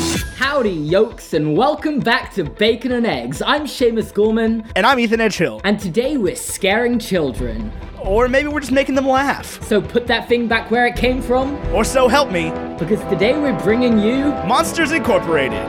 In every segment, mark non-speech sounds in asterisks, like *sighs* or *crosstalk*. Howdy, yolks, and welcome back to Bacon and Eggs. I'm Seamus Gorman, And I'm Ethan Edgehill. and today we're scaring children. Or maybe we're just making them laugh. So put that thing back where it came from, Or so help me, because today we're bringing you. Monsters Incorporated.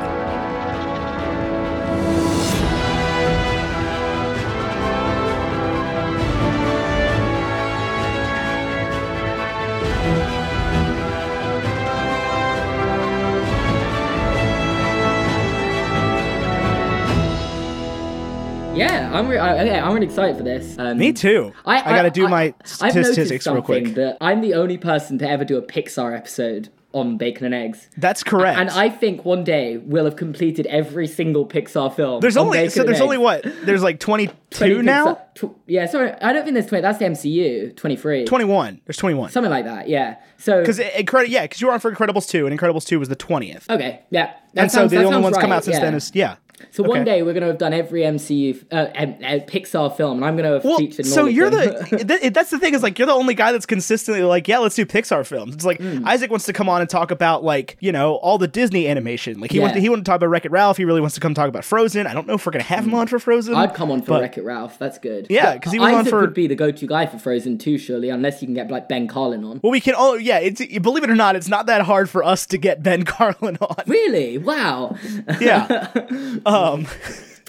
Yeah, I'm, re- I, yeah, I'm really excited for this. Um, Me too. I, gotta do I- my I've noticed statistics real something quick. That I'm the only person to ever do a Pixar episode on Bacon and Eggs. That's correct. And I think one day we'll have completed every single Pixar film. there's on only Bacon so and there's only Eggs. what there's like 22 20 now. Pixar- tw- yeah, sorry, I don't think there's 20. That's the MCU, 23. 21. There's 21. Something like that, yeah. So, Because Incredi- yeah, because you were on for Incredibles 2, and Incredibles 2 was the 20th. okay, yeah. That and sounds- so that the only sounds ones come right, out since yeah. then is yeah. So one okay. day we're going to have done every MCU, f- uh, M- uh, Pixar film, and I'm going to have Well, featured in so all of you're them. the *laughs* th- that's the thing is like you're the only guy that's consistently like yeah let's do Pixar films. It's like Mm. Isaac wants to come on and talk about like you know all the Disney animation. Like he wants Yeah. to, he wanted to talk about Wreck It Ralph. He really wants to come talk about Frozen. I don't know if we're gonna have him on for *laughs* Frozen. Mm. I'd come on for but- Wreck It Ralph. That's good. Yeah, 'cause he was on Isaac for- would be the go-to guy for Frozen 2, surely, unless you can get like Ben Carlin on. Well, we can all yeah. It's believe it or not, it's not that hard for us to get Ben *laughs* Carlin on. Really? Wow. *laughs* Yeah. um.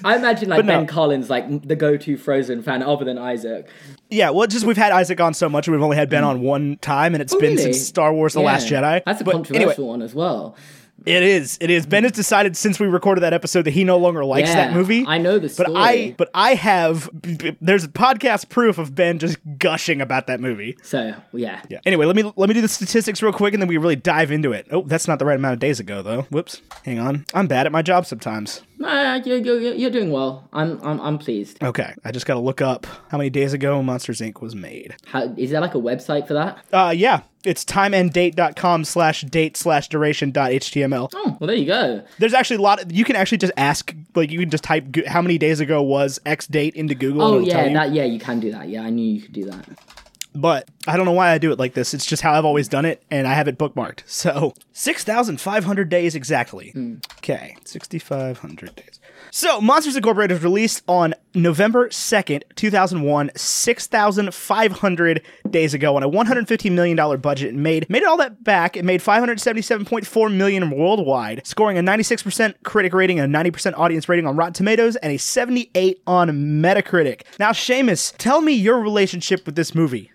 I imagine like no. Ben Carlin's like the go-to Frozen fan other than Isaac. Yeah. Well, just we've had Isaac on so much, and we've only had Ben on one time, and it's been Mm. Oh, really? since Star Wars: The Last Yeah. Jedi. That's a But controversial anyway, one as well. It is. It is. Ben has decided since we recorded that episode that he no longer likes Yeah, that movie. I know the But story. I but I have b- b- there's podcast proof of Ben just gushing about that movie. So yeah. Yeah. Anyway, let me let me do the statistics real quick and then we really dive into it. Oh, that's not the right amount of days ago though. Whoops. Hang on. I'm bad at my job sometimes. Nah, you, you, you- you're doing well. I'm I'm I'm pleased. Okay. I just got to look up how many days ago Monsters Inc was made. How, is there like a website for that? Uh yeah, it's timeanddate.com slash date slash duration dot html. Oh, well there you go. There's actually a lot. you can actually just ask, like, you can just type go- how many days ago was X date into Google. and Oh it'll tell yeah, you. that yeah you can do that. Yeah, I knew you could do that. but I don't know why I do it like this. It's just how I've always done it, and I have it bookmarked. *laughs* So six thousand five hundred days exactly. Okay, sixty five hundred days. So Monsters Incorporated was released on November second, two thousand one, six thousand five hundred days ago on a one hundred fifteen million dollar budget. and made made all that back. It made five hundred seventy seven point four million worldwide, scoring a ninety six percent critic rating, a ninety percent audience rating on Rotten Tomatoes, and a seventy eight on Metacritic. Now, Seamus, tell me your relationship with this movie.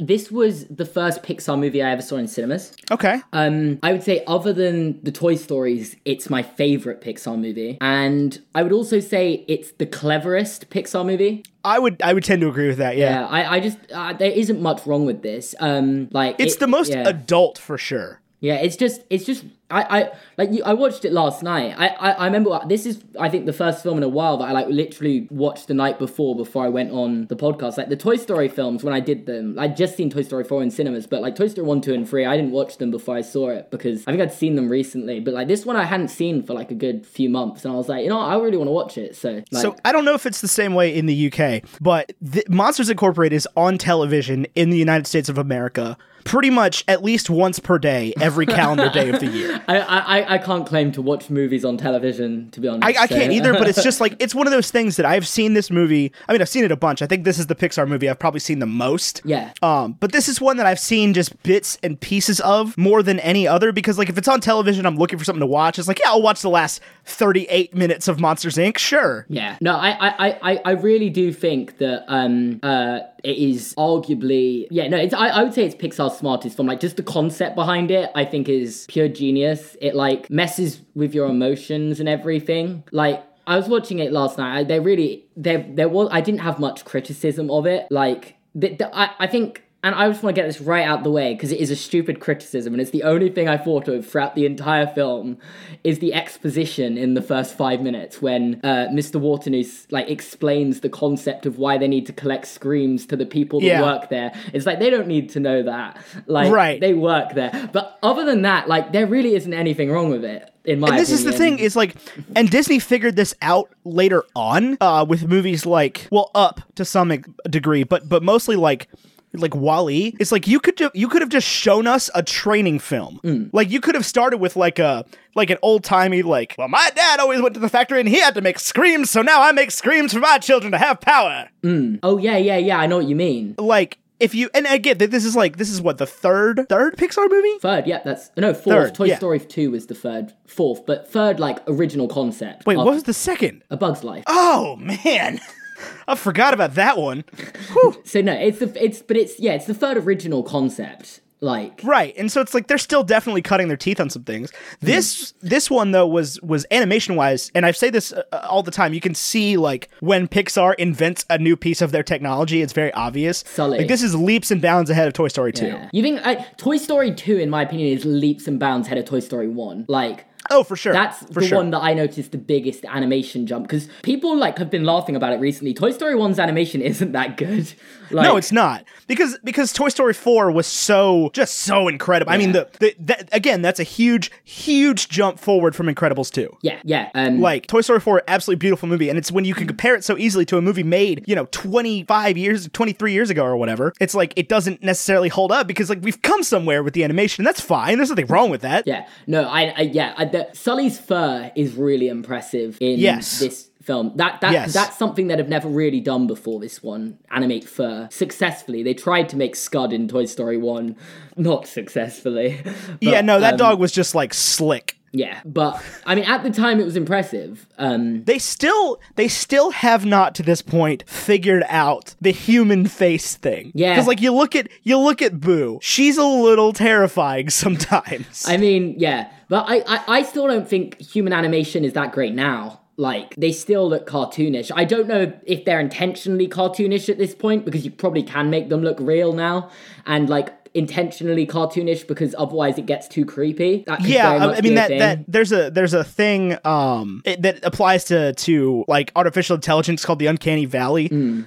This was the first Pixar movie I ever saw in cinemas. Okay. Um, I would say, other than the Toy Stories, it's my favorite Pixar movie, and I would also say it's the cleverest Pixar movie. I would I would tend to agree with that. Yeah. Yeah, I, I just uh, there isn't much wrong with this. Um, like It's it- the most yeah. adult for sure. Yeah, it's just it's just I I like you, I watched it last night. I, I I remember this is I think the first film in a while that I like literally watched the night before before I went on the podcast. Like the Toy Story films when I did them, I'd just seen Toy Story 4 in cinemas, but like Toy Story 1, 2 and 3, I didn't watch them before I saw it because I think I'd seen them recently, but like this one I hadn't seen for like a good few months and I was like, you know, what, I really want to watch it. So like So I don't know if it's the same way in the UK, but th- Monsters Incorporated is on television in the United States of America pretty much at least once per day every calendar day of the year. I, I I- I can't claim to watch movies on television to be honest. I, I so- can't *laughs* either, but it's just like it's one of those things that I've seen this movie. I mean, I've seen it a bunch. I think this is the Pixar movie I've probably seen the most. Yeah. Um, but this is one that I've seen just bits and pieces of more than any other because like if it's on television, I'm looking for something to watch. It's like yeah, I'll watch the last 38 minutes of Monsters Inc. Sure. Yeah. No, I I, I- I, I really do think that um uh it is arguably yeah, no, it's I, I would say it's Pixar's smartest film. Like just the concept behind it I think is pure genius. It like messes with your emotions and everything. Like I was watching it last night. I, they really there there was I didn't have much criticism of it. Like the, the, I I think and I just want to get this right out the way because it is a stupid criticism, and it's the only thing I thought of throughout the entire film is the exposition in the first five minutes when uh, Mr. Wharton is like explains the concept of why they need to collect screams to the people that Yeah. work there. It's like they don't need to know that, like Right. they work there. But other than that, like there really isn't anything wrong with it in my. And this is the opinion. thing is like, and Disney figured this out later on uh, with movies like well, up to some e- degree, but but mostly like like Wally. It's like you could ju- you could have just shown us a training film. Like you could have started with like a like an old timey like. Well, my dad always went to the factory and he had to make screams, so now I make screams for my children to have power. Oh yeah, yeah, yeah. I know what you mean. Like if you and again, th- this is like this is what the third third Pixar movie. Third, yeah, that's no fourth. Third, Toy yeah. Story two was the third, fourth, but third like original concept. Wait, of what was the second? A Bug's Life. Oh man, *laughs* I forgot about that one. so no, it's the it's but it's yeah, it's the third original concept. Like Right. And so it's like they're still definitely cutting their teeth on some things. This this one though was was animation wise and I say this uh, uh, all the time. You can see like when Pixar invents a new piece of their technology, it's very obvious. Sully. Like this is leaps and bounds ahead of Toy Story 2. yeah. you think I, Toy Story two, in my opinion, is leaps and bounds ahead of Toy Story one. Like Oh, for sure. That's for the sure. one that I noticed the biggest animation jump because people like have been laughing about it recently. Toy Story 1's animation isn't that good. Like, no, it's not because because Toy Story four was so just so incredible. I mean, the, the that, again, that's a huge huge jump forward from Incredibles two. yeah, yeah. Um, Like Toy Story 4, absolutely beautiful movie, and it's when you can compare it so easily to a movie made, you know, 25 years, 23 years ago or whatever. It's like it doesn't necessarily hold up because like we've come somewhere with the animation, and that's fine. There's nothing wrong with that. yeah, no, I, I yeah. I, the, Sully's fur is really impressive in Yes. this film. That that Yes. that's something that I've never really done before. This one animate fur successfully. They tried to make Scud in Toy Story One, not successfully. But, yeah, no, that um, dog was just like slick. Yeah, but I mean, at the time it was impressive. Um, They still they still have not to this point figured out the human face thing. Yeah. Cuz like you look at you look at Boo. She's a little terrifying *laughs* sometimes. I mean, yeah, but I, I, I still don't think human animation is that great now. Like they still look cartoonish. I don't know if they're intentionally cartoonish at this point because you probably can make them look real now, and like intentionally cartoonish because otherwise it gets too creepy. That could yeah very I, much I mean be a that, thing. that there's a there's a thing um it, that applies to to like artificial intelligence called the uncanny valley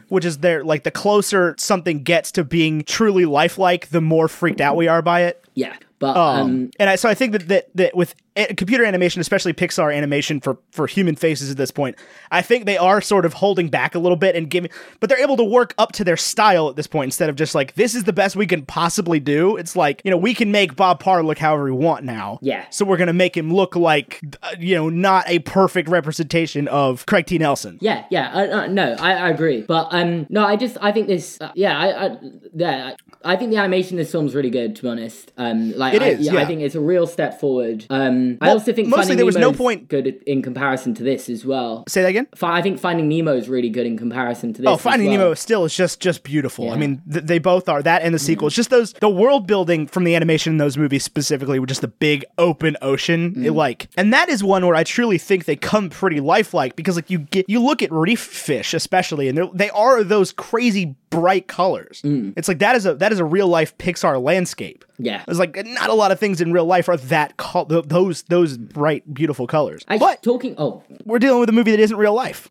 which is there like the closer something gets to being truly lifelike the more freaked out we are by it yeah, but um, um, and I, so I think that that, that with a- computer animation, especially Pixar animation for for human faces at this point, I think they are sort of holding back a little bit and giving, but they're able to work up to their style at this point instead of just like this is the best we can possibly do. It's like you know we can make Bob Parr look however we want now. Yeah. So we're gonna make him look like uh, you know not a perfect representation of Craig T. Nelson. Yeah, yeah, uh, uh, no, I, I agree, but um, no, I just I think this, uh, yeah, I, I, yeah, I I think the animation in this film's really good, to be honest. Um, like It I, is, I yeah. think it's a real step forward. Um, I Well, also think mostly Finding there was no Nemo's point- good in comparison to this as well. Say that again. Fi- I think Finding Nemo is really good in comparison to this. Oh, Finding Nemo still is just just beautiful. I mean, th- they both are that and the sequels. Just those the world building from the animation in those movies specifically, with just the big open ocean, it, like, and that is one where I truly think they come pretty lifelike because like you get you look at reef fish especially, and they're, they are those crazy bright colors. It's like that is a that is a real life Pixar landscape. Yeah. it's like not a lot of things in real life are that col- th- those those bright beautiful colors. Actually, but talking. Oh, we're dealing with a movie that isn't real life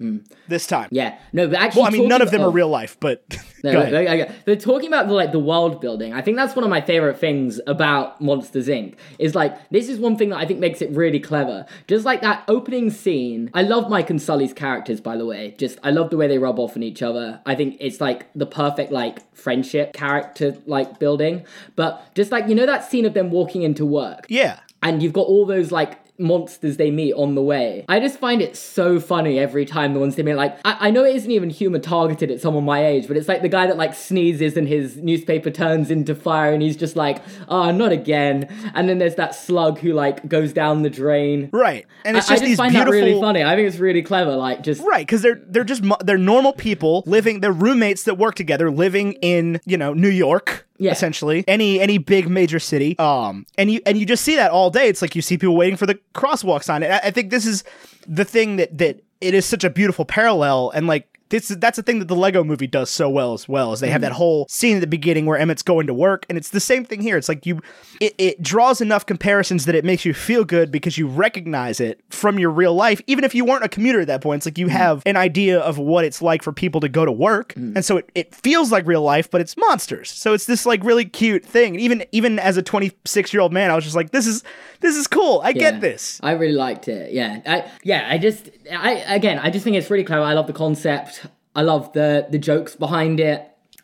this time. yeah, no, but actually, Well, I mean, none talking- of them oh. are real life, *laughs* but go No, ahead. okay, okay. They're talking about the, like the world building. I think that's one of my favorite things about Monsters Inc. Is like this is one thing that I think makes it really clever. Just like that opening scene. I love Mike and Sully's characters, by the way. Just I love the way they rub off on each other. I think it's like the perfect like friendship character like building. But just like you know that scene of them walking into work Yeah. and you've got all those like monsters they meet on the way. I just find it so funny every time the ones they meet. Like, I, I know it isn't even humor targeted at someone my age, but it's like the guy that like sneezes and his newspaper turns into fire and he's just like, ah, not again. And then there's that slug who like goes down the drain. Right. And I, it's I just just these find beautiful that really funny. I think it's really clever. Like, just Right, cuz they're they're just mo- they're normal people living they're roommates that work together living in, you know, New York Yeah. essentially. Any any big major city. Um and you and you just see that all day. It's like you see people waiting for the crosswalk sign. And I, I think this is the thing that that it is such a beautiful parallel and like this is- that's the thing that the Lego movie does so well as well is they have that whole scene at the beginning where Emmett's going to work and it's the same thing here it's like you it, it draws enough comparisons that it makes you feel good because you recognize it from your real life even if you weren't a commuter at that point it's like you have an idea of what it's like for people to go to work and so it, it feels like real life but it's monsters so it's this like really cute thing And even even as a 26 year old man I was just like this is this is cool I Yeah. get this I really liked it. Yeah. I yeah, I just I again, I just think it's really clever. I love the concept. I love the the jokes behind it.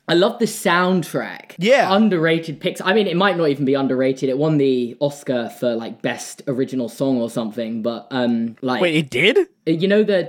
I love the soundtrack. Yeah. Underrated Pixar. I mean, it might not even be underrated. It won the Oscar for like best original song or something, but um like Wait, it did? you know the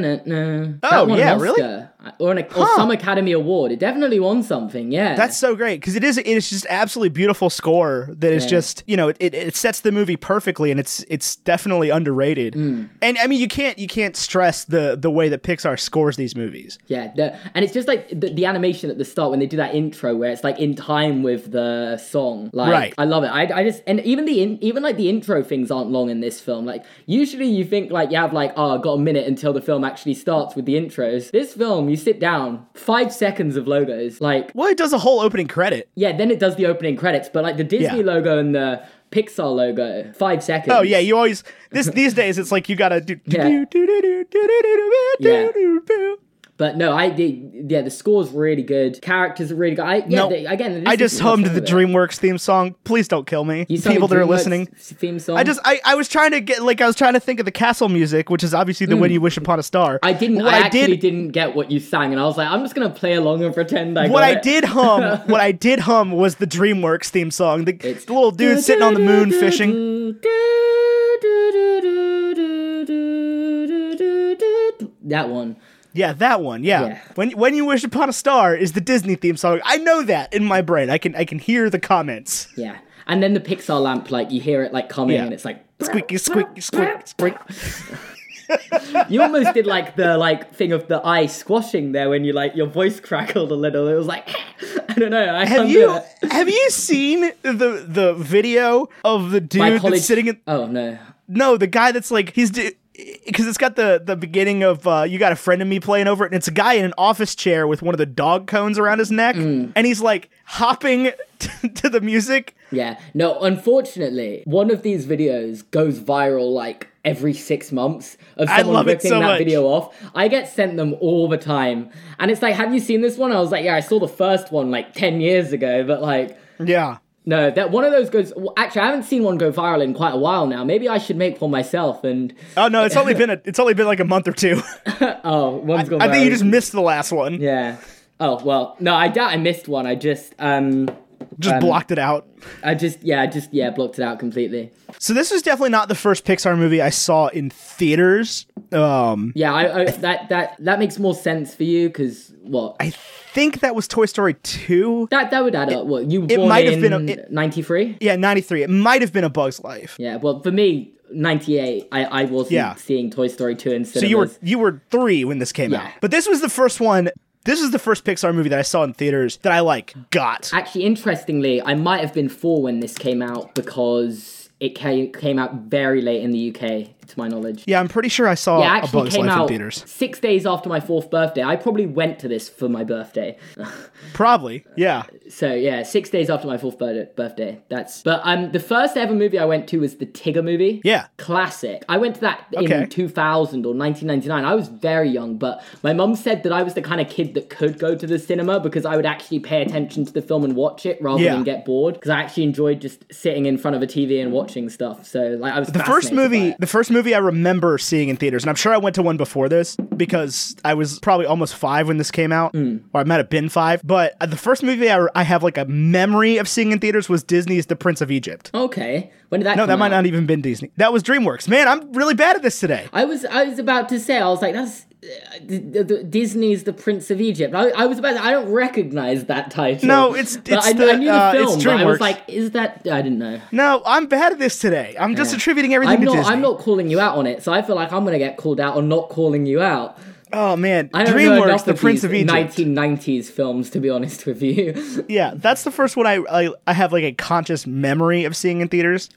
da-na-na-na-na-na. Oh, that won yeah, an really? Oscar. or, an, or some Academy Award. It definitely won something. Yeah, That's so great because it is. It is just absolutely beautiful score that is just you know it, it, it sets the movie perfectly and it's it's definitely underrated. Mm. And I mean you can't you can't stress the the way that Pixar scores these movies. yeah. the- and it's just like the, the animation at the start when they do that intro where it's like in time with the song. Like, Right. I love it. I, I just and even the in, even like the intro things aren't long in this film. Like usually you think like you have like oh got a minute until the film actually starts with the intros. This film you sit down five seconds of logos like Well, it does a whole opening credit. yeah then it does the opening credits but like the Disney Yeah. logo and the Pixar logo five seconds. Oh yeah, you always this these days it's like you gotta do Yeah. do do do do do do Yeah. do do do. But no, I the, yeah, the score's really good. Characters are really good. I, yeah, No, they- again, I just hummed the DreamWorks theme song. Please don't kill me, sung people that are DreamWorks listening. Theme song. I just I, I was trying to get like I was trying to think of the castle music, which is obviously the When You Wish Upon a Star. Mm. I didn't. What I I actually did did, not get what you sang, and I was like, I'm just gonna play along and pretend I. what got I it. did hum, what I did hum was the DreamWorks theme song. The, *laughs* It's- the little dude sitting on the *laughs* moon fishing. That one. Yeah, that one. Yeah. Yeah. When When You Wish Upon a Star is the Disney theme song. I know that in my brain. I can I can hear *laughs* the comments. Yeah, and then the Pixar lamp, like you hear it like coming, Yeah. and it's like Squeaky, squeaky, squeak, squeak. *laughs* You almost did like the like thing of the eye squashing there when you like your voice crackled a little. It was like *laughs* I don't know. I Have can't you do it. *laughs* have you seen the the video of the dude My that's sitting in Oh no. No, the guy that's like he's because it's got the the beginning of uh, you got a friend of me playing over it, and it's a guy in an office chair with one of the dog cones around his neck, Mm. and he's like hopping *laughs* t- to the music. Yeah. No, unfortunately, one of these videos goes viral like every six months of I someone love it ripping so that much. video off. I get sent them all the time. And it's like, have you seen this one? I was like, yeah, I saw the first one like 10 years ago, but like, Yeah, no, that one of those goes. Well, actually, I haven't seen one go viral in quite a while now. Maybe I should make one myself. And Oh no, it's only been a, it's only been like a month or two. *laughs* oh, one's gone. I think viral. you just missed the last one. Yeah. Oh well, no, I doubt I missed one. I just, um, Just blocked it out. I just, yeah, I just, yeah, blocked it out completely. So this was definitely not the first Pixar movie I saw in theaters. Um, Yeah, I, I that that that makes more sense for you because what I think that was Toy Story two. that that would add up. What you were born might have in been a- it- ninety three? Yeah, ninety three. It might have been A Bug's Life. Yeah. Well, for me, ninety eight. I I wasn't Yeah. seeing Toy Story two in cinemas. So you were you were three when this came Yeah. out. But this was the first one. This is the first Pixar movie that I saw in theaters that I like got. Actually, interestingly, I might have been four when this came out because it came came out very late in the UK, to my knowledge. yeah, I'm pretty sure I saw It a actually Bug's came Life in out theaters. six days after my fourth birthday. I probably went to this for my birthday. *laughs* Probably. Yeah. So yeah, six days after my fourth bir- birthday. That's but um the first ever movie I went to was the Tigger movie. Yeah. classic. I went to that Okay. in two thousand or nineteen ninety nine. I was very young, but my mum said that I was the kind of kid that could go to the cinema because I would actually pay attention to the film and watch it rather Yeah. than get bored. Because I actually enjoyed just sitting in front of a TV and watching stuff. So like I was The first movie, By it. the first movie I remember seeing in theaters, and I'm sure I went to one before this because I was probably almost five when this came out, Mm. or I might have been five. But uh, the first movie I, I have like a memory of seeing in theaters was Disney's The Prince of Egypt. Okay, when did that? No, come that might out? not even been Disney. That was DreamWorks. Man, I'm really bad at this today. I was I was about to say I was like that's uh, D- D- D- Disney's The Prince of Egypt. I, I was about to, I don't recognize that title. No, it's- But it's I, the, I knew the uh, it's film. but I DreamWorks. was like, is that I didn't know. No, I'm bad at this today. I'm just attributing everything I'm to not Disney. I'm not calling you out on it, so I feel like I'm gonna get called out on not calling you out. Oh man, I don't know DreamWorks, enough The Prince these of Egypt. 1990s films to be honest with you. *laughs* Yeah, that's the first one I, I I have like a conscious memory of seeing in theaters.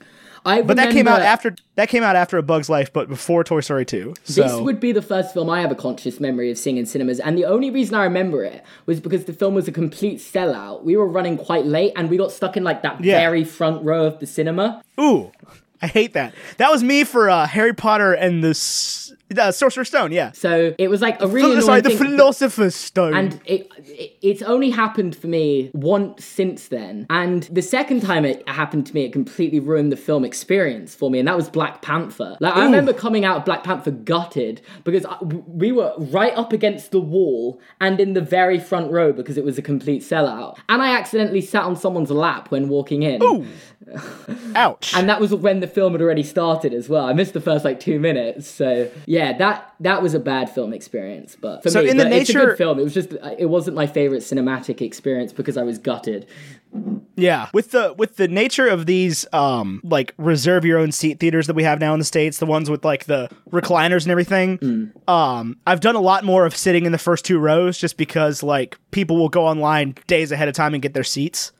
I But that came out after that came out after A Bug's Life, but before Toy Story Two. So This would be the first film I have a conscious memory of seeing in cinemas, and the only reason I remember it was because the film was a complete sellout. We were running quite late, and we got stuck in like that Yeah. very front row of the cinema. ooh, I hate that. That was me for uh, Harry Potter and the S- Uh, Sorcerer's Stone, yeah. Oh, So it was like a really annoying Sorry, the thing- Philosopher's Stone. and it, it it's only happened for me once since then and the second time it happened to me it completely ruined the film experience for me and that was black panther like i remember coming out of black panther gutted because I, we were right up against the wall and in the very front row because it was a complete sellout and i accidentally sat on someone's lap when walking in Ouch. and that was when the film had already started as well. I missed the first like two minutes, so yeah, that that was a bad film experience. But for So me, in the but it's a nature- good film. It was just uh, it wasn't my favorite cinematic experience because I was gutted. Yeah, with the with the nature of these um like reserve your own seat theaters that we have now in the states, the ones with like the recliners and everything. Mm. Um, I've done a lot more of sitting in the first two rows just because like people will go online days ahead of time and get their seats.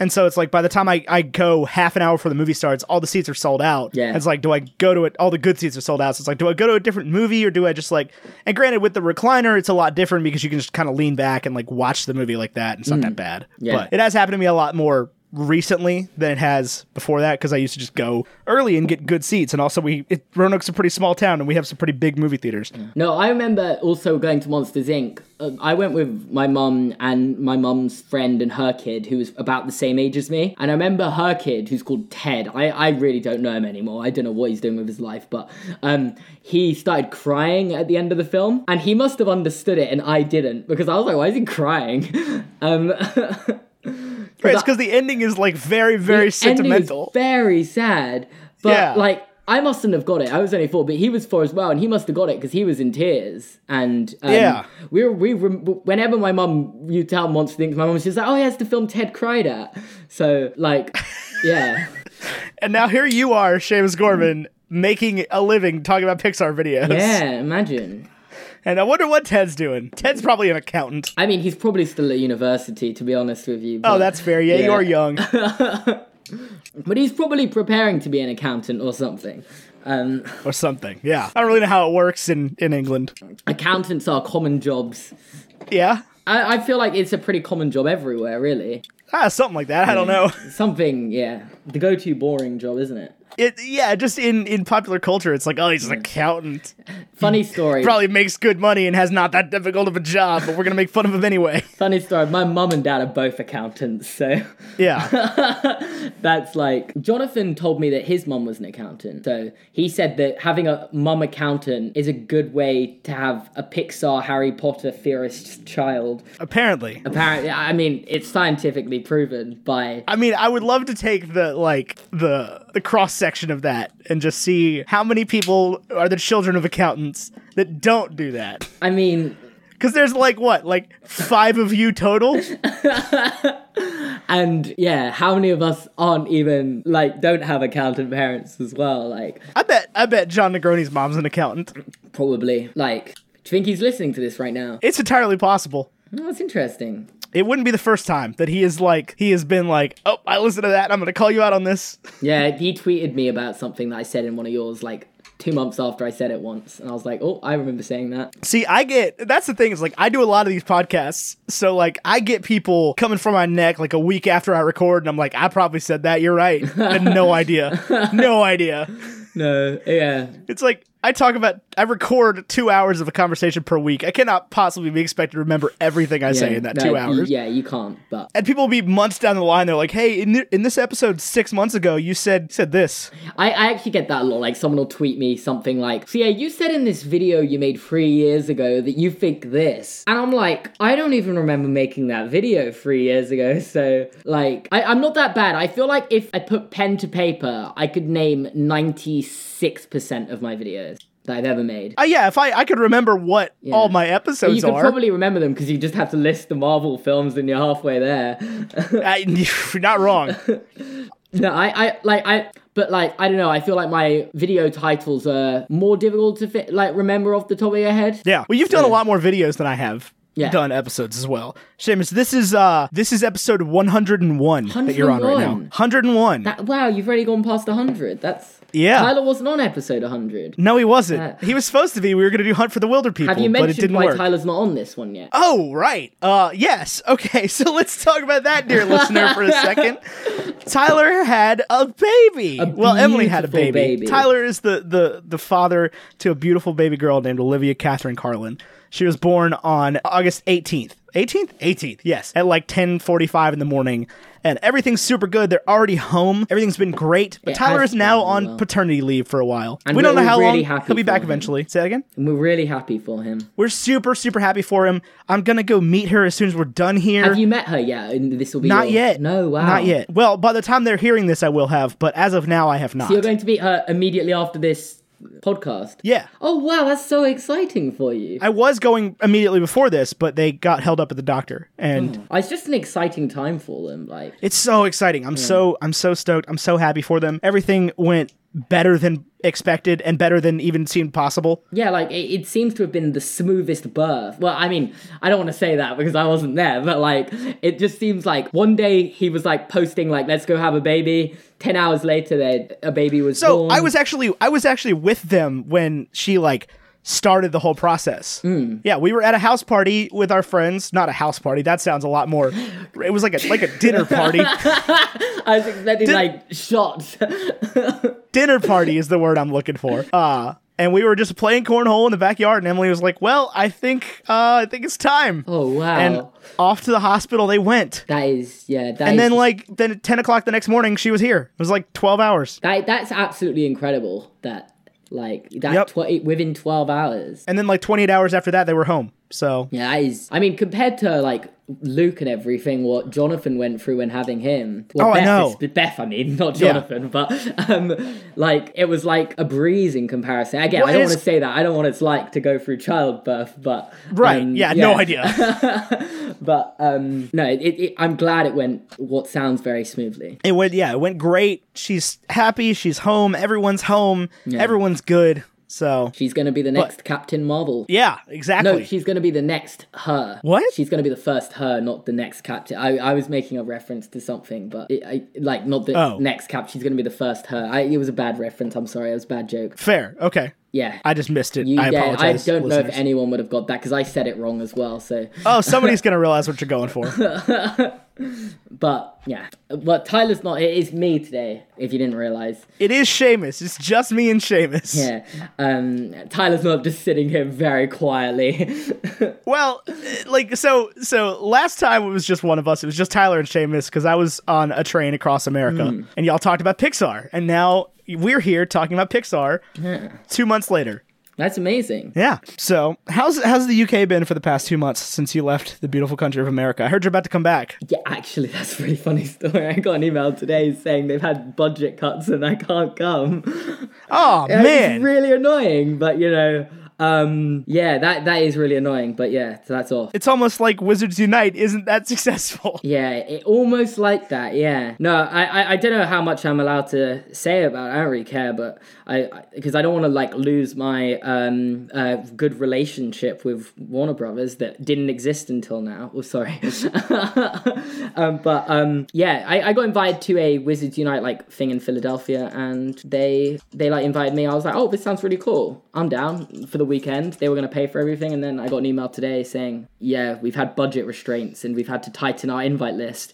And so it's like by the time I, I go half an hour before the movie starts, all the seats are sold out. Yeah. It's like, do I go to it? All the good seats are sold out. So it's like, do I go to a different movie or do I just like, and granted with the recliner, it's a lot different because you can just kind of lean back and like watch the movie like that. and It's not that bad. Mm. Yeah. But it has happened to me a lot more recently than it has before that because I used to just go early and get good seats. And also, we it, Roanoke's a pretty small town and we have some pretty big movie theaters. No, I remember also going to Monsters Inc. Uh, I went with my mum and my mum's friend and her kid, who was about the same age as me. And I remember her kid, who's called Ted. I, I really don't know him anymore. I don't know what he's doing with his life, but um, he started crying at the end of the film, and he must have understood it, and I didn't because I was like, "Why is he crying?" *laughs* Um, Right, it's because the ending is like very, very ending is sentimental. very sad. But Yeah. like I mustn't have got it. I was only four, but he was four as well, and he must have got it because he was in tears. And um, Yeah. we were, we rem- whenever my mum you tell monster things, my mum's just like, oh yeah, it's the film Ted cried at. So like, *laughs* yeah, and now here you are, Seamus Gorman. Making a living talking about Pixar videos. yeah. Imagine. And I wonder what Ted's doing. Ted's probably an accountant. I mean, he's probably still at university, to be honest with you. Oh, but- that's fair. Yeah, you Yeah. are young. But he's probably preparing to be an accountant or something. Um, or something. Yeah. I don't really know how it works in, in England. accountants are common jobs. Yeah. I, I feel like it's a pretty common job everywhere, really. Ah, something like that. I don't know. Something, yeah. The go-to boring job, isn't it? It, yeah, just in, in popular culture, it's like, oh, he's an accountant. Funny story. Probably makes good money and has not that difficult of a job, but we're going to make fun of him anyway. *laughs* Funny story. My mum and dad are both accountants, so *laughs* Yeah. that's like Jonathan told me that his mum was an accountant. So he said that having a mum accountant is a good way to have a Pixar Harry Potter theorist child. Apparently. Apparently, I mean, it's scientifically proven by I mean, I would love to take the like the the cross section of that and just see how many people are the children of accountants that don't do that. I mean, Cuz there's like what? Like 5 of you total? and yeah, how many of us aren't even like don't have accountant parents as well? Like I bet I bet John Negroni's mom's an accountant. probably like do you think he's listening to this right now? It's entirely possible. Oh, that's interesting. It wouldn't be the first time that he is like he has been like, "Oh, I listened to that. and I'm going to call you out on this." Yeah, he tweeted me about something that I said in one of yours like two months after I said it once, and I was like, oh, I remember saying that. See, I get that's the thing is like I do a lot of these podcasts, so like I get people coming for my neck like a week after I record, and I'm like, I probably said that. You're right. *laughs* And no idea, no idea. No, yeah, It's like I talk about I record two hours of a conversation per week. I cannot possibly be expected to remember everything I say Yeah, in that no, two y- hours. Yeah, you can't. But And people will be months down the line. They're like, "Hey, in, th- in this episode six months ago, you said said this." I, I actually get that a lot. Like someone will tweet me something like, "So yeah, you said in this video you made three years ago that you think this," and I'm like, I don't even remember making that video three years ago. *laughs* So like, I, I'm not that bad. I feel like if I put pen to paper, I could name 96 percent of my videos that I've ever made. Uh, yeah, if I, I could remember what all my But episodes you can are, probably remember them because you just have to list the Marvel films and you're halfway there. *laughs* I, *laughs* you're not wrong. no, I, I, like, I, but like, I don't know. I feel like my video titles are more difficult to fit, like remember off the top of your head. Yeah. Well, you've done a lot more videos than I have. Yeah. done episodes as well. Seamus, this is uh this is episode 101 that you're on right 101. now. 101. That, wow, you've already gone past 100. That's. Yeah. Tyler wasn't on episode 100. no, he wasn't. Uh, he was supposed to be. We were going to do Hunt for the Wilder People, Have you but it mentioned didn't why work. Tyler's not on this one yet? Oh, right. Uh, yes. Okay. *laughs* So let's talk about that, dear listener, for a *laughs* second. Tyler had a baby. well, Emily had a baby. beautiful baby. Tyler is the, the, the father to a beautiful baby girl named Olivia Catherine Carlin. She was born on August 18th. 18th? 18th, yes. At like 10:45 in the morning. And everything's super good. They're already home. Everything's been great. But It Tyler has is now gone on well. paternity leave for a while. And we don't we're know how really long. happy He'll be for back him. eventually. Say that again? And we're really happy for him. We're super, super happy for him. I'm gonna go meet her as soon as we're done here. Have you met her yet? And this will be not your- yet. No, wow. Not yet. Well, by the time they're hearing this, I will have, but as of now, I have not. So you're going to meet her immediately after this podcast. yeah. Oh wow, that's so exciting for you. I was going immediately before this, but they got held up at the doctor, and Oh, It's just an exciting time for them. Like it's so exciting. Hmm. I'm so I'm so stoked. I'm so happy for them. Everything went better than expected, and better than even seemed possible. yeah, like it, it seems to have been the smoothest birth. Well, I mean, I don't want to say that because I wasn't there, but like it just seems like one day he was like posting like let's go have a baby. Ten hours later, they a baby was So born. I was actually I was actually with them when she like started the whole process. Mm. Yeah, we were at a house party with our friends. Not a house party. That sounds a lot more. It was like a like a *laughs* dinner party. I was expecting like shots. *laughs* dinner party is the word I'm looking for. Uh and we were just playing cornhole in the backyard, and Emily was like, "Well, I think uh, I think it's time." oh wow, And off to the hospital they went. that is yeah. That And is then like then at ten o'clock the next morning she was here. It was like twelve hours. That that's absolutely incredible. That like that Yep. tw- within twelve hours. And then like twenty eight hours after that they were home. So Yeah, that is. I mean, compared to like Luke and everything, what Jonathan went through when having him. Well, Oh, I Beth know. is- Beth, I mean, not Yeah. Jonathan, but um, like it was like a breeze in comparison. Again, Well, I it don't is- want to say that. I don't want it's like to go through childbirth, but Right. um, yeah, *laughs* no idea. But um, no, it, it, I'm glad it went what sounds very smoothly. it went yeah, it went great. She's happy, she's home, everyone's home, everyone's good. So She's going to be the next Captain Marvel. yeah, exactly. No, she's going to be the next her. What? She's going to be the first her, not the next captain. I, I was making a reference to something, but it, I, like not the Oh. next cap. She's going to be the first her. I, it was a bad reference. I'm sorry. It was a bad joke. Fair. Okay. Yeah. I just missed it. You- I yeah, apologize. I don't know listeners. if anyone would have got that because I said it wrong as well. So, *laughs* Oh, somebody's gonna realize what you're going for. but yeah, but Tyler's not. It is me today. If you didn't realize, It is Seamus. It's just me and Seamus. yeah, um, Tyler's not just sitting here very quietly. *laughs* Well, eh, like so so last time it was just one of us. It was just Tyler and Seamus because I was on a train across America Hmm. and y'all talked about Pixar. And now we're here talking about Pixar two months later. That's amazing. Yeah. So how's how's the UK been for the past two months since you left the beautiful country of America? I heard you're about to come back. Yeah, actually, that's a really funny story. I got an email today saying they've had budget cuts and I can't come. *laughs* Oh It's man. really annoying, but you know, um, yeah, that that is really annoying. But yeah, so that's off. it's almost like Wizards Unite isn't that *laughs* successful. Yeah, it almost like that. Yeah. No, I, I I don't know how much I'm allowed to say about. it. I don't really care, but I because I, don't want to like lose my um uh, good relationship with Warner Brothers that didn't exist until now. Oh, sorry. *laughs* um, but um, yeah, I, I got invited to a Wizards Unite like thing in Philadelphia, and they they like invited me. I was like, oh, this sounds really cool. I'm down for the weekend. They were gonna pay for everything, and then I got an email today saying, yeah, we've had budget restraints and we've had to tighten our invite list.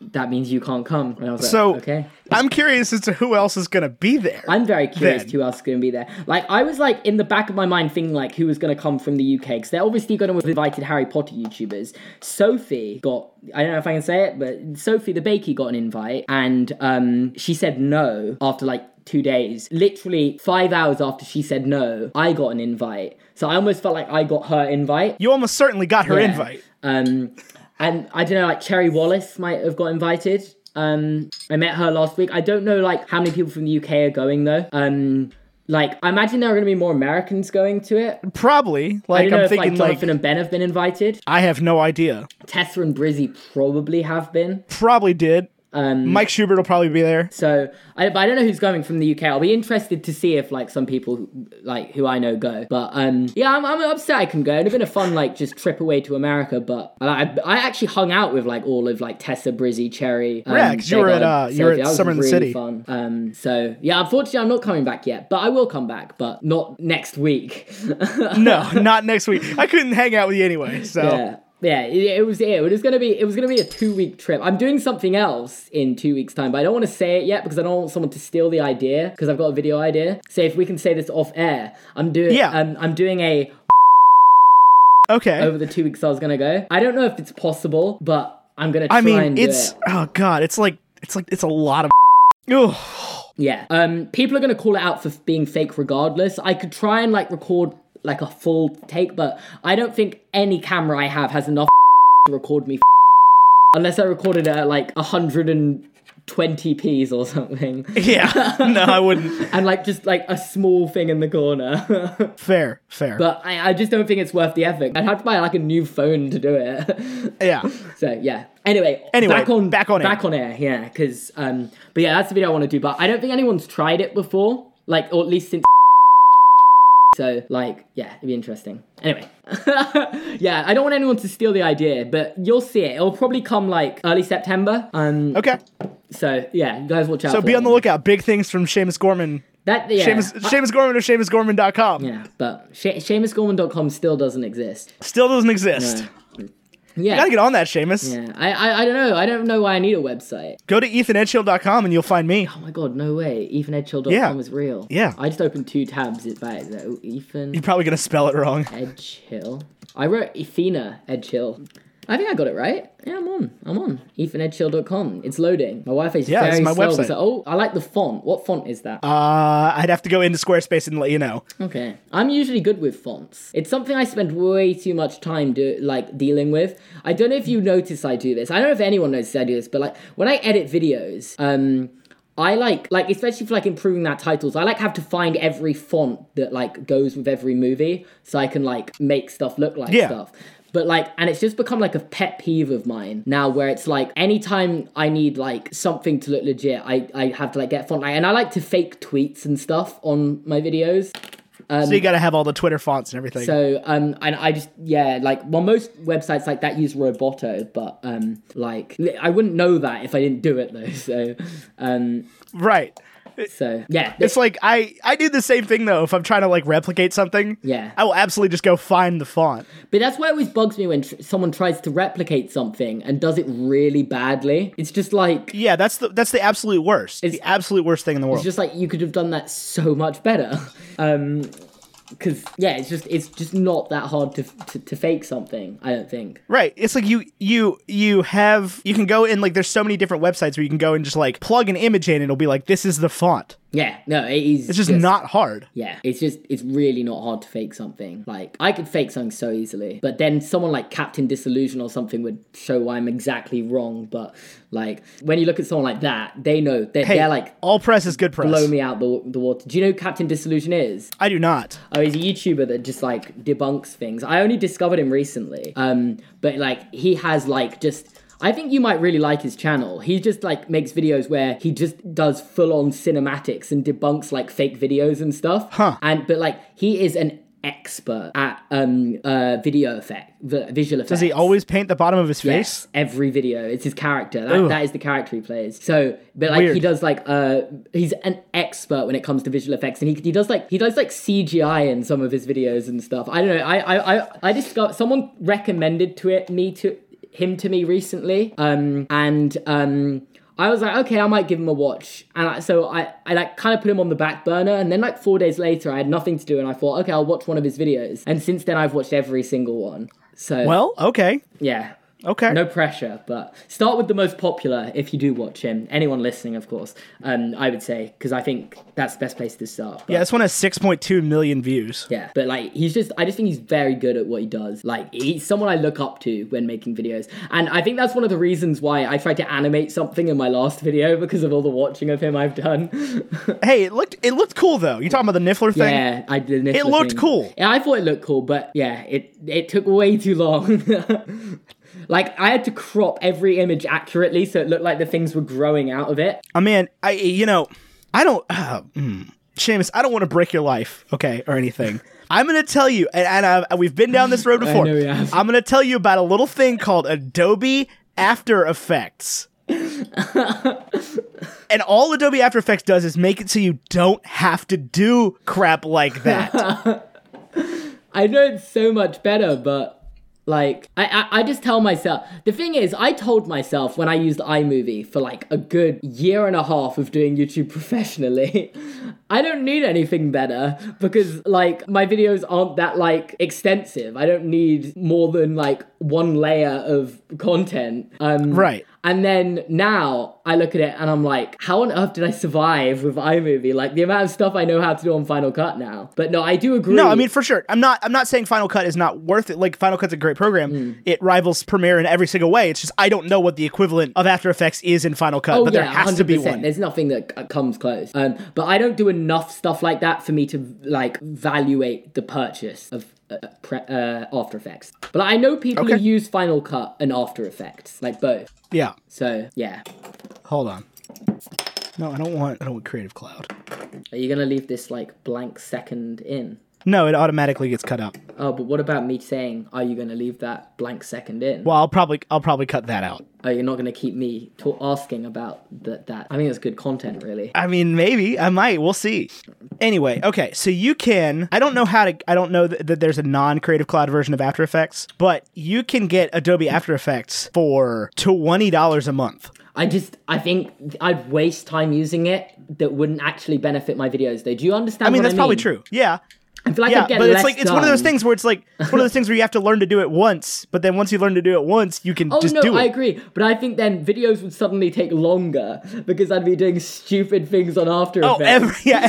That means you can't come. And I was like, So okay. I'm curious as to who else is gonna be there. I'm very curious Then- who else is going to be there. Like, I was like in the back of my mind thinking like who was going to come from the UK because they're obviously going to have invited Harry Potter YouTubers. Sophie got I don't know if I can say it, but Sophie the Bakey got an invite and um she said no after like two days. Literally five hours after she said no, I got an invite. So I almost felt like I got her invite. you almost certainly got her Yeah. invite. Um, and I don't know, like Cherry Wallace might have got invited. Um, I met her last week. I don't know like how many people from the UK are going though. Um, like I imagine there are going to be more Americans going to it. Probably. I Like don't know I'm if like thinking like, Jonathan and Ben have been invited. I have no idea. Tessa and Brizzy probably have been. Probably did. Um, Mike Schubert will probably *laughs* be there. so I, but I don't know who's going from the UK. I'll be interested to see if like some people who, like who I know go. But um, yeah, I'm, I'm upset I can go. It'd have been a fun like just trip away to America. But I, I- I actually hung out with like all of like Tessa, Brizzy, Cherry. Um, Yeah, 'cause you were at, Dagon, uh, you were Sophie. at That was Summer in the really City. Fun. Um, so yeah, unfortunately I'm not coming back yet, but I will come back, but not next week. *laughs* No, not next week. I couldn't hang out with you anyway. So Yeah. Yeah, it, it was it was gonna be it was gonna be a two week trip. I'm doing something else in two weeks time, but I don't want to say it yet because I don't want someone to steal the idea because I've got a video idea. So if we can say this off air, I'm doing Yeah. um, I'm doing a okay. over the two weeks I was gonna go. I don't know if it's possible, but I'm gonna try I mean, and it's do it. oh god, it's like it's like it's a lot of. *laughs* Ugh. Yeah. Um, people are gonna call it out for f- being fake regardless. I could try and like record like a full take, but I don't think any camera I have has enough *laughs* to record me *laughs* unless I recorded it at like 120p's or something. *laughs* Yeah, *laughs* no, I wouldn't. and like just like a small thing in the corner. *laughs* Fair, fair. but I, I just don't think it's worth the effort. I'd have to buy like a new phone to do it. *laughs* yeah, So yeah. Anyway, Anyway, back on back on air. back on air. Yeah, because um, but yeah, that's the video I want to do. But I don't think anyone's tried it before, like or at least since. *laughs* So like yeah, it'd be interesting. Anyway, *laughs* yeah, I don't want anyone to steal the idea, but you'll see it. It'll probably come like early September. Um, okay. so yeah, you guys watch out. So for be that on the one. lookout. Big things from Seamus Gorman. That yeah. Seamus, Seamus Gorman or SeamusGorman.com. yeah, but she- SeamusGorman.com still doesn't exist. Still doesn't exist. Yeah, Gotta get on that, Seamus. yeah. I, I I don't know. I don't know why I need a website. Go to ethanedgehill.com and you'll find me. Oh my god, no way. EthanEdgehill.com Yeah. is real. Yeah. I just opened two tabs it back. there. Oh, Ethan You're probably gonna spell it wrong. Edge Hill. I wrote Athena Edge Hill. I think I got it right. Yeah, I'm on. I'm on. EthanEdgehill.com. It's loading. My Wi-Fi is Yeah, this very is my slow. website. So- oh, I like the font. What font is that? Uh, I'd have to go into Squarespace and let you know. okay. I'm usually good with fonts. It's something I spend way too much time do like dealing with. I don't know if you notice I do this. I don't know if anyone notices I do this, but like when I edit videos, um I like like especially for like improving that titles. I like have to find every font that like goes with every movie, so I can like make stuff look like Yeah. stuff. But like, and it's just become like a pet peeve of mine now, where it's like anytime I need like something to look legit, I I have to like get font like, and I like to fake tweets and stuff on my videos. so you gotta have all the Twitter fonts and everything. Um, So um, and I just yeah, like well, most websites like that use Roboto, but um, like I wouldn't know that if I didn't do it though. *laughs* So um, right. so yeah, It's like I I do the same thing though. If I'm trying to like replicate something, Yeah. I will absolutely just go find the font. But that's why it always bugs me when tr- someone tries to replicate something and does it really badly. It's just like it's Yeah, that's the that's the absolute worst. It's the absolute worst thing in the world. just like you could have done that so much better. *laughs* Um, because yeah, it's just it's just not that hard to, to to fake something. I don't think. Right. It's like you you you have you can go in like there's so many different websites where you can go and just like plug an image in and it'll be like this is the font. Yeah, no, it is. It's just not hard. Yeah, it's just it's really not hard to fake something. Like I could fake something so easily, but then someone like Captain Disillusion or something would show I'm exactly wrong. But like when you look at someone like that, they know they're, Hey, they're like. all press is good press. Blow me out the, the water. Do you know who Captain Disillusion is? I do not. Oh, he's a YouTuber that just like debunks things. I only discovered him recently. Um, but like he has like just I think you might really like his channel. He just like makes videos where he just does full on cinematics and debunks like fake videos and stuff. Huh. And but like he is an expert at um uh video effect vi- visual effects. Does he always paint the bottom of his face? Yes, every video. It's his character. That, that is the character he plays. So, but like he Weird. does like uh, he's an expert when it comes to visual effects, and he, he does like he does like CGI in some of his videos and stuff. I don't know. I I I, I discovered someone recommended to it me to him to me recently, um, and um. I was like, okay, I might give him a watch, and I, so I, I like kind of put him on the back burner, and then like four days later, I had nothing to do, and I thought, okay, I'll watch one of his videos, and since then, I've watched every single one. So Well, okay. yeah, Okay. no pressure, but start with the most popular if you do watch him. Anyone listening, of course, um, I would say, because I think that's the best place to start. But, Yeah, this one has 6.2 million views. Yeah, but like he's just, I just think he's very good at what he does. Like he's someone I look up to when making videos, and I think that's one of the reasons why I tried to animate something in my last video *laughs* because of all the watching of him I've done. *laughs* Hey, it looked it looked cool though. You talking about the Niffler thing? yeah, I did. It looked cool. Yeah, I thought it looked cool, but yeah, it it took way too long. *laughs* Like I had to crop every image accurately so it looked like the things were growing out of it. I mean, I you know, I don't. *sighs* Uh, mm, Seamus, I don't want to break your life, okay, or anything. I'm gonna tell you, and, and uh, we've been down this road before. know we have. I'm gonna tell you about a little thing called Adobe After Effects. and all Adobe After Effects does is make it so you don't have to do crap like that. I know it's so much better, but like I, I I just tell myself the thing is I told myself when I used iMovie for like a good year and a half of doing YouTube *laughs* professionally, I don't need anything better because like my videos aren't that like extensive. I don't need more than like one layer of content. Um Right. and then now I look at it and I'm like, how on earth did I survive with iMovie? Like the amount of stuff I know how to do on Final Cut now. But no, I do agree. No, I mean for sure. I'm not. I'm not saying Final Cut is not worth it. Like Final Cut's a great program. It rivals Premiere in every single way. It's just I don't know what the equivalent of After Effects is in Final Cut, Oh but yeah, there has to be 100%. one. There's nothing that c- comes close. Um, but I don't do enough stuff like that for me to like valuate the purchase of uh, uh, pre- uh, After Effects. But I know people who Okay. use Final Cut and After Effects, like both. yeah. So yeah, Hold on. No, I don't want. I don't want Creative Cloud. are you gonna leave this like blank second in? No, it automatically gets cut up. Oh, but what about me saying, are you gonna leave that blank second in? Well, I'll probably I'll probably cut that out. Oh, you're not gonna keep me ta- asking about that. That I think that's good content, really. I mean, maybe I might. We'll see. Anyway, okay. So you can. I don't know how to. I don't know that, that there's a non-Creative Cloud version of After Effects, but you can get Adobe After Effects for twenty dollars a month. I just, I think I'd waste time using it that wouldn't actually benefit my videos. Though, do you understand? I mean, what that's I probably true. Yeah. I feel like Yeah, I'd get but it's less like it's one of those done. things where it's like it's one of those things where you have to learn to do it once, but then once you learn to do it once, you can Oh just no, do it. I agree. But I think then videos would suddenly take longer because I'd be doing stupid things on After oh, Effects. every yeah,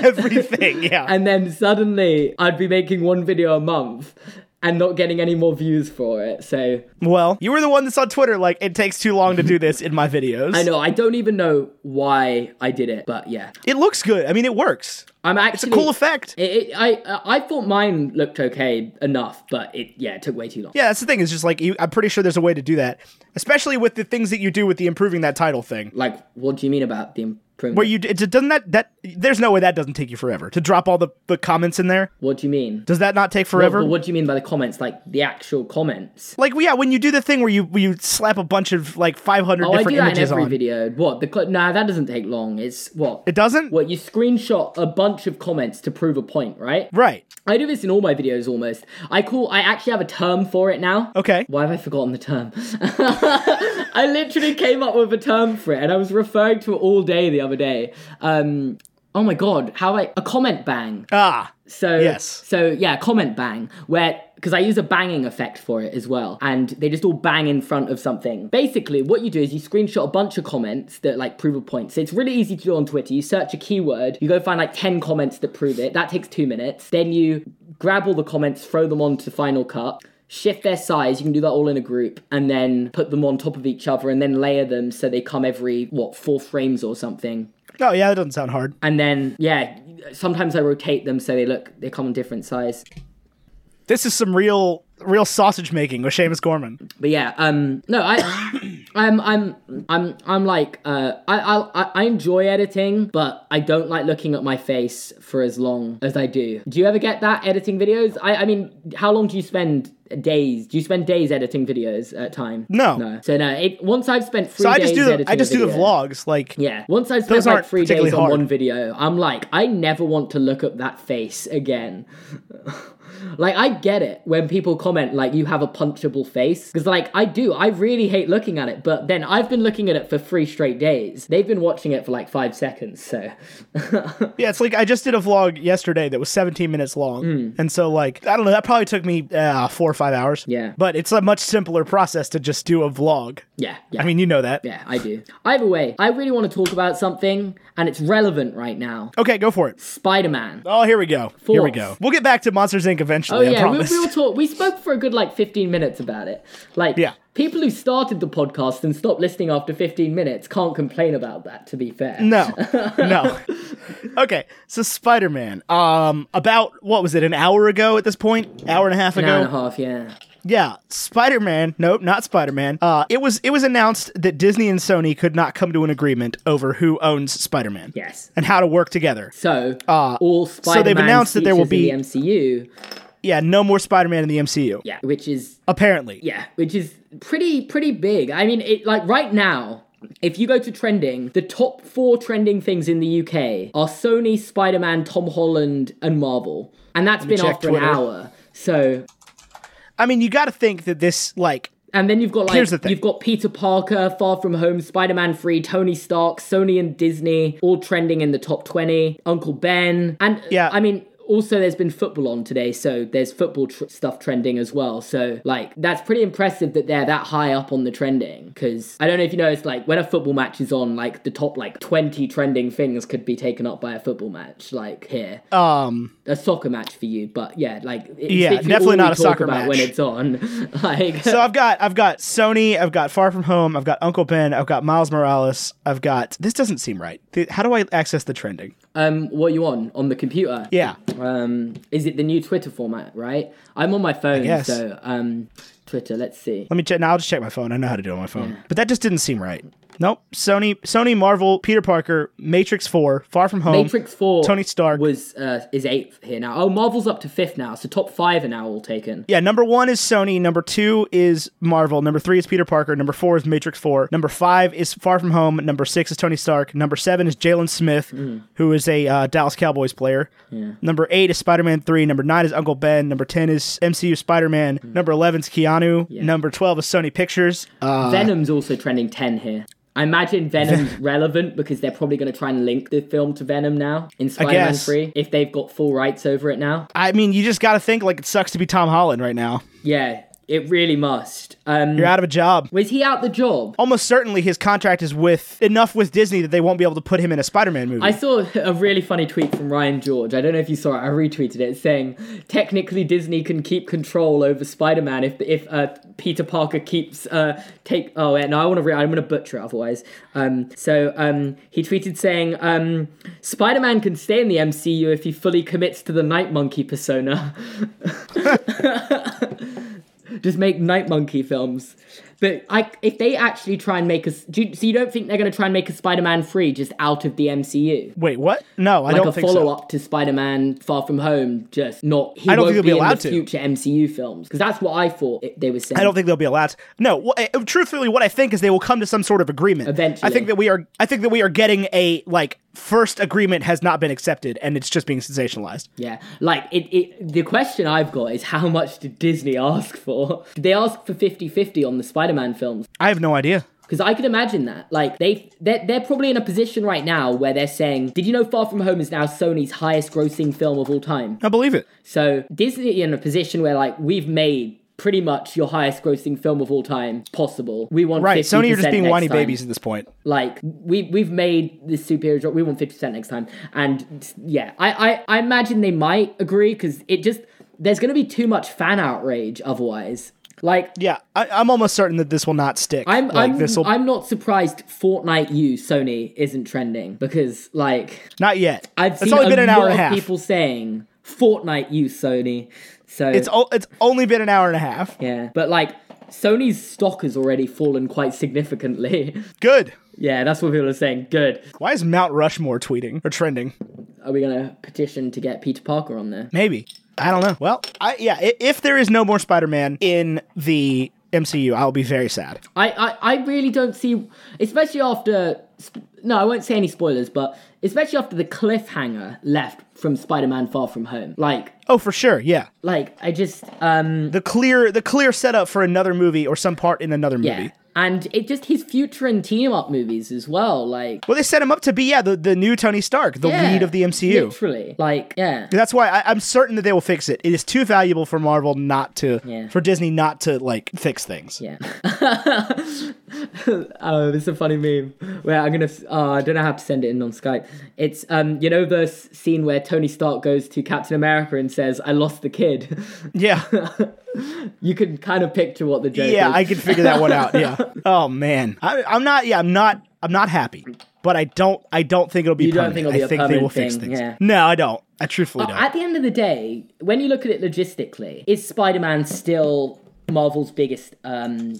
*laughs* everything. Yeah. and then suddenly I'd be making one video a month and not getting any more views for it. So Well, you were the one that's on Twitter like it takes too long to do this in my videos. I know I don't even know why I did it, but yeah, It looks good. I mean, it works. I'm It's actually a cool effect. It, it, I I thought mine looked okay enough, but it yeah it took way too long. yeah, that's the thing. It's just like you, I'm pretty sure there's a way to do that, especially with the things that you do with the improving that title thing. Like, what do you mean about the improvement? Where you d- it doesn't that that there's no way that doesn't take you forever to drop all the the comments in there. what do you mean? Does that not take But forever? what do you mean by the comments? Like the actual comments? Like yeah, when you do the thing where you where you slap a bunch of like 500 Oh, I do different that in images every on. video. What the? Co- nah, that doesn't take long. It's what? It doesn't? What you screenshot a bunch of comments to prove a point, right? Right. I do this in all my videos almost. I call. I actually have a term for it now. Okay. Why have I forgotten the term? *laughs* I literally came up with a term for it, and I was referring to it all day the other day. Um, oh my god, how I a comment bang. Ah. So Yes. so yeah, comment bang where because I use a banging effect for it as well, and they just all bang in front of something. Basically, what you do is you screenshot a bunch of comments that like prove a point. So it's really easy to do on Twitter. You search a keyword, you go find like ten comments that prove it. That takes two minutes. Then you grab all the comments, throw them onto Final Cut. Shift their size, you can do that all in a group, and then put them on top of each other and then layer them so they come every, what, four frames or something Oh yeah, that doesn't sound hard. and then yeah sometimes i rotate them so they look they come in different size This is some real real sausage making with Seamus Gorman. but yeah um no i *coughs* i'm i'm i'm i'm like uh I, I I- i enjoy editing but i don't like looking at my face for as long as i do do you ever get that editing videos i i mean how long do you spend days do you spend days editing videos at a time No. no so no it, once i've spent three So days I just do the editing I a just do the video- vlogs like Yeah. Once I've spent Those like aren't three particularly days on hard. one video, I'm like, I never want to look up that face again. *laughs* like, I get it when people comment, like, you have a punchable face. Because, like, I do. I really hate looking at it. But then I've been looking at it for three straight days. They've been watching it for like five seconds. So, *laughs* Yeah, it's like I just did a vlog yesterday that was 17 minutes long. Hmm. And so, like, I don't know, that probably took me uh, four or five hours. Yeah. But it's a much simpler process to just do a vlog. yeah. yeah. I mean, you know that. yeah, I do. Either way, I really want to talk about something, and it's relevant right now. Okay, go for it. Spider Man. Oh, here we go. Here we Fourth. go. We'll get back to Monsters Inc. eventually, Oh I yeah, we, promise. we *laughs* will talk. We spoke for a good like fifteen minutes about it. Like Yeah. people who started the podcast and stopped listening after fifteen minutes can't complain about that. To be fair, no, no. Okay, so Spider Man. Um, about what was it? An hour ago at this point? Hour and a half an ago. hour and a half. Yeah, Yeah, Spider Man. Nope, not Spider Man. Uh, it was it was announced that Disney and Sony could not come to an agreement over who owns Spider Man. Yes. and how to work together. So all Spider-Man Uh, they've announced that there will features in the MCU. Yeah, no more Spider Man in the MCU. Yeah, which is Apparently. yeah, which is pretty pretty big. I mean, it like right now. If you go to trending, the top four trending things in the UK are Sony, Spider Man, Tom Holland, and Marvel. And that's been check after an Twitter. hour. So, I mean, you got to think that this like and then you've got like, Here's the thing. you've got Peter Parker, Far From Home, Spider Man 3, Tony Stark, Sony, and Disney all trending in the top 20, Uncle Ben. And Yeah. I mean, also there's been football on today, so there's football tr- stuff trending as well. So like that's pretty impressive that they're that high up on the trending because I don't know if you know it's like when a football match is on, like the top like 20 trending things could be taken up by a football match like here, um a soccer match for you, but yeah, like it's Yeah, literally definitely all we not a talk soccer about when match. it's on. *laughs* like so I've got I've got Sony, I've got Far From Home, I've got Uncle Ben, I've got Miles Morales, I've got this doesn't seem right. Th- How do I access the trending? um what are you on on the computer? Yeah. Um is it the new Twitter format, right? I'm on my phone, guess. so um Twitter, let's see. Let me check. Now I'll just check my phone. I know how to do it on my phone. But that just didn't seem right. Nope. Sony, Sony, Marvel, Peter Parker, Matrix Four, Far From Home, Matrix Four. Um, Tony Stark. was uh, is eighth here now. Oh, Marvel's up to fifth now, so top five are now all taken. yeah, number one is Sony. Number two is Marvel. Number three is Peter Parker. Number four is Matrix Four. Number five is Far From Home. Number six is Tony Stark. Number seven is Jalen Smith, who is a uh, Dallas Cowboys player. Number eight is Spider Man Three. Number nine is Uncle Ben. Number ten is MCU Spider Man. Number eleven is Keanu. Number twelve is Sony Pictures. Uh, Venom's also trending ten here. I imagine Venom's relevant because they're probably going to try and link the film to Venom now in Spider-Man guess. Three if they've got full rights over it now. I mean, you just got to think like it sucks to be Tom Holland right now. Yeah, it really must. Um, You're out of a job. was he out the job? Almost certainly his contract is with enough with Disney that they won't be able to put him in a Spider-Man movie. I saw a really funny tweet from Ryan George. I don't know if you saw it. I retweeted it saying, "Technically, Disney can keep control over Spider-Man if if uh, Peter Parker keeps uh, take." Oh, wait, no, I want to. Re- I'm going to butcher it otherwise. Um, so um, he tweeted saying, um, "Spider-Man can stay in the MCU if he fully commits to the Night Monkey persona." *laughs* Just make Night Monkey films. But I, if they actually try and make us, do you, so you don't think they're going to try and make a Spider-Man free just out of the MCU? Wait, what? No, I like don't a think follow so. up to Spider-Man: Far From Home, just not. He I don't won't think be, he'll be in allowed the to. future MCU films because that's what I thought it- they were saying. I don't think they'll be allowed. To. No, wh- uh, truthfully, what I think is they will come to some sort of agreement. Eventually. I think that we are. I think that we are getting a like first agreement has not been accepted and it's just being sensationalized. yeah, like it, it. The question I've got is how much did Disney ask for? Did they ask for 50-50 on the Spider-Man films? I have no idea. Because I could imagine that. Like they, they're, they're probably in a position right now where they're saying, "Did you know Far From Home is now Sony's highest-grossing film of all time?" I believe it. So Disney in a position where like we've made pretty much your highest grossing film of all time possible. We want Right, 50% Sony, you're just being next whiny time. babies at this point. Like we we've made this superior job. We want fifty percent next time. And yeah, I I, I imagine they might agree because it just there's gonna be too much fan outrage otherwise. Like Yeah, I, I'm almost certain that this will not stick. I'm like I'm, this will I'm not surprised Fortnite U Sony isn't trending because like not yet. I've it's seen only a been an lot hour and a of half. people saying Fortnite U Sony. So It's o- it's only been an hour and a half. Yeah, but like Sony's stock has already fallen quite significantly. *laughs* Good. yeah, that's what people are saying. Good. Why is Mount Rushmore tweeting or trending? Are we gonna petition to get Peter Parker on there? Maybe. I don't know. Well, I yeah, i- if there is no more Spider-Man in the MCU, I'll be very sad. I I, I really don't see, especially after. sp- No, I won't say any spoilers, but especially after the cliffhanger left from Spider-Man: Far From Home, like, Oh, for sure. Yeah. like I just, um, The clear the clear setup for another movie or some part in another movie. yeah, and it just his future and team-up movies as well, like, Well, they set him up to be yeah, the, the new Tony Stark, the yeah, lead of the MCU. literally, like, yeah, That's why I, I'm certain that they will fix it. It is too valuable for Marvel not to, Yeah. for Disney not to like fix things. Yeah. *laughs* oh, it's a funny meme. Where I'm gonna. Oh, I don't know how to send it in on Skype. It's um, you know the s- scene where Tony Stark goes to Captain America and says, "I lost the kid." *laughs* Yeah, you can kind of picture what the joke yeah, is. I can figure that one out. *laughs* Yeah. Oh man, I, I'm not. Yeah, I'm not. I'm not happy. But I don't. I don't think it'll be. You don't permanent. think it'll be I a think they permanent will fix thing, things. yeah. Oh, No, I don't. I truthfully don't. At the end of the day, when you look at it logistically, is Spider-Man still Marvel's biggest um,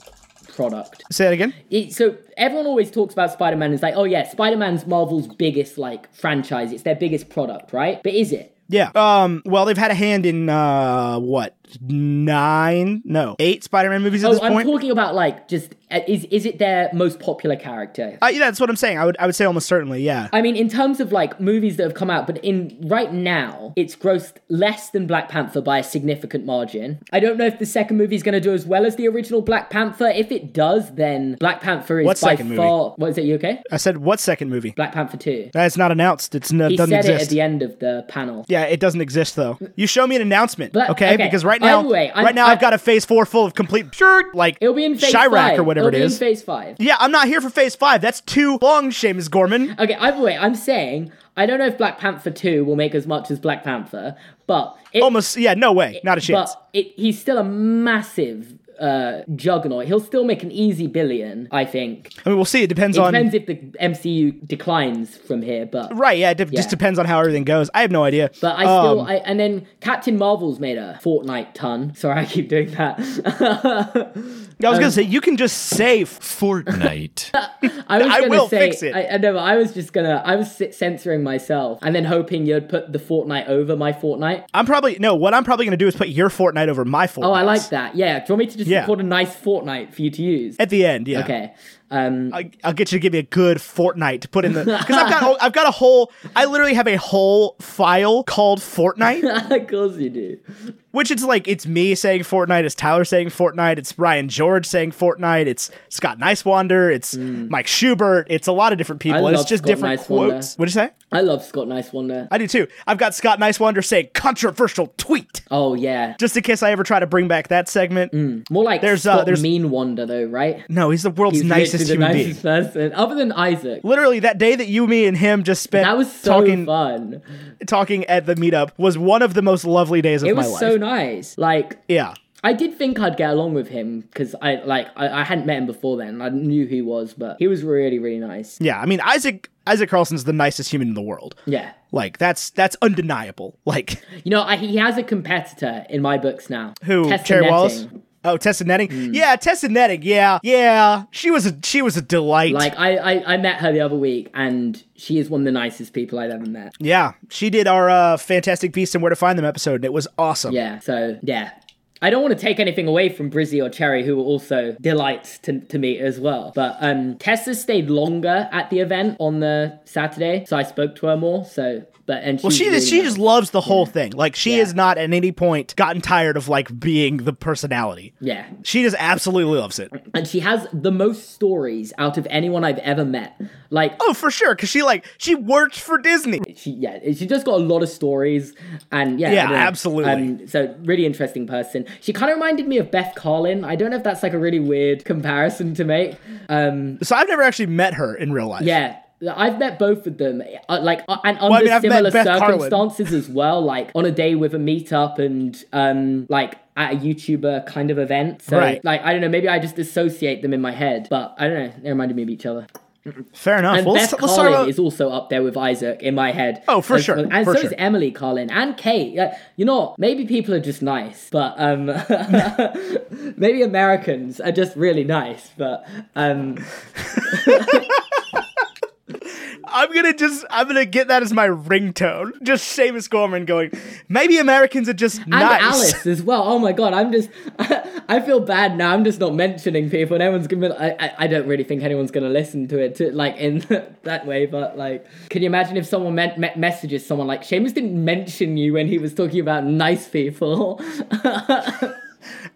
product. Say that again. It, so everyone always talks about Spider-Man as like, oh yeah, Spider-Man's Marvel's biggest like franchise. It's their biggest product, right? But is it? Yeah. Um. Well, they've had a hand in uh what nine? No, eight Spider-Man movies at Oh, this I'm point. talking about like just uh, is is it their most popular character? Uh, yeah, that's what I'm saying. I would I would say almost certainly. Yeah. I mean, in terms of like movies that have come out, but in right now, it's grossed less than Black Panther by a significant margin. I don't know if the second movie is going to do as well as the original Black Panther. If it does, then Black Panther is What by second movie? far. What is it? You okay? I said what second movie? Black Panther two. That's not announced. It's no, He doesn't said it at exist. the end of the panel. yeah, it doesn't exist though. You show me an announcement, But- okay? okay. Because right now, Anyway, I'm- right now I- I, have got a phase four full of complete shirt like It'll be in phase Chirac five. or whatever It'll it be is. In phase five. yeah, I'm not here for phase five. That's too long, Seamus Gorman. Okay, either way, I'm saying I don't know if Black Panther 2 will make as much as Black Panther, but it, Almost. Yeah, no way. Not a chance. but it, he's still a massive uh, juggernaut. He'll still make an easy billion, I think. I mean, we'll see. It depends It on. depends if the MCU declines from here, but Right, yeah, it de- just Yeah. depends on how everything goes. I have no idea. but I still Um, I, and then Captain Marvel's made a Fortnite ton. *laughs* Sorry, I keep doing that. I was gonna say you can just say Fortnite. *laughs* I was I gonna will say, fix it. I, I know. but I was just gonna. I was c- censoring myself, and then hoping you'd put the Fortnite over my Fortnite. *laughs* I'm probably no. What I'm probably gonna do is put your Fortnite over my Fortnite. Oh, I like that. Yeah. Do you want me to just Yeah. record a nice Fortnite for you to use? At the end, yeah. Okay. Um, *laughs* I, I'll get you to give me a good Fortnite to put in the because I've got I've got a whole I literally have a whole file *laughs* called Fortnite, of course you do. which it's like it's me saying Fortnite, it's Tyler saying Fortnite, it's Ryan George saying Fortnite, it's Scott Nicewander, it's Mike Schubert, it's a lot of different people, and Hmm. love it's just Scott different Nicewander. quotes. What'd you say? I love Scott Nice Wonder. I do too. I've got Scott Nicewander saying controversial tweet. Oh yeah, just in case I ever try to bring back that segment. more like There's, uh, Scott there's- Mean Wonder though, right? No, he's the world's He's nicest literally the human nicest being. person, other than Isaac. Literally, that day that you, me, and him just spent That was so talking fun. talking at the meetup was one of the most lovely days of It my was life. so nice. Like yeah. I did think I'd get along with him because I like I, I hadn't met him before then. I knew who he was, but he was really really nice. Yeah. I mean Isaac Isaac Carlson's the nicest human in the world. Yeah, Like that's that's undeniable. Like *laughs* you know I, he has a competitor in my books now. who Tessa Terry Netting. Hmm. Wallace? Oh, Tessa Netting. Yeah, Tessa Netting. Yeah, yeah. She was a she was a delight. Like I, I I met her the other week, and she is one of the nicest people I've ever met. yeah, she did our uh, fantastic beasts and where to find them episode, and it was awesome. Yeah. So yeah. I don't want to take anything away from Brizzy or Cherry, who were also delights to, to meet as well. But um, Tessa stayed longer at the event on the Saturday, so I spoke to her more. So, but and she Well, she really she nice. just loves the whole thing. Like she Yeah. has not at any point gotten tired of like being the personality. yeah, She just absolutely loves it. and she has the most stories out of anyone I've ever met. Like Oh, for sure, because she like she worked for Disney. she yeah she just got a lot of stories and yeah I Yeah, don't know. absolutely. um, so really interesting person she kind of reminded me of beth carlin i don't know if that's like a really weird comparison to make um So I've never actually met her in real life. yeah I've met both of them, uh, like, uh, and under I mean, I've met similar Beth Carlin. circumstances as well, like on a day with a meetup and, um, like at a YouTuber kind of event. So, Right. like, I don't know, maybe I just associate them in my head, but I don't know. They reminded me of each other. fair enough. And well, Beth let's, let's Carlin start about. is also up there with Isaac in my head. Oh, for As- sure, And for so sure. is Emily Carlin and Kate. Like, you know, what? maybe people are just nice, but um, *laughs* *laughs* maybe Americans are just really nice. But um, I'm gonna just I'm gonna get that as my ringtone. Just Seamus Gorman going. Maybe Americans are just and nice. Alice as well. Oh my god, I'm just *laughs* I feel bad now. I'm just not mentioning people. No one's gonna. I, I I don't really think anyone's gonna listen to it to, like in *laughs* that way. But like, can you imagine if someone meant me- messages someone like Seamus didn't mention you when he was talking about nice people. *laughs* *laughs*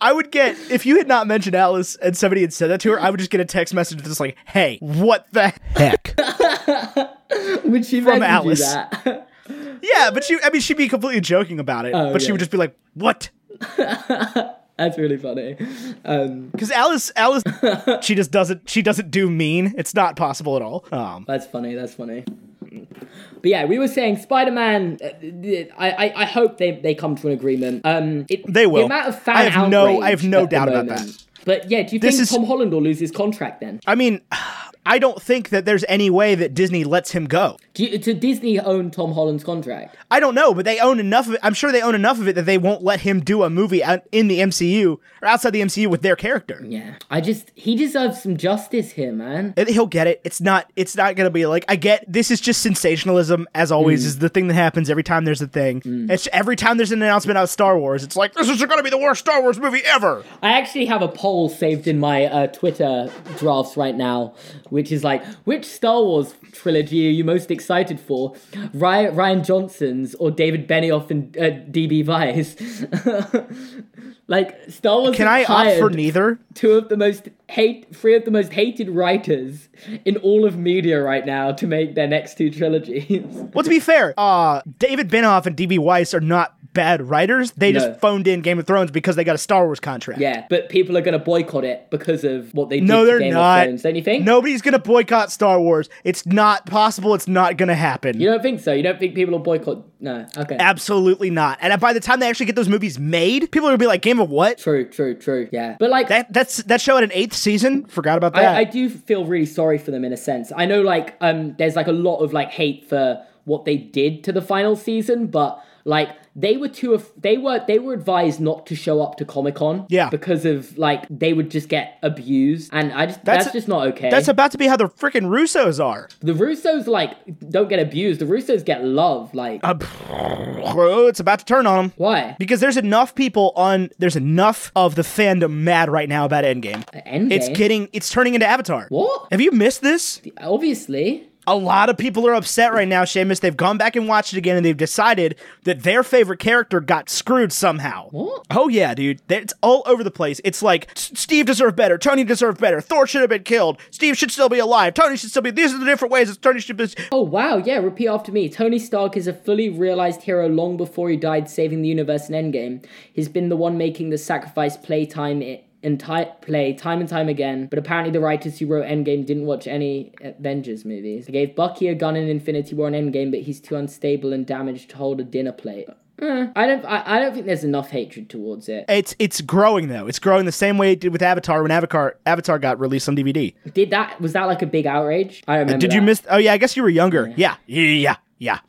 I would get if you had not mentioned Alice and somebody had said that to her, I would just get a text message that's like, "Hey, what the *laughs* heck?" Would she From message Alice. you that? *laughs* yeah, but she I mean she'd be completely joking about it, but she Oh, yeah. would just be like, "What?" That's really funny. Um, because Alice, *laughs* Alice, she just doesn't, she doesn't do mean. It's not possible at all. Um, that's funny. That's funny. But yeah, we were saying Spider Man. I, I I hope they, they come to an agreement. Um, it, They will. The amount of fan I have no- I outrage have no at the doubt about moment. that. But yeah, do you This think is- Tom Holland will lose his contract then? I mean, *sighs* I don't think that there's any way that Disney lets him go. Do you, to Disney own Tom Holland's contract? I don't know, but they own enough of it. I'm sure they own enough of it that they won't let him do a movie out in the MCU or outside the MCU with their character. Yeah. I just he deserves some justice here, man. And He'll get it. It's not. It's not gonna be like I get. This is just sensationalism, as always. Mm. Is the thing that happens every time there's a thing. It's every time there's an announcement out of Star Wars. It's like this is gonna be the worst Star Wars movie ever. I actually have a poll saved in my uh, Twitter drafts right now, which is like, which Star Wars trilogy are you most excited for? Ry- Ryan Johnson's or David Benioff and uh, DB Weiss? *laughs* like, Star Wars. Can I has opt for hired neither? Two of the most hate, three of the most hated writers in all of media right now to make their next two trilogies. *laughs* Well, to be fair, uh, David Benioff and DB Weiss are not bad writers. They No. just phoned in Game of Thrones because they got a Star Wars contract. yeah, but people are gonna boycott it because of what they did No, to they're Game not. of Thrones. Don't you think? Nobody's gonna boycott Star Wars. It's not possible. It's not gonna happen. You don't think so? You don't think people will boycott? No. Okay. Absolutely not. And by the time they actually get those movies made, people are gonna be like, "Game of what?" True, true, true. Yeah. But like That that's that show had an eighth season. Forgot about that. I, I do feel really sorry for them in a sense. I know like um there's like a lot of like hate for what they did to the final season, but like they were too af- they were they were advised not to show up to Comic-Con Yeah. because of like they would just get abused and I just That's- that's, just not okay. that's about to be how the freaking Russos are. the Russos like don't get abused. The Russos get love like Uh, pff, it's about to turn on them why? because there's enough people on. There's enough of the fandom mad right now about Endgame. Endgame. It's getting. It's turning into Avatar. What? Have you missed this? Obviously. A lot of people are upset right now, Seamus. They've gone back and watched it again, and they've decided that their favorite character got screwed somehow. What? Oh yeah, dude. There- It's all over the place. It's like "S- Steve deserved better. Tony deserved better. Thor should have been killed. Steve should still be alive. Tony should still be. These are the different ways that Tony should be. Oh wow, yeah, repeat after me. Tony Stark is a fully realized hero long before he died saving the universe in Endgame. He's been the one making the sacrifice playtime i- and ti- play time and time again, but apparently the writers who wrote Endgame didn't watch any Avengers movies. They gave Bucky a gun in Infinity War and Endgame, but he's too unstable and damaged to hold a dinner plate. Eh, I don't I, I don't think there's enough hatred towards it. It's it's growing though. It's growing the same way it did with Avatar when Avatar Avatar got released on DVD. Did that was that like a big outrage? I don't remember. Did you that. miss? Oh yeah, I guess you were younger. Yeah. yeah, yeah, yeah.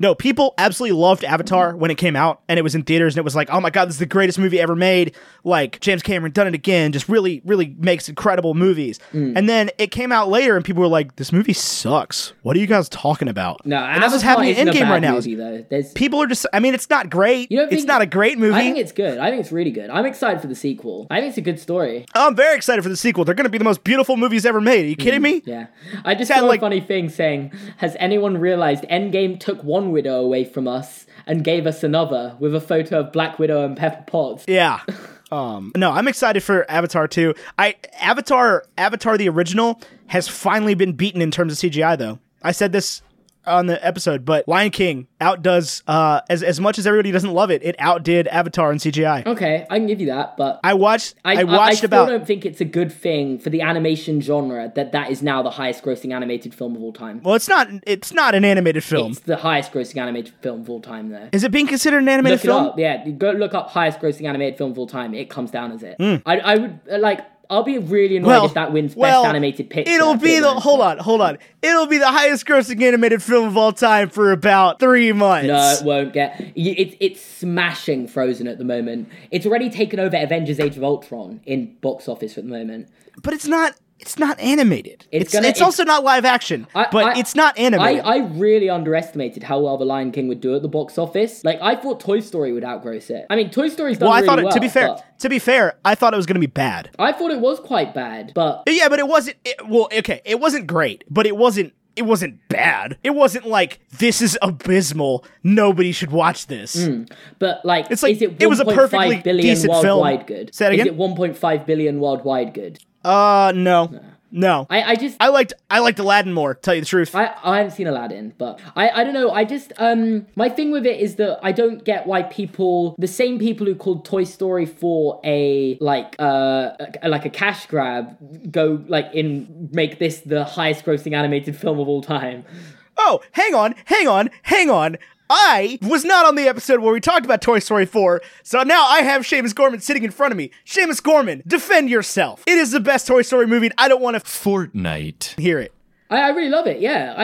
No, people absolutely loved Mm-hmm. Avatar when it came out, and it was in theaters, and it was like, oh my god, this is the greatest movie ever made. Like James Cameron done it again, just really, really makes incredible movies. Mm. And then it came out later, and people were like, this movie sucks. What are you guys talking about? No, and that's what's Avatar happening isn't in a Endgame bad right now. Movie, though. There's People are just. I mean, it's not great. You don't it's think- not a great movie. I think it's good. I think it's really good. I'm excited for the sequel. I think it's a good story. I'm very excited for the sequel. They're going to be the most beautiful movies ever made. Are you kidding me? Yeah. I just Sound saw like- a funny thing saying, has anyone realized Endgame took one widow away from us and gave us another with a photo of Black Widow and Pepper Potts? *laughs* Yeah. Um, no, I'm excited for Avatar 2. I Avatar Avatar the original has finally been beaten in terms of CGI though. I said this on the episode, but Lion King outdoes uh as as much as everybody doesn't love it, it outdid Avatar in CGI. Okay, I can give you that, but I watched I, watched I, about still don't think it's a good thing for the animation genre that that is now the highest grossing animated film of all time. Well, it's not it's not an animated film. It's the highest grossing animated film of all time, though. Is it being considered an animated look film? it up. Yeah, you go look up highest grossing animated film of all time. It comes down as it. I, I would uh, like. I'll be really annoyed Hmm. Well, if that wins well, best animated picture. It'll if be it the wins. hold on, hold on. It'll be the highest grossing animated film of all time for about three months. No, it won't get. y- It's it's smashing Frozen at the moment. It's already taken over Avengers: Age of Ultron in box office at the moment. but it's not it's not animated. It's It's it's, gonna- it's- also not live action, I- but I- it's not I, animated. I really underestimated how well The Lion King would do at the box office. Like I thought Toy Story would outgross it. I mean, Toy Story's done well, I really thought it, well. to be fair, but to be fair, I thought it was going to be bad. I thought it was quite bad, but Yeah, but it wasn't it, well, okay, it wasn't great, but it wasn't it wasn't bad. It wasn't like this is abysmal. Nobody should watch this. Hmm. But like, It's like, is it, it was a 1.5 perfectly billion decent film. worldwide good? Say that again? Is it 1.5 billion worldwide good? Uh no. No. I, I, I just. I liked I liked Aladdin more, tell you the truth. I, I haven't seen Aladdin, but I, I don't know. I just um my thing with it is that I don't get why people the same people who called Toy Story for a like uh a- like a cash grab go like in make this the highest grossing animated film of all time. oh, hang on, hang on, hang on. I was not on the episode where we talked about Toy Story 4, so now I have Seamus Gorman sitting in front of me. Seamus Gorman, defend yourself. It is the best Toy Story movie, and I don't want to f- Fortnite. hear it. I, I really love it. Yeah,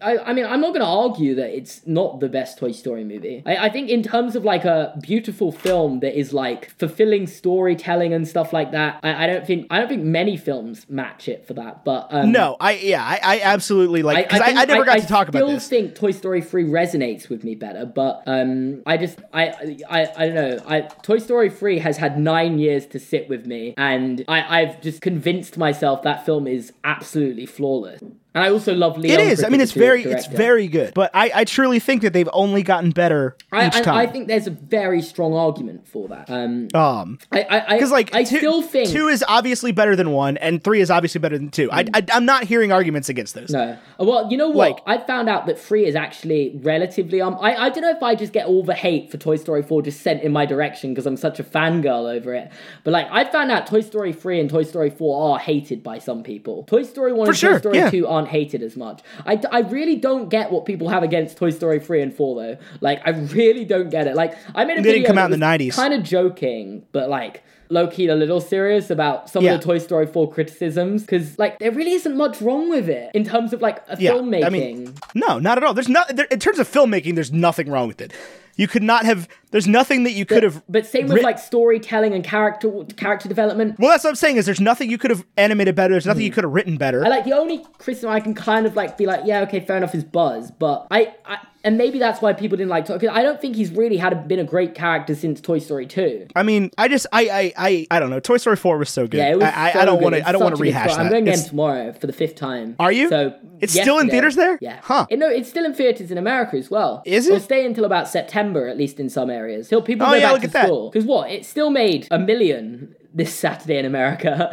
I, I, I mean, I'm not going to argue that it's not the best Toy Story movie. I, I think in terms of like a beautiful film that is like fulfilling storytelling and stuff like that, I, I don't think I don't think many films match it for that. But um, No, I, yeah, I, I absolutely like, because I, I, think- never got to talk about I this. still think Toy Story 3 resonates with me better, but um, I just, I, I, I don't know. I Toy Story 3 has had nine years to sit with me, and I, I've just convinced myself that film is absolutely flawless. And I also love Leon. It is. I Cricket, mean, the it's very, director. it's very good. But I, I truly think that they've only gotten better I, each time. I, I think there's a very strong argument for that. Um, um, I, I, I, because like I two, still think two is obviously better than one, and three is obviously better than two. I, I, I'm not hearing arguments against those. Mm. No. Uh, Well, you know what? Like- I found out that three is actually relatively. Um, I I don't know if I just get all the hate for Toy Story four just sent in my direction because I'm such a fangirl over it. But like, I found out Toy Story three and Toy Story four are hated by some people. Toy Story one and Toy sure, Story yeah. two aren't hated as much. I, d- I really don't get what people have against Toy Story three and four though. Like, I really don't get it. Like, I made a They didn't video come out in the 90s. Kind of joking, but like. Low key, a little serious about some Yeah. of the Toy Story 4 criticisms because, like, there really isn't much wrong with it in terms of like a Yeah, filmmaking. I mean, no, not at all. There's not there, in terms of filmmaking. There's nothing wrong with it. You could not have. There's nothing that you could have. but same with writ- like storytelling and character character development. Well, that's what I'm saying. Is there's nothing you could have animated better. There's nothing you could have written better. Mm. I like the only criticism I can kind of like be like, yeah, okay, fair enough, is Buzz, but I, I and maybe that's why people didn't like Toy. Because I don't think he's really had a, been a great character since Toy Story Two. I mean, I just, I, I, I, I don't know. Toy Story Four was so good. Yeah, it was. I, I- so I don't good. want to. It's I don't want such to a good rehash story. I'm that. going again It's- tomorrow for the fifth time. Are you? So It's still in yesterday- theaters there? Yeah. Huh. It- no, it's still in theaters in America as well. Is It'll it? stay until about September, at least in some areas. Till people Oh, go yeah, back look to at that. school. Because what? It still made a million this Saturday in *laughs* America.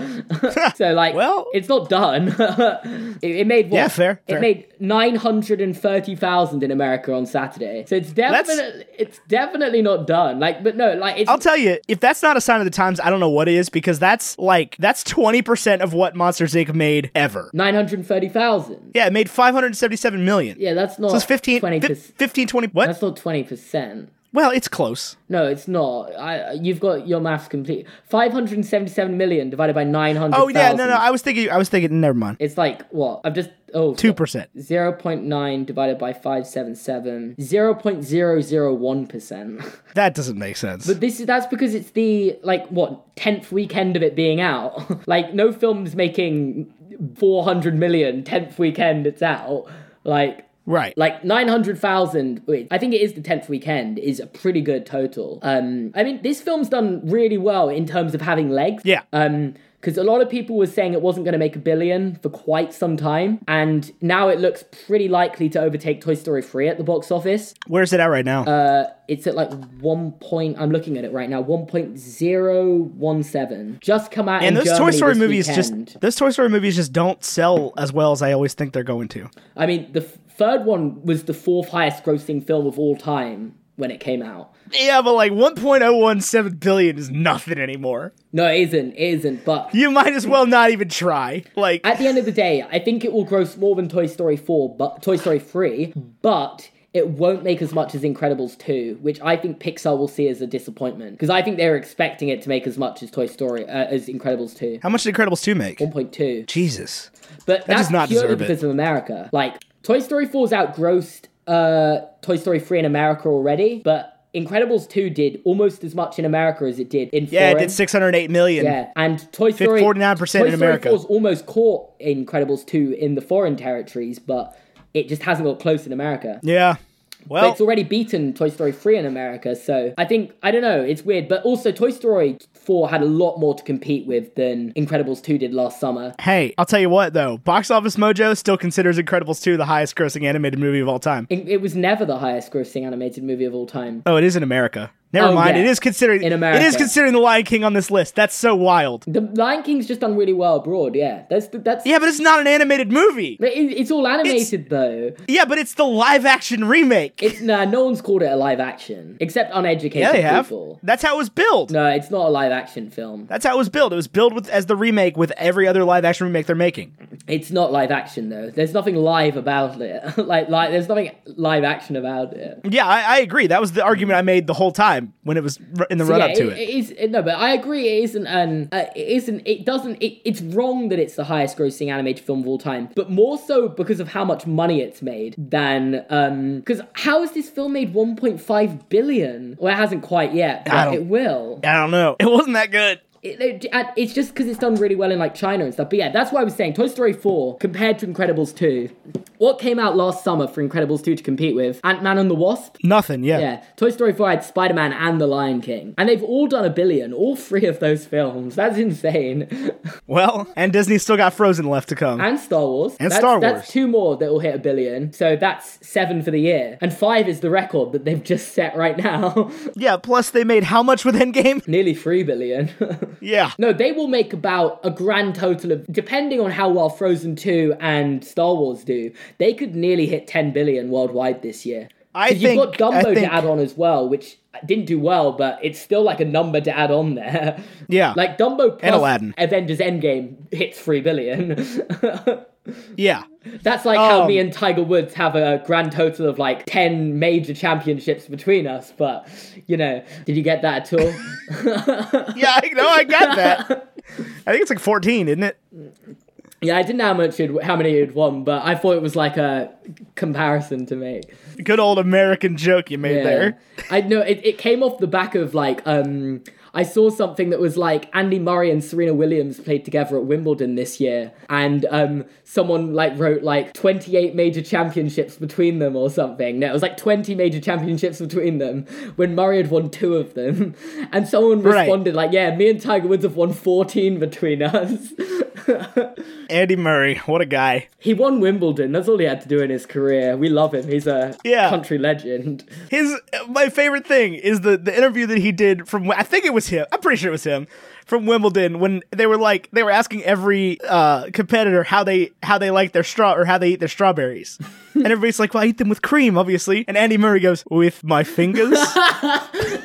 so like, Well- it's not done. *laughs* it, it made what? Yeah, fair, It fair. made nine hundred and thirty thousand in America on Saturday. So it's definitely it's definitely not done. Like, but no, like it's I'll tell you, if that's not a sign of the times, I don't know what is because that's like that's twenty percent of what Monsters Inc. made ever. nine hundred thirty thousand. Yeah, it made five hundred seventy-seven million. Yeah, that's not so it's 15, 20 fif- 15 20 What? That's not twenty percent. well, it's close. No, it's not. I you've got your maths complete. Five hundred seventy-seven million divided by nine hundred. Oh yeah, no, no. I was thinking. I was thinking. Never mind. it's like what? I've just oh Two percent. Zero point nine divided by five seven seven. Zero point zero zero one percent. *laughs* That doesn't make sense. But this is that's because it's the like what tenth weekend of it being out. *laughs* like no film's making four hundred million tenth weekend it's out. Like right. like 900,000, wait, I think it is the 10th weekend, is a pretty good total. Um, I mean, this film's done really well in terms of having legs. Yeah. Um, because a lot of people were saying it wasn't going to make a billion for quite some time, and now it looks pretty likely to overtake Toy Story 3 at the box office. Where's it at right now? uh, It's at like one point. I'm looking at it right now. One point zero one seven. Just come out. and in those Toy Germany Story this movies weekend. just those Toy Story movies just don't sell as well as I always think they're going to. I mean, the f- third one was the fourth highest grossing film of all time when it came out. Yeah, but like 1.017 billion is nothing anymore. No, it isn't. It isn't. But You might as well not even try. Like at the end of the day, I think it will gross more than Toy Story 4, but Toy Story 3, but it won't make as much as Incredibles 2, which I think Pixar will see as a disappointment because I think they're expecting it to make as much as Toy Story uh, as Incredibles 2. how much did Incredibles 2 make? 1.2. Jesus. But that's does not purely deserve it. because of America. Like Toy Story 4's outgrossed uh, Toy Story 3 in America already, but Incredibles 2 did almost as much in America as it did in Yeah, foreign. it did 608 million. Yeah, and Toy Story 49% Toy in Story America. 4's almost caught Incredibles 2 in the foreign territories, but it just hasn't got close in America. Yeah. But Well, it's already beaten Toy Story 3 in America, so I think I don't know, it's weird, but also Toy Story 4 had a lot more to compete with than Incredibles 2 did last summer. hey, I'll tell you what though. Box Office Mojo still considers Incredibles 2 the highest grossing animated movie of all time. It, it was never the highest grossing animated movie of all time. Oh, it is in America. Never Oh, mind. yeah. It is considering In America. It is considering the Lion King on this list. That's so wild. The Lion King's just done really well abroad, yeah. That's that's Yeah, but it's not an animated movie. but it, it's all animated though. Yeah, but it's the live action remake. It's nah, no one's called it a live action except uneducated yeah, they have. people. That's how it was billed. No, it's not a live action film. That's how it was billed. It was billed with as the remake with every other live action remake they're making. It's not live action though. There's nothing live about it. *laughs* like like there's nothing live action about it. Yeah, I, I agree. That was the argument I made the whole time when it was r- in the run up yeah, to it- it it. is it- no, but I agree. It isn't an uh, it isn't it doesn't it, it's wrong that it's the highest grossing animated film of all time, but more so because of how much money it's made than um because how is this film made 1.5 billion? Well, it hasn't quite yet, I but don't- it will. I don't know. It wasn't that good. It- it- and it's just because it's done really well in like China and stuff. But yeah, that's why I was saying Toy Story 4 compared to Incredibles 2. What came out last summer for Incredibles 2 to compete with? Ant Man and the Wasp? Nothing, yeah. Yeah. Toy Story 4 had Spider Man and The Lion King. And they've all done a billion, all three of those films. That's insane. *laughs* Well, and Disney's still got Frozen left to come. And Star Wars. And that's, Star Wars. That's two more that will hit a billion. So that's seven for the year. And five is the record that they've just set right now. *laughs* yeah, plus they made how much with Endgame? *laughs* Nearly three billion. *laughs* yeah. No, they will make about a grand total of, depending on how well Frozen 2 and Star Wars do, they could nearly hit 10 billion worldwide this year. I 'Cause think- you've got I Dumbo think- to add on as well, which didn't do well, but it's still like a number to add on there. Yeah. like Dumbo plus And Aladdin. Avengers Endgame hits 3 billion. *laughs* Yeah. That's like how Um, me and Tiger Woods have a grand total of like 10 major championships between us, but you know, did you get that at all? *laughs* Yeah, I know, I got that. I think it's like 14, isn't it? Yeah, I didn't know how much you'd, how many you'd won, but I thought it was like a comparison to make. Good old American joke you made Yeah. there. I know it, it came off the back of like um I saw something that was like Andy Murray and Serena Williams played together at Wimbledon this year and um someone like wrote like 28 major championships between them or something. No, it was like 20 major championships between them when Murray had won two of them. *laughs* And someone Right. responded like, "Yeah, me and Tiger Woods have won 14 between us." *laughs* Andy Murray, what a guy. He won Wimbledon. That's all he had to do in his career. We love him. He's a Yeah. country legend. His my favorite thing is the the interview that he did from I think it was him. I'm pretty sure it was him from Wimbledon when they were like they were asking every uh, competitor how they how they like their straw or how they eat their strawberries. And everybody's like, "Well, I eat them with cream, obviously." And Andy Murray goes, "With my fingers."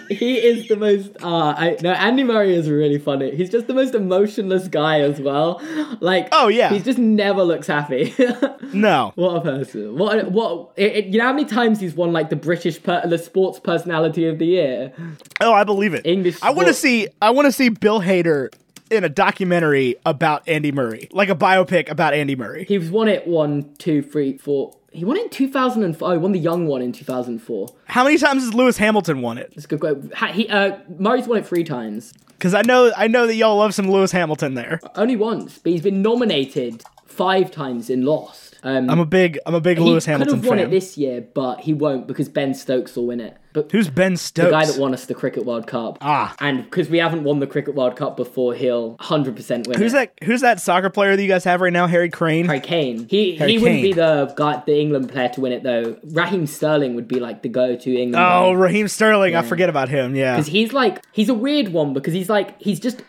He is the most. Uh, I no. Andy Murray is really funny. He's just the most emotionless guy as well. Like Oh, yeah. he just never looks happy. *laughs* no. what a person. What a- what? It, it- you know how many times he's won like the British per- the sports personality of the year. Oh, I believe it. English I want to sport. see. I want to see Bill Hader in a documentary about Andy Murray, like a biopic about Andy Murray. He's won it one, two, three, four. He won it in two thousand and four. Oh, he won the young one in two thousand four. How many times has Lewis Hamilton won it? That's a good quote. Ha- He uh, Murray's won it three times. Because I know, I know that y'all love some Lewis Hamilton. There, Only once, but he's been nominated five times in Lost. Um, I'm a big, I'm a big Lewis he Hamilton could have won fan. it this year, but he won't because Ben Stokes will win it. But Who's Ben Stokes? the guy that won us the Cricket World Cup. Ah. And because we haven't won the Cricket World Cup before, he'll 100% win Who's it. that? Who's that soccer player that you guys have right now? Harry Crane. Harry Kane. He Harry he wouldn't be Kane. the guy, the England player to win it though. Raheem Sterling would be like the go-to England. Oh, Raheem Sterling. I forget about him. Yeah. because he's like he's a weird one because he's like he's just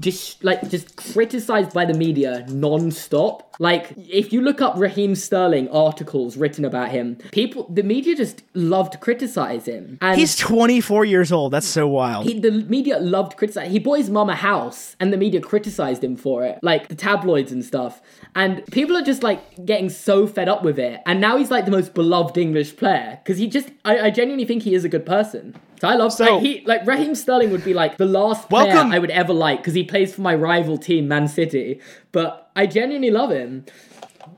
just like just criticized by the media non-stop like if you look up raheem sterling articles written about him people the media just loved to criticize him and He's 24 years old. That's so wild. he, the media loved criticizing. He bought his mum a house, and the media criticized him for it, like the tabloids and stuff. And people are just like getting so fed up with it. And now he's like the most beloved English player because he just. I, I genuinely think he is a good person. So I love So- like, he like Raheem Sterling would be like the last player Welcome- I would ever like because he plays for my rival team, Man City. But I genuinely love him.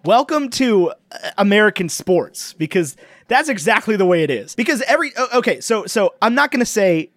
welcome to uh, American sports because that's exactly the way it is. Because every o- okay, so so I'm not going to say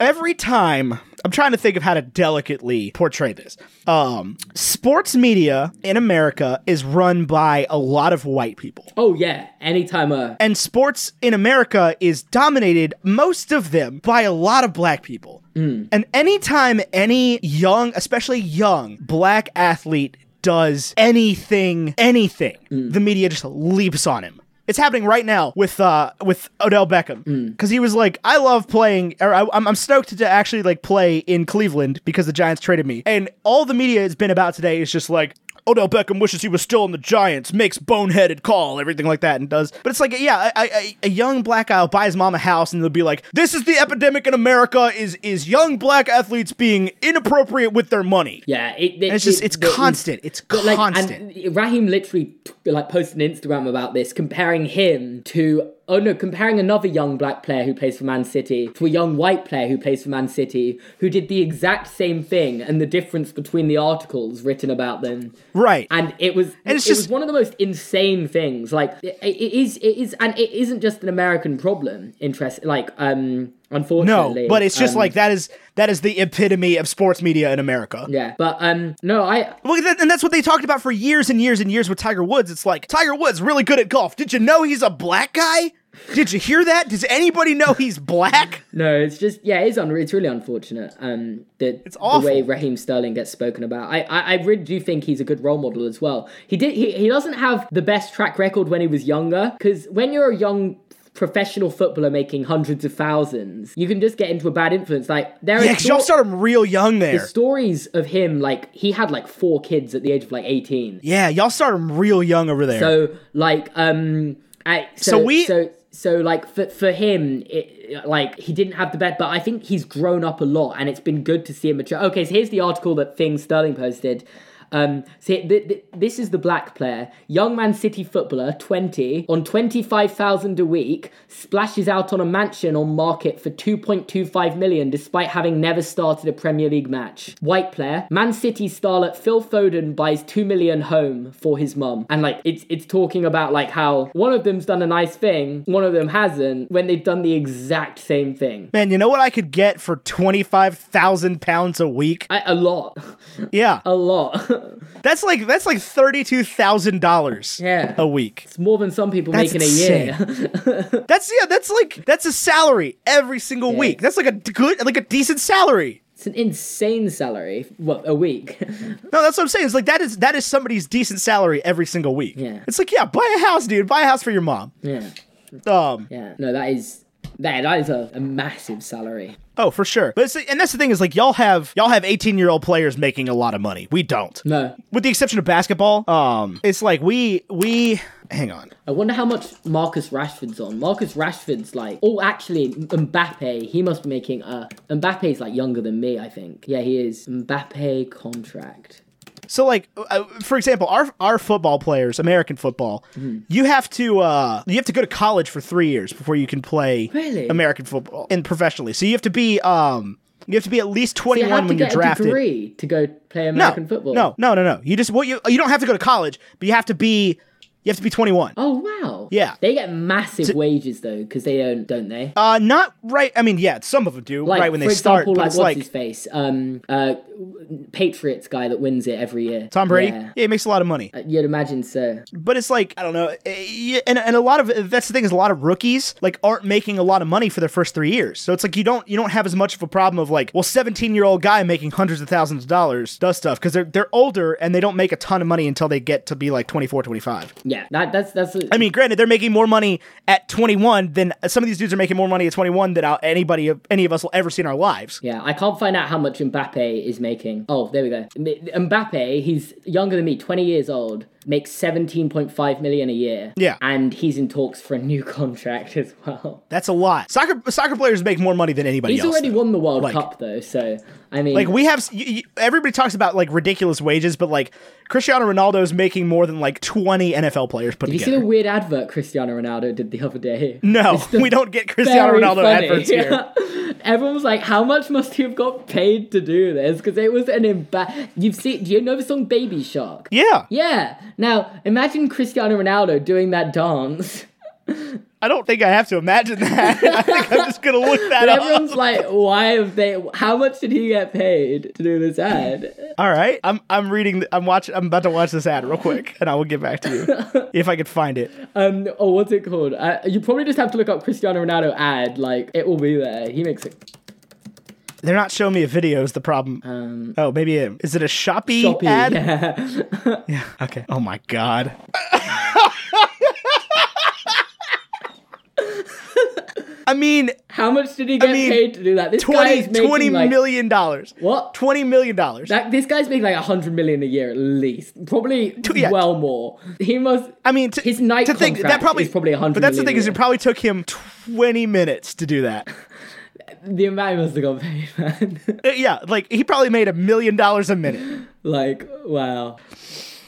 every time. I'm trying to think of how to delicately portray this. Um, sports media in America is run by a lot of white people. Oh yeah, anytime uh, a And sports in America is dominated, most of them, by a lot of black people. And anytime any young, especially young, black athlete does anything, anything, the media just leaps on him. It's happening right now with uh, with Odell Beckham because he was like, I love playing, or I, I'm, I'm stoked to actually like play in Cleveland because the Giants traded me, and all the media has been about today is just like, Odell Beckham wishes he was still in the Giants, makes boneheaded call, everything like that, and does. But it's like, yeah, I, I, I- a young black guy will buy his mom a house, and they'll be like, "This is the epidemic in America: is is young black athletes being inappropriate with their money." Yeah, it, it- It's just- it's there is- constant. It's but, like, constant. And Raheem literally t- like posted an Instagram about this, comparing him to oh no, comparing another young black player who plays for Man City to a young white player who plays for Man City who did the exact same thing, and the difference between the articles written about them. Right. And it was And it's it was just- one of the most insane things. Like it, it is it is and it isn't just an American problem. Interest like um no, unfortunately, but it's just um, like that is that is the epitome of sports media in America. yeah. But um no, I Well, that, and that's what they talked about for years and years and years with Tiger Woods. It's like Tiger Woods really good at golf. Did you know he's a black guy? Did you hear that? Does anybody know he's black? No, it's just yeah, it's un- it's really unfortunate. Um, the the awful. way Raheem Sterling gets spoken about. I, I I really do think he's a good role model as well. He did he, he doesn't have the best track record when he was younger because when you're a young professional footballer making hundreds of thousands, you can just get into a bad influence. Like there are Yeah, 'cause y'all stor- started him real young there. stories of him like he had like four kids at the age of like eighteen. Yeah, y'all started him real young over there. So like um I, so, So we- so so like for for him it, like he didn't have the bet but I think he's grown up a lot and it's been good to see him mature. Okay, so here's the article that Thing Sterling posted. Um, so th- th- this is the black player, young Man City footballer, twenty, on twenty five thousand a week, splashes out on a mansion on market for two point two five million, despite having never started a Premier League match. White player, Man City starlet Phil Foden buys two million home for his mum, and like it's it's talking about like how one of them's done a nice thing, one of them hasn't, when they've done the exact same thing. Man, you know what I could get for twenty five thousand pounds a week? I, a lot, *laughs* Yeah, a lot. *laughs* that's like that's like thirty two thousand dollars. Yeah. a week. it's more than some people That's make in a year. That's yeah. That's like that's a salary every single week. That's like a d- good, like a decent salary. *laughs* It's an insane salary. What a week. *laughs* No, that's what I'm saying. It's like that is that is somebody's decent salary every single week. Yeah. It's like yeah, buy a house, dude. Buy a house for your mom. yeah, Um. yeah. No, that is that. That is a, a massive salary. Oh, for sure. But it's, and that's the thing is like y'all have y'all have 18 year old players making a lot of money. We don't. No, With the exception of basketball, um, it's like we we hang on. I wonder how much Marcus Rashford's on. Marcus Rashford's like, oh, actually, M- Mbappe. He must be making a. Mbappe's like younger than me, I think. Yeah, he is. Mbappe contract. So like, uh, for example, our our football players, American football, Mm-hmm. you have to uh, you have to go to college for three years before you can play Really? American football and professionally. So you have to be um you have to be at least You 21 have to when you're get a drafted. degree to go play no, American football. no, no, no, no. You just what you you don't have to go to college, but you have to be you have to be 21. Oh wow. Yeah. They get massive wages though, because they don't, don't they? Uh, not right. I mean, yeah, some of them do Like, right when for they start, example, but like it's what's like his face? Um, uh, Patriots guy that wins it every year. Tom Brady. Yeah. Yeah. he makes a lot of money, You'd imagine so. but it's like I don't know. eh, yeah, And and a lot of that's the thing is a lot of rookies like aren't making a lot of money for their first three years. So it's like you don't you don't have as much of a problem of like well, seventeen year old guy making hundreds of thousands of dollars does stuff because they're they're older and they don't make a ton of money until they get to be like 24, 25. Yeah, that, that's that's. I mean, granted, they're making more money at twenty one than some of these dudes are making more money at twenty one than I'll- anybody of any of us will ever see in our lives. Yeah, I can't find out how much Mbappe is making. Oh, there we go. M- Mbappe, he's younger than me, 20 years old, makes 17.5 million a year. Yeah. And he's in talks for a new *laughs* contract as well. That's a lot. Soccer soccer players make more money than anybody He's else. already won the World Like- Cup though, so I mean Like we have, you, you, everybody talks about like ridiculous wages, but like Cristiano Ronaldo is making more than like twenty NFL players put you see together. the weird advert Cristiano Ronaldo did the other day? no, we don't get *laughs* Cristiano Very Ronaldo funny. *laughs* adverts here. Everyone was like, "How much must he have got paid to do this?" Because it was an emba- You've seen? Do you know the song Baby Shark? Yeah, Yeah. Now imagine Cristiano Ronaldo doing that dance. I don't think I have to imagine that. *laughs* I think *laughs* I'm just gonna look that But up. everyone's like, why have they? How much did he get paid to do this ad? All right, I'm I'm reading. th- I'm watching. I'm about to watch this ad real quick, and I will get back to *laughs* you if I could find it. Um, oh, what's it called? Uh, you probably just have to look up Cristiano Ronaldo ad. Like, it will be there. He makes it They're not showing me a video. Is the problem? um, oh, maybe it, is it a Shopee, choppy. ad? *laughs* Yeah. *laughs* Yeah. Okay. Oh my god. *laughs* I mean, How much did he get mean, paid to do that? This guy 20, is making 20 like million dollars. what? Twenty million dollars. That this guy's making like a hundred million a year at least, probably yeah. well more. He must. I mean, to, his night to think that contract probably is probably 100 But that's the million thing a is, it year. probably took him twenty minutes to do that. The amount he must have got paid, man. *laughs* Uh, yeah, like he probably made a million dollars a minute. like wow,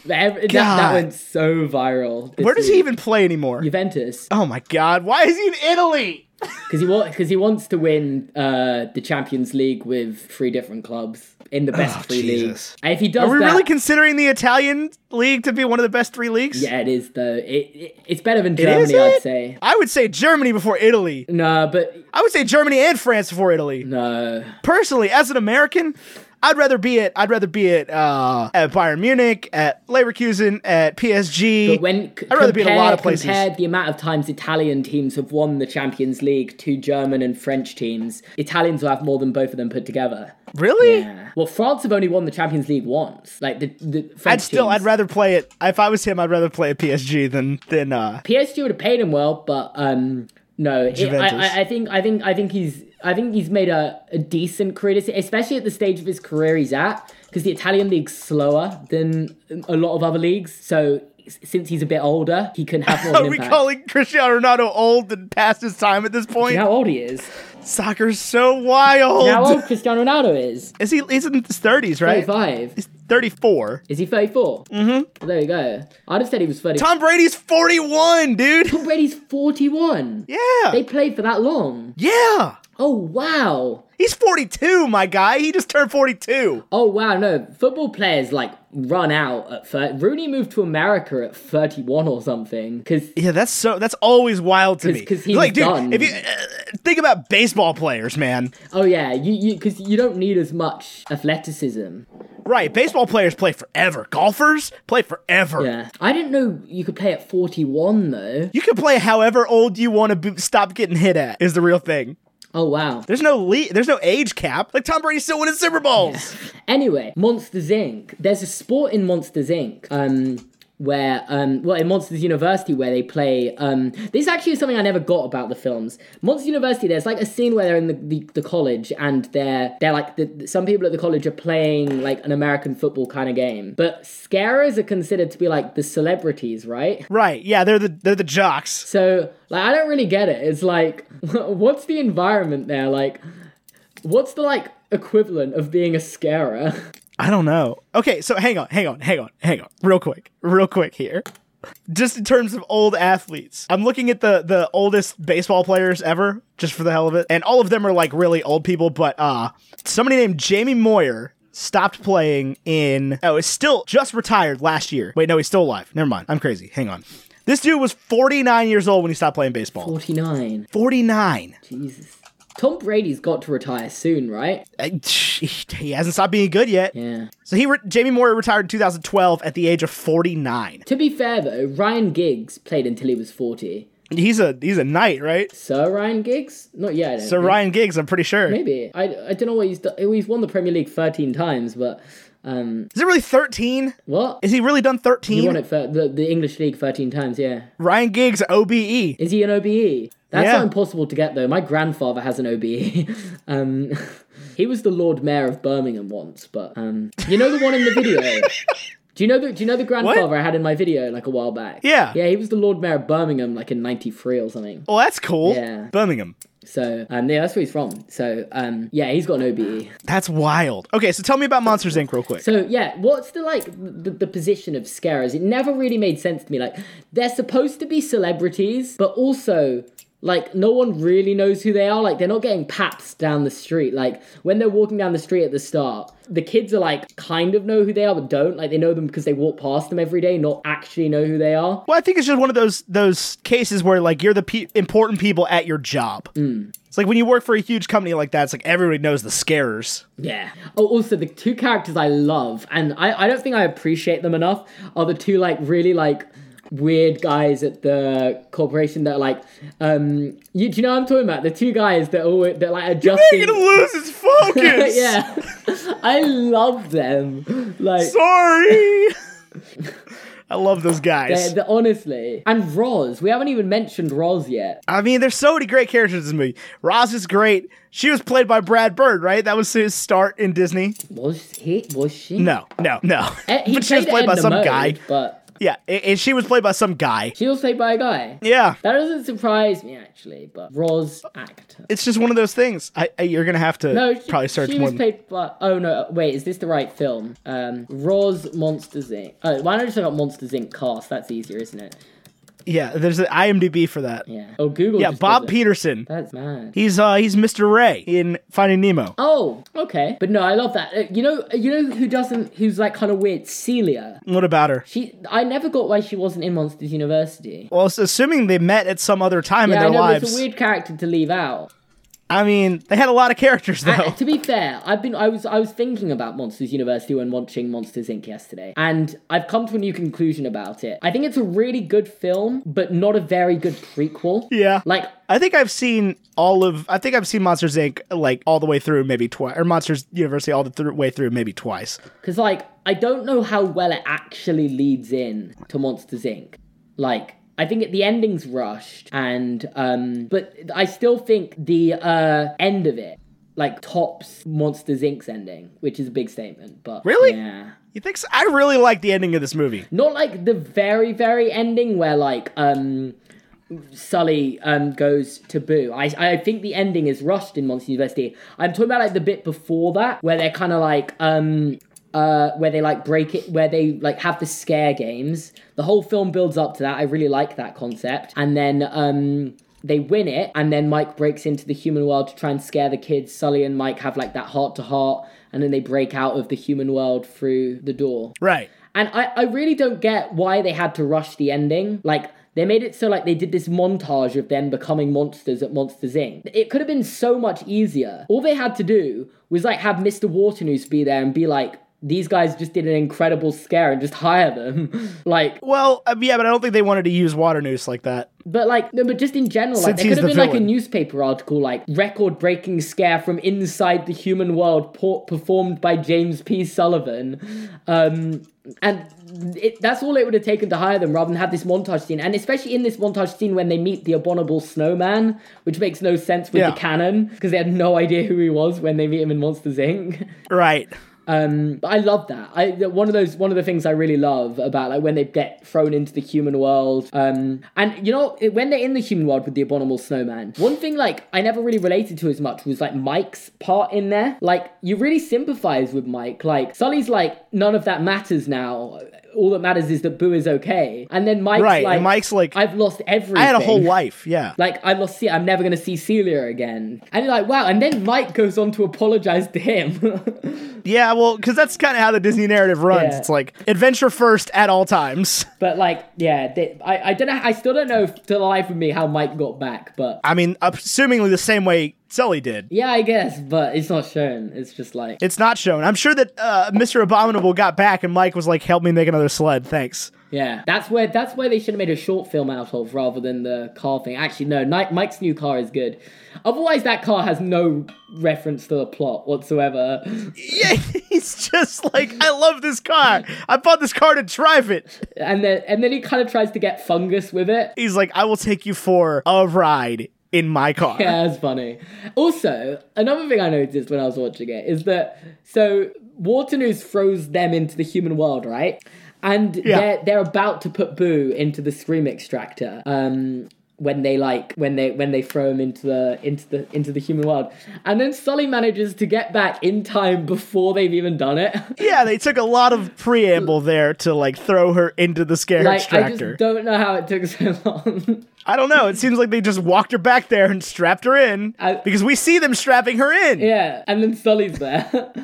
Ev- that, that God. went so viral. this Where does he week. even play anymore? Juventus, Oh my God, why is he in Italy? because he wants because he wants to win uh, the Champions League with three different clubs in the best Oh, three Jesus. leagues. And if he does Are we that, really considering the Italian league to be one of the best three leagues? yeah, it is though. It, it it's better than Is Germany, I'd it? say. I would say Germany before Italy. No, but I would say Germany and France before Italy. no. Personally, as an American, I'd rather be at I'd rather be at uh, at Bayern Munich, at Leverkusen, at PSG. But when c- I'd rather be in a lot of compare- places. Compare the amount of times Italian teams have won the Champions League to German and French teams. Italians will have more than both of them put together. really? Yeah. Well, France have only won the Champions League once. Like the the French I'd still teams. I'd rather play it if I was him, I'd rather play at PSG than than uh PSG would have paid him well, but um, no, it- I, Juventus. I, I think I think I think he's I think he's made a, a decent career, deci- especially at the stage of his career he's at, because the Italian league's slower than a lot of other leagues. So s- since he's a bit older, he can *laughs* have more of Are an we impact. calling Cristiano Ronaldo old and past his time at this point? You know how old he is? Soccer's so You know wild. How old Cristiano Ronaldo *laughs* is? Is he he's in his thirties, right? Thirty-five. He's thirty-four. Is he thirty-four? Mm-hmm. There you go. I'd have said he was thirty. Tom Brady's *laughs* forty-one, dude. Tom Brady's forty-one. Yeah. They played for that long. yeah. Oh wow. He's forty-two, my guy. He just turned forty-two. Oh wow, no. Football players like run out at 30. Rooney moved to America at 31 or something cuz Yeah, that's so. That's always wild to 'Cause- me. 'cause he like, was dude, done. if you uh, think about baseball players, man. oh yeah, you you cuz you don't need as much athleticism. Right, baseball players play forever. Golfers play forever. Yeah. I didn't know you could play at 41 though. You can play however old you want to be- stop getting hit at is the real thing. Oh wow. There's no le- there's no age cap. Like Tom Brady's still winning Super Bowls. Anyway, Monsters Inc. There's a sport in Monsters Inc. Um, where um, well in Monsters University where they play um, this actually is something I never got about the films. Monsters University, there's like a scene where they're in the, the, the college and they're they're like the, some people at the college are playing like an American football kind of game, but scarers are considered to be like the celebrities, right? Right. Yeah, they're the they're the jocks. So like I don't really get it. It's like *laughs* what's the environment there like? What's the like equivalent of being a scarer? *laughs* I don't know. Okay, so hang on, hang on, hang on, hang on. Real quick. Real quick here. Just in terms of old athletes. I'm looking at the the oldest baseball players ever just for the hell of it. And all of them are like really old people, but uh somebody named Jamie Moyer stopped playing in oh, is still just retired last year. Wait, no, he's still alive. Never mind. I'm crazy. Hang on. This dude was 49 years old when he stopped playing baseball. 49. 49. Jesus. Tom Brady's got to retire soon, right? Uh, He he hasn't stopped being good yet. Yeah. So he re- Jamie Moyer retired in 2012 at the age of 49. To be fair though, Ryan Giggs played until he was 40. He's a he's a knight, right? Sir Ryan Giggs? Not yet. I don't So think. Ryan Giggs, I'm pretty sure. Mm-hmm. Maybe. I, I don't know what he's done. He's won the Premier League 13 times, but um Is it really 13? what? Is he really done He won 13? it for the, the English League 13 times, yeah. Ryan Giggs E. OBE. Is he an OBE? That's Yeah. not impossible to get though. My grandfather has an OBE. *laughs* um he was the Lord Mayor of Birmingham once, but um you know the one in the *laughs* video. Do you know the Do you know the grandfather I had in my video like a while back? Yeah. yeah, he was the Lord Mayor of Birmingham like in '93 or something. Well, Oh, that's cool. Yeah. Birmingham. So um, yeah, that's where he's from. So um, yeah, he's got an OBE. That's wild. Okay, so tell me about Monsters Inc. real quick. So yeah, what's the like the, the position of scarers? It never really made sense to me. Like they're supposed to be celebrities, but also like no one really knows who they are. Like they're not getting paps down the street. Like when they're walking down the street at the start, the kids are like kind of know who they are, but don't. Like they know them because they walk past them every day, not actually know who they are. well, I think it's just one of those those cases where like you're the pe- important people at your job. Mm. It's like when you work for a huge company like that, it's like everybody knows *laughs* the scarers. Yeah. Oh, also the two characters I love, and I, I don't think I appreciate them enough, are the two like really like weird guys at the corporation that are like um you do you know what I'm talking about? The two guys that always that like adjusting lose his *laughs* focus. Yeah. *laughs* I love them. Like Sorry. *laughs* I love those guys. They're- they're- eh, honestly, and Roz. We haven't even mentioned Roz yet. I mean, there's so many great characters in this movie. Roz is great. She was played by Brad Bird, right? That was his start in Disney. Was he? Was she? No, no, no. Eh, he *laughs* but she was played by Edna some Mode, guy. But Yeah, a- and she was played by some guy. she was played by a guy. Yeah, That doesn't surprise me actually. But Roz actor. it's just one of those things. I, I you're gonna have to No, she, probably search she more. was than- played by. Oh no, wait, is this the right film? Um, Roz Monsters Inc. Oh, why don't I just look up Monsters Inc. cast? That's easier, isn't it? yeah, there's an IMDb for that. Yeah, Yeah. Oh, Google. just Bob does it. Peterson. That's mad. He's uh he's Mr. Ray in Finding Nemo. Oh, okay. But no, I love that. Uh, You know, you know who doesn't? Who's like kind of weird? Celia. What about her? She. I never got why she wasn't in Monsters University. Well, it's assuming they met at some other time in Yeah, I their know but lives. it's a weird character to leave out. I mean, they had a lot of characters though. Uh, to be fair, I've been I was I was thinking about Monsters University when watching Monsters Inc. yesterday, and I've come to a new conclusion about it. I think it's a really good film, but not a very good prequel. Yeah. Like I think I've seen all of. I think I've seen Monsters Inc. like all the way through, maybe twice, or Monsters University all the thr way through, maybe twice. Because, like, I don't know how well it actually leads in to Monsters Inc. Like, I think it, the ending's rushed, and, um, but I still think the, uh, end of it, like, tops Monsters Inc.'s ending, which is a big statement, but. Really? Yeah. You think? So? I really like the ending of this movie. Not like the very, very ending where, like, um, Sully um, goes to Boo. I, I think the ending is rushed in Monsters University. I'm talking about like the bit before that where they're kind of like um uh where they like break it where they like have the scare games. The whole film builds up to that. I really like that concept. And then um they win it and then Mike breaks into the human world to try and scare the kids. Sully and Mike have like that heart to heart and then they break out of the human world through the door. Right. And I, I really don't get why they had to rush the ending. Like, they made it so like they did this montage of them becoming monsters at Monsters Inc. It could have been so much easier. All they had to do was like have Mr. Waternoose be there and be like, these guys just did an incredible scare and just hire them. *laughs* like, Well, uh, yeah, but I don't think they wanted to use water noose like that. but like, no, but just in general, like, Since there he's could have the been like a villain. newspaper article like record breaking scare from inside the human world por- performed by James P. Sullivan. Um, and it, that's all it would have taken to hire them rather than have this montage scene. And especially in this montage scene when they meet the abominable snowman, which makes no sense with Yeah. the canon because they had no idea who he was when they meet him in Monsters Inc. *laughs* Right. Um, but I love that. I that one of those one of the things I really love about like when they get thrown into the human world. Um, and you know it- when they're in the human world with the abominable snowman, one thing like I never really related to as much was like Mike's part in there. Like you really sympathize with Mike. Like Sully's like none of that matters now. All that matters is that Boo is okay. And then Mike's Right, and like Mike's like, I've lost everything. I had a whole life. Yeah. Like I lost, Ce- I'm never gonna see Celia again. And you're like, wow. And then Mike goes on to apologize to him. *laughs* Yeah. Well, because that's kind of how the Disney narrative runs. Yeah. It's like adventure first at all times. But like, yeah, they, I I don't know. I still don't know if to the life of me how Mike got back, but I mean, assumingly the same way Sully did. yeah, I guess. But it's not shown. It's just like It's not shown. I'm sure that uh, Mr. Abominable got back and Mike was like, "Help me make another sled, thanks." yeah, that's where that's where they should have made a short film out of rather than the car thing. Actually, no, Ni- Mike's new car is good. Otherwise, that car has no reference to the plot whatsoever. Yeah, *laughs* he's just like, I love this car. I bought this car to drive it. And then and then he kind of tries to get fungus with it. He's like, I will take you for a ride in my car. *laughs* Yeah, that's funny. Also, another thing I noticed when I was watching it is that so Waternoose throws them into the human world, right? And they're they're about to put Boo into the scream extractor. Um when they like when they when they throw him into the into the into the human world. And then Sully manages to get back in time before they've even done it. *laughs* Yeah, they took a lot of preamble there to like throw her into the scare like I extractor. just don't know how it took so *laughs* long. I don't know. It seems like they just walked her back there and strapped her in I- because we see them strapping her in. Yeah, and then Sully's there. *laughs*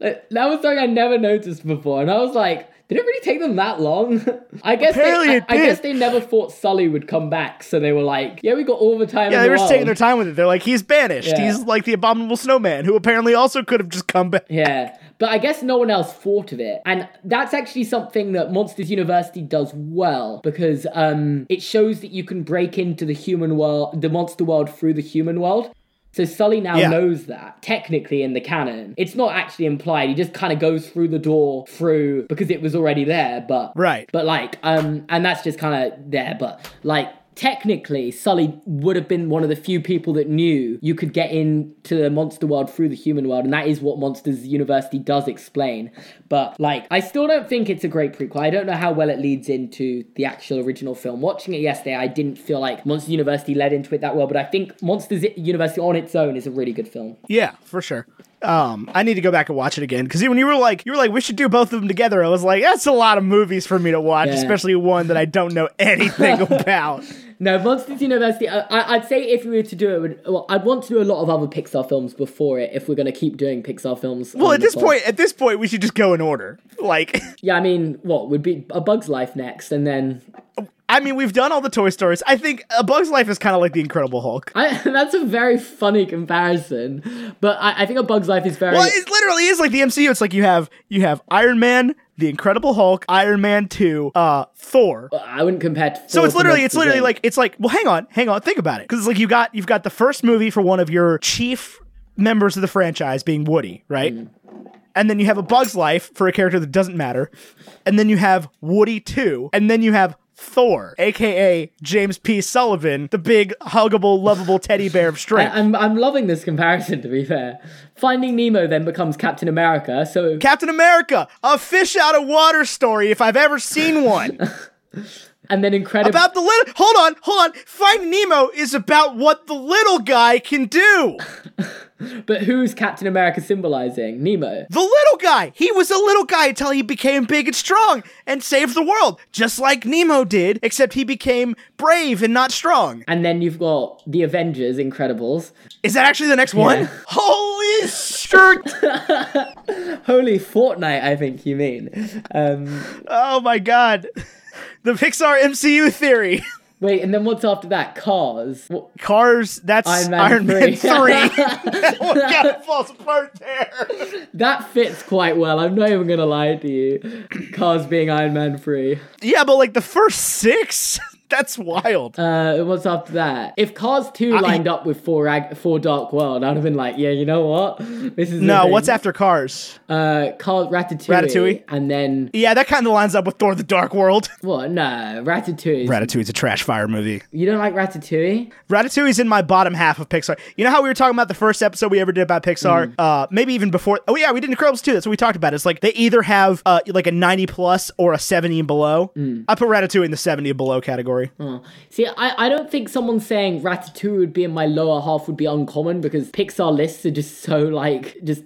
Like, that was something I never noticed before, and I was like, did it really take them that long? *laughs* I guess they, Apparently I, it I guess did. they never thought Sully would come back, so they were like, yeah, we got all the time. Yeah, in they the were just world. taking their time with it. They're like, he's banished. Yeah. He's like the abominable snowman, who apparently also could have just come back. Yeah, but I guess no one else thought of it, and that's actually something that Monsters University does well because um, it shows that you can break into the human world, the monster world, through the human world. So Sully now Yeah. knows that technically in the canon, it's not actually implied. He just kind of goes through the door through because it was already there, but Right. But like, um, and that's just kind of there, but like. Technically, Sully would have been one of the few people that knew you could get into the monster world through the human world, and that is what Monsters University does explain. But, like, I still don't think it's a great prequel. I don't know how well it leads into the actual original film. Watching it yesterday, I didn't feel like Monsters University led into it that well, but I think Monsters University on its own is a really good film. Yeah, for sure. Um, I need to go back and watch it again because when you were like, you were like, we should do both of them together. I was like, that's a lot of movies for me to watch, Yeah. especially one that I don't know anything about. No, Monsters University. I, I- I'd say if we were to do it, would- well, I'd want to do a lot of other Pixar films before it. If we're going to keep doing Pixar films, Well, on at the this pod. point, at this point, we should just go in order. Like, *laughs* yeah, I mean, what would be A Bug's Life next, and then I mean, we've done all the Toy Stories. I think A Bug's Life is kind of like the Incredible Hulk. I, *laughs* that's a very funny comparison. But I, I think A Bug's Life is very Well, it literally is like the MCU. It's like you have you have Iron Man, the Incredible Hulk, Iron Man Two, uh, Thor. I wouldn't compare. To So Thor it's to literally, it's Monsters, literally Inc. like, it's like, well, hang on, hang on, think about it, because it's like you got, you've got the first movie for one of your chief members of the franchise being Woody, right? Mm-hmm. And then you have a Bug's Life for a character that doesn't matter, and then you have Woody Two, and then you have Thor, aka James P. Sullivan, the big huggable, lovable teddy bear of strength. *laughs* I, am I'm loving this comparison. To be fair, Finding Nemo then becomes Captain America. So Captain America, a fish out of water story if I've ever *laughs* seen one. and then Incredible. about the little Hold on, hold on. Find Nemo is about what the little guy can do. but who's Captain America symbolizing? Nemo. The little guy. He was a little guy until he became big and strong and saved the world, just like Nemo did, except he became brave and not strong. And then you've got the Avengers, Incredibles. Is that actually the next Yeah. one? *laughs* Holy shirt. Holy Fortnite, I think you mean. Um, oh my god. *laughs* The Pixar MCU theory. *laughs* wait, and then what's after that? Cars. Wha- Cars, that's Iron Man Iron 3. Man 3. *laughs* *laughs* that one kind of falls apart there. That fits quite well. I'm not even gonna lie to you. *coughs* Cars being Iron Man three. Yeah, but like the first six, *laughs* that's wild. Uh, what's after that? If Cars two lined up with four Ag- four Dark World, I'd have been like, yeah, you know what? This is the no, thing. what's after Cars? Uh, Cars Ratatouille. Ratatouille? And then Yeah, that kind of lines up with Thor: The Dark World. what? No, Ratatouille. Ratatouille's a trash fire movie. you don't like Ratatouille? Ratatouille's in my bottom half of Pixar. You know how we were talking about the first episode we ever did about Pixar? Uh, maybe even before. Oh yeah, we did Incredibles too. That's what we talked about. It's like they either have uh, like a ninety plus or a seventy and below. I put Ratatouille in the seventy and below category. See, I, I don't think someone saying Ratatouille would be in my lower half would be uncommon because Pixar lists are just so like just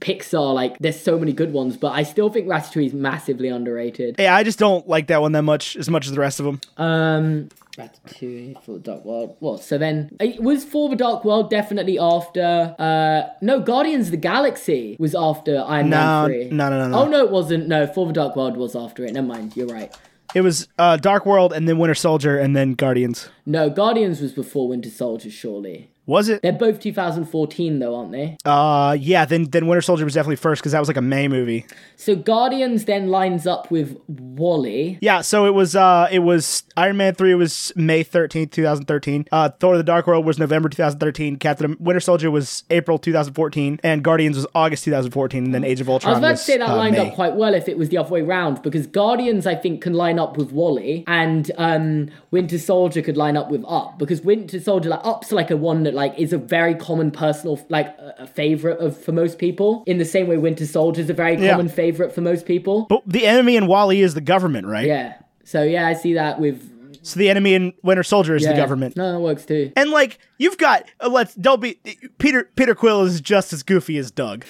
Pixar like there's so many good ones, but I still think Ratatouille is massively underrated. Yeah, I just don't like that one that much as much as the rest of them. Um, Ratatouille for the Dark World. What? So then it was for the Dark World definitely after. Uh, no, Guardians of the Galaxy was after Iron Man No, three. no, no, no, no. Oh no, it wasn't. No, for the Dark World was after it. Never mind. You're right. It was uh, Dark World and then Winter Soldier and then Guardians. No, Guardians was before Winter Soldier. Surely Was it? they're both 2014 though, aren't they? Uh, yeah. Then then Winter Soldier was definitely first because that was like a May movie. So Guardians then lines up with Wally. Yeah. So it was uh it was Iron Man three was May thirteenth two thousand thirteen. Uh, Thor: The Dark World was November two thousand thirteen. Captain Winter Soldier was April two thousand fourteen, and Guardians was August two thousand fourteen, and then Age of I Ultron was about to was, say that uh, lined May. up quite well if it was the other way round because Guardians I think can line up with Wally and um, Winter Soldier could line up with Up because Winter Soldier like Up's like a one that like is a very common personal like a, a favorite of for most people in the same way Winter Soldier is a very Yeah. common favorite for most people. But the enemy in Wally is the government, right? yeah. So yeah, I see that with So the enemy in Winter Soldier is yeah. the government. No, that works too. And like you've got uh, let's don't be Peter Peter Quill is just as goofy as Doug.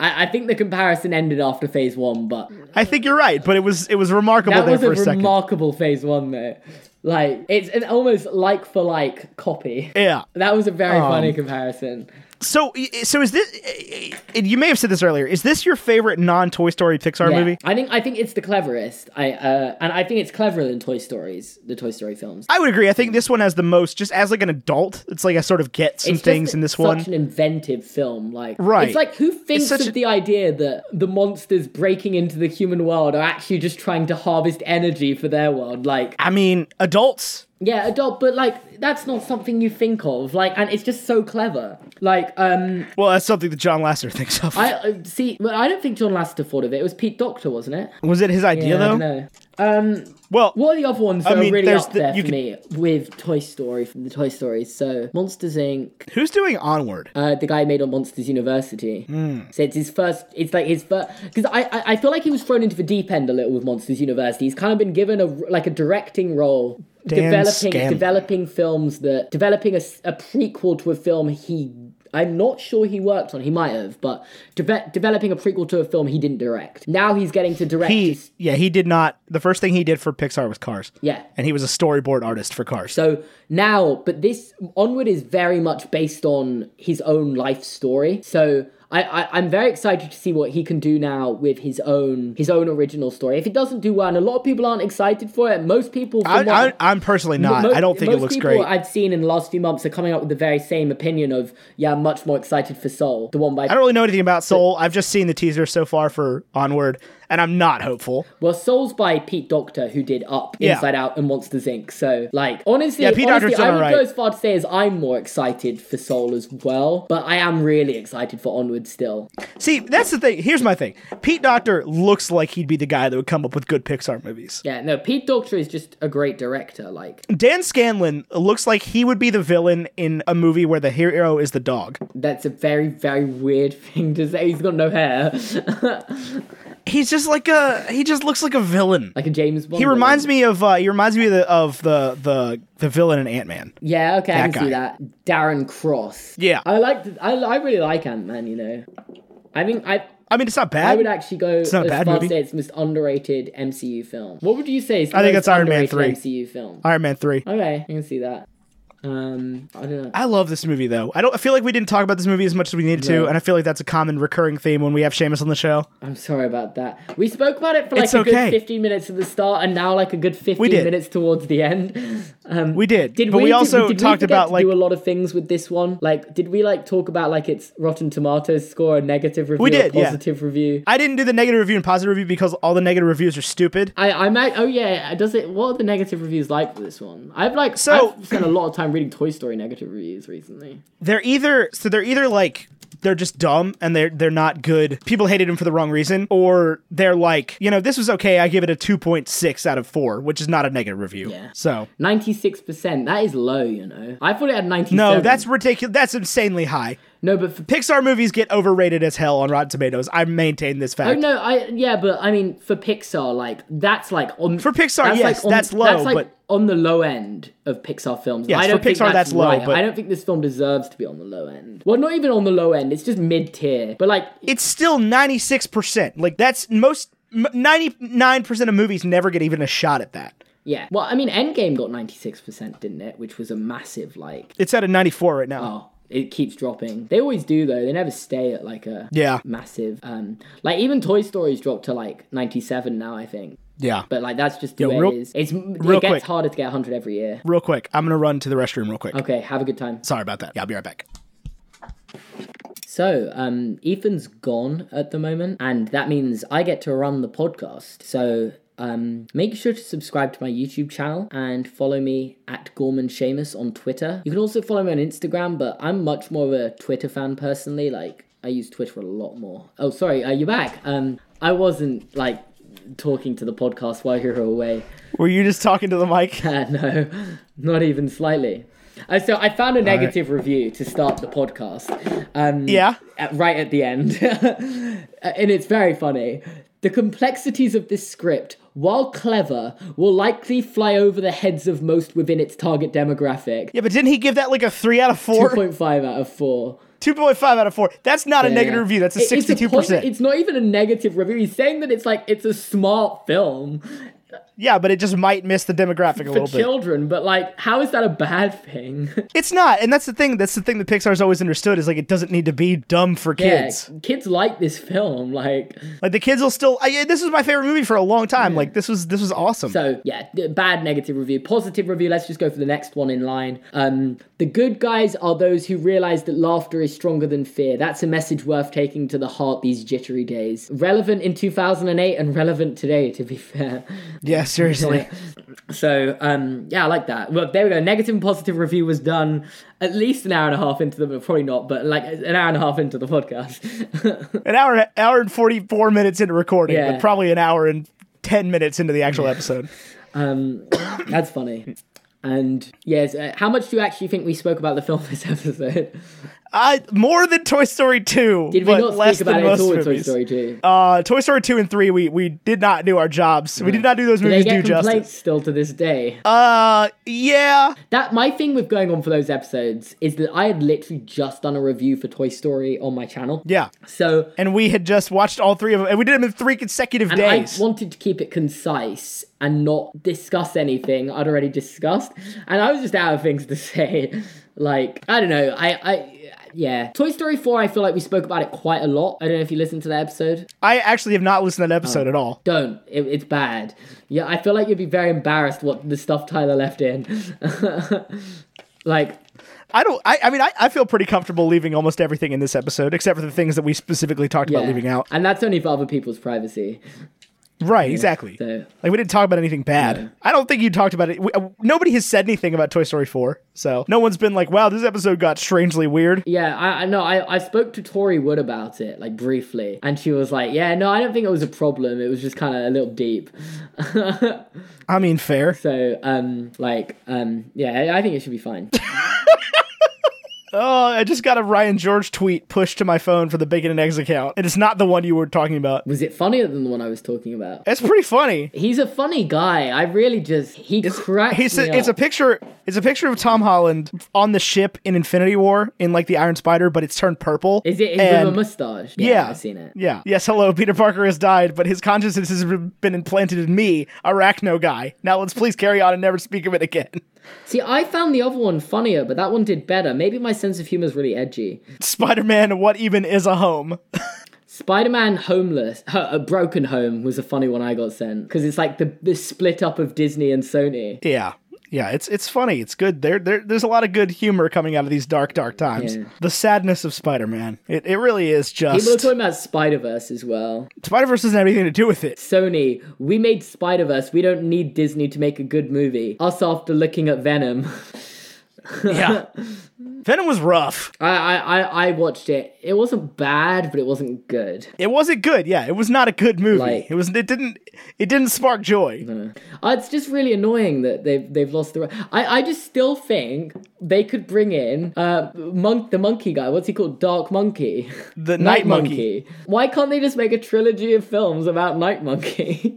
I, I think the comparison ended after Phase One, but I think you're right, but it was it was remarkable That there was for a a second. remarkable phase one though. Like it's an almost like for like copy. yeah. That was a very Oh. funny comparison. So, so is this? You may have said this earlier. Is this your favorite non-Toy Story Pixar Yeah. movie? I think I think it's the cleverest. I uh, and I think it's cleverer than Toy Stories, the Toy Story films. I would agree. I think this one has the most. Just as like an adult, it's like I sort of get some It's just things in this such one. an inventive film. Like Right. it's like who thinks such of a- the idea that the monsters breaking into the human world are actually just trying to harvest energy for their world? Like I mean, adults. Yeah, adult, but like that's not something you think of. Like, and it's just so clever. Like, um, Well, that's something that John Lasseter thinks of. I uh, see. well, I don't think John Lasseter thought of it. It was Pete Doctor, wasn't it? *laughs* was it his idea I don't though? know. Um, Well, what are the other ones that are mean, really there's up the- there you for can- me with Toy Story from the Toy Stories? So Monsters Inc. who's doing Onward? Uh, the guy who made on Monsters University. So it's his first. It's like his first because I, I I feel like he was thrown into the deep end a little with Monsters University. He's kind of been given a like a directing role, Dan developing Scanlon. developing films that developing a, s- a prequel to a film he. I'm not sure he worked on. He might have, but deve- developing a prequel to a film he didn't direct. Now he's getting to direct. He, his- yeah, he did not. The first thing he did for Pixar was Cars. yeah. and he was a storyboard artist for Cars. So now, but this onward is very much based on his own life story. So I, I I'm very excited to see what he can do now with his own his own original story. If it doesn't do well, and a lot of people aren't excited for it, most people. I, from what- I, I'm personally not. mo- I don't think it most looks people great. I've seen in the last few months are coming up with the very same opinion of yeah, I'm much more excited for Soul, the one by I don't really know anything about Soul. I've just seen the teaser so far for Onward, and I'm not hopeful. well Soul's by Pete Doctor who did Up, Yeah. Inside Out, and Monsters Inc. So like honestly, Yeah, Pete honestly Doctor's I done would alright. go as far to say as I'm more excited for Soul as well, but I am really excited for Onward still. See, that's the thing. Here's my thing. Pete Doctor looks like he'd be the guy that would come up with good Pixar movies. Yeah, no, Pete Doctor is just a great director. Like Dan Scanlon looks like he would be the villain in a movie where the hero is the dog. that's a very very weird *laughs* thing to say. He's got no hair, *laughs* He's just like a. He just looks like a villain. like a James Bond. He reminds me of. Uh, he reminds me of the of the the, the villain in Ant Man. Yeah, okay, I can guy. see that. Darren Cross. Yeah. I like. I I really like Ant Man. You know, I think I. I mean, it's not bad. I would actually go as not a bad far movie. as say it's the most underrated MCU film. What would you say is the I think most it's Iron Man underrated 3. MCU film? Iron Man three. Okay, I can see that. Um, I don't know. I love this movie though. I don't. I feel like we didn't talk about this movie as much as we needed to, No. and I feel like that's a common recurring theme when we have Seamus on the show. I'm sorry about that. We spoke about it for like It's a okay. good 15 minutes at the start, and now like a good 15 did. minutes towards the end. Um, We did, did but we, did- did also we talked forget about to like do a lot of things with this one. Like, did we like talk about like its Rotten Tomatoes score, a negative review, did, a yeah. positive review? I didn't do the negative review and positive review because all the negative reviews are stupid. I, I might. Oh yeah. Does it? What are the negative reviews like for this one? I've like So- I've spent a lot of time reading Toy Story negative reviews recently. They're either so they're either like they're just dumb and they're they're not good. People hated him for the wrong reason, or they're like you know this was okay. I give it a two point six out of four, which is not a negative review. Yeah. So Ninety six percent. That is low. You know. I thought it had ninety. no, that's ridiculous. That's insanely high. no, but for Pixar movies get overrated as hell on Rotten Tomatoes. I maintain this fact. Oh no, I yeah, but I mean for Pixar, like that's like on For Pixar, yes, that's low, that's like but- on the low end of Pixar films. Yes, I for don't think Pixar, that's low, right. but- I don't think this film deserves to be on the low end. Well, not even on the low end. It's just mid tier. But like, it's still 96%. Like that's most m- 99% of movies never get even a shot at that. yeah. Well, I mean, Endgame got ninety six percent, didn't it? Which was a massive like. It's at a 94 right now. Oh, it keeps dropping. They always do though. They never stay at like a Yeah. massive. Um, like even Toy Story's dropped to like ninety seven now, I think. Yeah. But like that's just the way real- it is. It's real it gets quick. harder to get hundred every year. Real quick, I'm going to run to the restroom real quick. Okay, have a good time. Sorry about that. Yeah, I'll be right back. So, um, Ethan's gone at the moment, and that means I get to run the podcast. So, um, make sure to subscribe to my YouTube channel and follow me at Gorman Seamus on Twitter. You can also follow me on Instagram, but I'm much more of a Twitter fan personally. Like, I use Twitter a lot more. Oh, sorry, are you back? Um, I wasn't like talking to the podcast while you were away. *laughs* Were you just talking to the *laughs* mic? Uh, no, not even slightly. Uh, so I found a negative review to start the podcast. Um, Yeah. at- right at the end. *laughs* and it's very funny. The complexities of this script, while clever, will likely fly over the heads of most within its target demographic. Yeah, but didn't he give that like a 3 out of 4? 2.5 out of 4. 2.5 out of 4. That's not a negative review. That's a It- it's 62%. posi- it's not even a negative review. He's saying that it's like, it's a smart film yeah, but it just might miss the demographic a for little bit. children, but like, how is that a bad thing? It's not. And that's the thing. That's the thing that Pixar's always understood is like it doesn't need to be dumb for kids. *laughs* Yeah, kids like this film. Like, Like the kids will still. I, yeah, this was my favorite movie for a long time. Like this was this was awesome. So yeah, d- bad negative review, positive review. Let's just go for the next one in line. Um, the good guys are those who realize that laughter is stronger than fear. That's a message worth taking to the heart these jittery days. Relevant in 2008 and relevant today, to be *laughs* fair. yes, *laughs* seriously. So um, yeah, I like that. Well, there we go. Negative and positive review was done at least an hour and a half into the but probably not, but like an hour and a half into the podcast. *laughs* an hour, hour and forty four minutes into recording, Yeah. but probably an hour and ten minutes into the actual episode. um, that's funny. And yes, uh, how much do you actually think we spoke about the film this episode? I more than Toy Story two, Did we but not less speak about than it at most all with Toy movies. Story Two? Uh, Toy Story two and three, we we did not do our jobs. We did not do those They movies get do justice. complaints still to this day. Uh, yeah. That my thing with going on for those episodes is that I had literally just done a review for Toy Story on my channel. Yeah. So And we had just watched all three of them, and we did them in three consecutive And days. I wanted to keep it concise and not discuss anything I'd already discussed, and I was just out of things to *laughs* say. Like I don't know, I I yeah, Toy Story four. I feel like we spoke about it quite a lot. I don't know if you listened to that episode. I actually have not listened to that Oh. episode at all. Don't. It, it's bad. Yeah, I feel like you'd be very embarrassed what the stuff Tyler left in. *laughs* like I don't. I, I mean, I, I feel pretty comfortable leaving almost everything in this episode, except for the things that we specifically talked yeah. about leaving out. and that's only for other people's privacy. Right. Exactly. So Like we didn't talk about anything bad. I don't think you talked about it. We, uh, nobody has said anything about Toy Story 4, so no one's been like, "Wow, this episode got strangely weird." Yeah, I I know. I, I spoke to Tori Wood about it, like briefly, and she was like, Yeah, no, I don't think it was a problem. It was just kind of a little deep. *laughs* I mean, fair. so, um, like, um, yeah, I- I think it should be *laughs* fine. Oh, I just got a Ryan George tweet pushed to my phone for the Bacon and Eggs account, and it's not the one you were talking about. was it funnier than the one I was talking about? It's pretty funny. He's a funny guy. I really just, he cracks It's me a, it's a up. picture. It's a picture of Tom Holland on the ship in Infinity War in like the Iron Spider, but it's turned purple. Is it is And- with a mustache? Yeah, I've seen it. Yeah. Yes, hello. Peter Parker has died, but his consciousness has been implanted in me, Arachno guy. Now let's please carry on and never speak of it again. *laughs* See, I found the other one funnier, but that one did better. Maybe my sense of humor is really edgy. Spider-Man, what even is a home? Spider-Man Homeless, Ho- a Broken Home was a funny one I got sent because it's like the the split up of Disney and Sony. yeah. Yeah, it's it's funny. It's good. There, there there's a lot of good humor coming out of these dark, dark times. Yeah. The sadness of Spider-Man. It it really is People are just talking about Spider Verse as well. Spider-Verse doesn't have anything to do *laughs* with it. Sony, we made Spider Verse. We don't need Disney to make a good movie. Us after looking at Venom. *laughs* Yeah. Venom was rough. I, I, I, I watched it. It wasn't bad, but it wasn't good. It wasn't good. Yeah, it was not a good movie. Like- it was it didn't it didn't spark joy. Uh, it's just really annoying that they've they've lost the. ri- I I just still think they could bring in uh monk the monkey guy. What's he called? Dark monkey. *laughs* The Night Monkey. Why can't they just make a trilogy of films about Night *laughs* Monkey?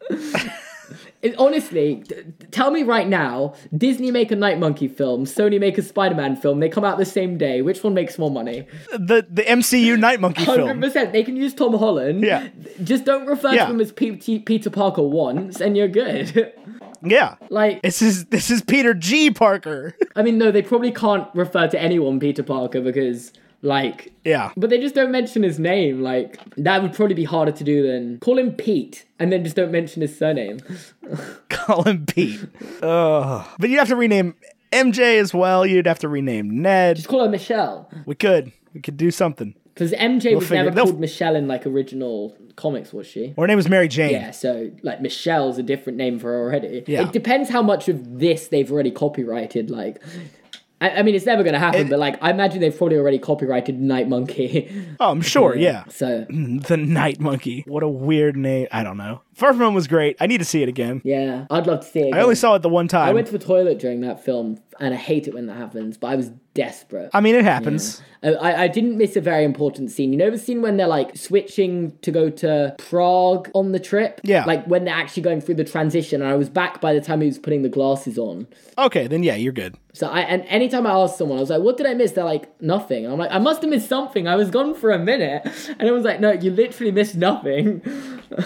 It- honestly, t- tell me right now, Disney make a Night Monkey film, Sony make a Spider-Man film. They come out the same day. Which one makes more money? The the MCU *laughs* Night Monkey Hundred film. percent. They can use Tom Holland. Yeah. Just don't refer Yeah. to him as P- Peter Parker once, and you're good. *laughs* Yeah. like, This is this is Peter G. Parker. *laughs* I mean, no, they probably can't refer to anyone Peter Parker because, like, yeah. but they just don't mention his name. Like, that would probably be harder to do than call him Pete and then just don't mention his surname. *laughs* Call him Pete. Ugh. But you'd have to rename MJ as well. You'd have to rename Ned. Just call her Michelle. We could. We could do something. Because MJ was figure- never they'll- called Michelle in, like, original comics, was she? Or her name was Mary Jane. Yeah, so, like, Michelle's a different name for her already. Yeah. It depends how much of this they've already copyrighted. Like, I, I mean, it's never going to happen, but, like, I imagine they've probably already copyrighted Night Monkey. *laughs* Oh, I'm sure. Yeah. so, The Night Monkey. What a weird name. I don't know. First one was great. I need to see it again. yeah, I'd love to see it. I again. only saw it the one time. I went to the toilet during that film, and I hate it when that happens. But I was desperate. I mean, it happens. I, I, I didn't miss a very important scene. You know the scene when they're like switching to go to Prague on the trip. Yeah. like when they're actually going through the transition, and I was back by the time he was putting the glasses on. Okay, then yeah, you're good. So I and anytime I asked someone, I was like, "What did I miss?" They're like, "Nothing." And I'm like, "I must have missed something. I was gone for a minute." *laughs* And it was like, "No, you literally missed nothing." *laughs*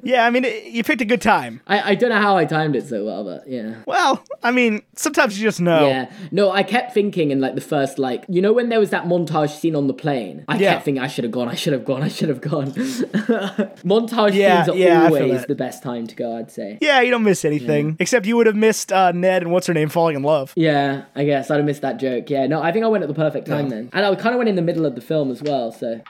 Yeah, I mean, it, you picked a good time. I, I don't know how I timed it so well, but yeah. Well, I mean, sometimes you just know. Yeah. No, I kept thinking in like the first like you know when there was that montage scene on the plane? I Yeah. kept thinking I should have gone, I should have gone, I should have gone. *laughs* montage Yeah, scenes are yeah, I feel always that. the best time to go, I'd say. Yeah, you don't miss anything. Except you would have missed uh, Ned and what's her name falling in love. Yeah, I guess I'd have missed that joke. Yeah, no, I think I went at the perfect time then. And I kind of went in the middle of the film as well, so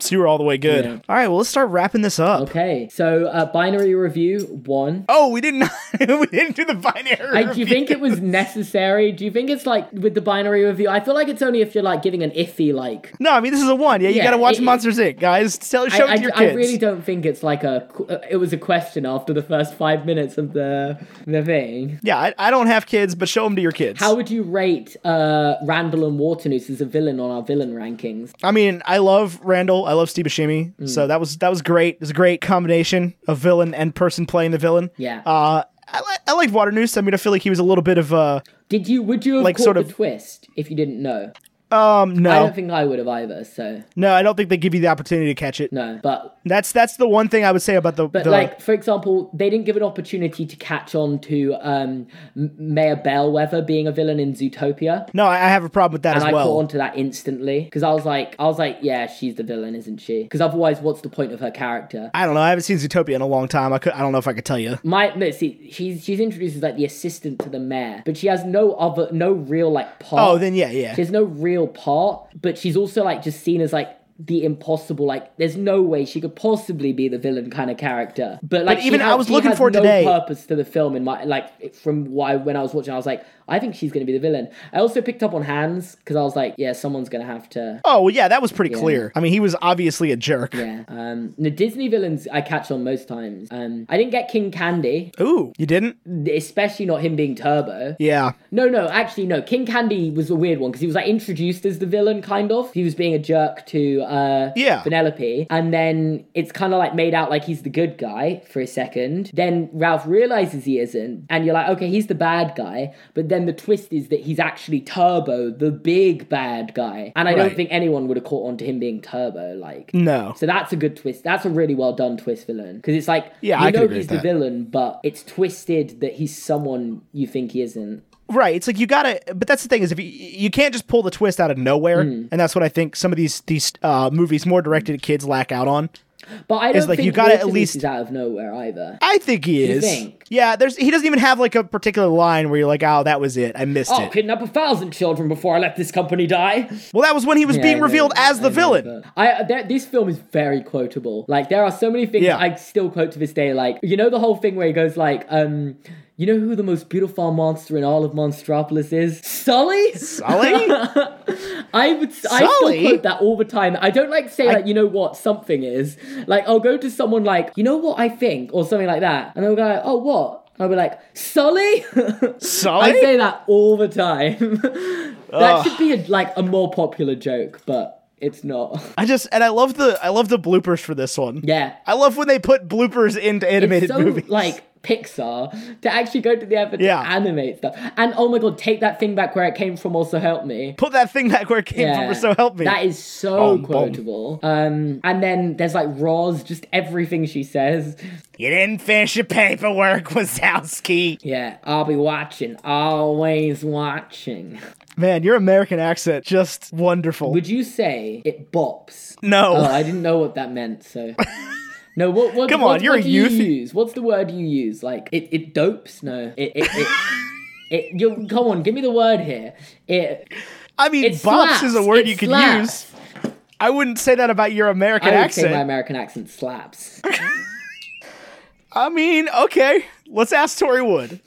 So you were all the way good. Yeah. All right, well, let's start wrapping this up. Okay, so uh, binary review one. Oh, we didn't. *laughs* we didn't do the binary. I, do you review. think it *laughs* was necessary? Do you think it's like with the binary review? I feel like it's only if you're like giving an iffy like. No, I mean this is a one. Yeah, you Yeah, gotta watch it- Monsters Inc. Guys, tell I, show I- it to your I kids. really don't think it's like a. qu- uh, It was a question after the first five minutes of the the thing. yeah, I, I don't have kids, but show them to your kids. How would you rate uh, Randall and Waternoose as a villain on our villain rankings? I mean, I love Randall. I love Steve Buscemi. Mm. So that was that was great. It was a great combination of villain and person playing the villain. Yeah. Uh, I, li- I like Water Noose. I mean, I feel like he was a little bit of uh, Did you would you have Like, caught sort the of- twist if you didn't know? um, I no, don't think I would have either. So no, I don't think they give you the opportunity to catch it. no, but That's that's the one thing I would say about the, But the like, for example, they didn't give an opportunity to catch on to um, M- Mayor Bellwether being a villain in Zootopia, no, I I have a problem with and that as I well. caught on to that instantly because I was like, I was like, yeah, she's the villain, isn't she? Because otherwise, what's the point of her character? I don't know. I haven't seen Zootopia in a long time. I could, I don't know if I could tell you. My no, see, she's she's introduced as like the assistant to the mayor, but she has no other, no real like part. Oh, then yeah, yeah. She has no real part, but she's also like just seen as like the impossible. Like, there's no way she could possibly be the villain kind of character. But like, she even has- I was she looking has for it no today. Purpose to the film in my like from why when I was watching, I was like, I think she's gonna be the villain. I also picked up on hands because I was like, yeah, someone's gonna have to. Oh, well, yeah, that was pretty clear. I mean, he was obviously a jerk. Yeah. Um, the Disney villains I catch on most times. Um, I didn't get King Candy, Ooh, you didn't? especially not him being Turbo. Yeah. No, no, actually, no. King Candy was a weird one because he was like introduced as the villain, kind of. He was being a jerk to uh, Yeah. Penelope, and then it's kind of like made out like he's the good guy for a second. Then Ralph realizes he isn't, and you're like, okay, he's the bad guy. But then the twist is that he's actually Turbo, the big bad guy, and I Right. don't think anyone would have caught on to him being Turbo, like. No. So that's a good twist. That's a really well done twist villain because it's like Yeah, you I could know agree he's the with that. villain, but it's twisted that he's someone you think he isn't. Right. It's like you gotta, but that's the thing is if you, you can't just pull the twist out of nowhere, Mm. and that's what I think some of these these uh, movies more directed at kids lack out on. But I don't like, think you gotta at Waternoose least- is out of nowhere either. I think he is. think? Yeah. There's he doesn't even have like a particular line where you're like, oh, that was it. I missed I'll it. kidnap a thousand children before I let this company die. Well, that was when he was being I know, revealed as the I know, villain. but I that, this film is very quotable. Like there are so many things Yeah. I still quote to this day. Like you know the whole thing where he goes like, um, you know who the most beautiful monster in all of Monstropolis is? Sully. Sully? *laughs* I would I Sully? still quote that all the time. I don't like say like you know what something is. Like I'll go to someone like you know what I think or something like that, and they'll go oh what. I'll be like, Sully? *laughs* Sully? I say that all the time. *laughs* that Ugh. should be a, like a more popular joke, but it's not. I just and I love the I love the bloopers for this one. Yeah. I love when they put bloopers into animated so movies. like Pixar to actually go to the effort Yeah. to animate stuff. And oh my god, take that thing back where it came from also help me. *laughs* put that thing back where it came Yeah. from. So help me. That is so Boom, boom. quotable. Um, and then there's like Roz, just everything she says. You didn't finish your paperwork, *laughs* Wazowski. Yeah, I'll be watching, always watching. Man, your American accent just wonderful. Would you say it bops? no, Oh, I didn't know what that meant. *laughs* So, no. What? what Come what- on, you're what a do you youth. use? What's the word you use? Like it? It dopes? No. It. It. *laughs* it It, you come on, give me the word here. It, I mean, it bops slaps. is a word It you could slaps. use. I wouldn't say that about your American I would say my accent. American accent slaps. I mean, okay, let's ask Tori Wood.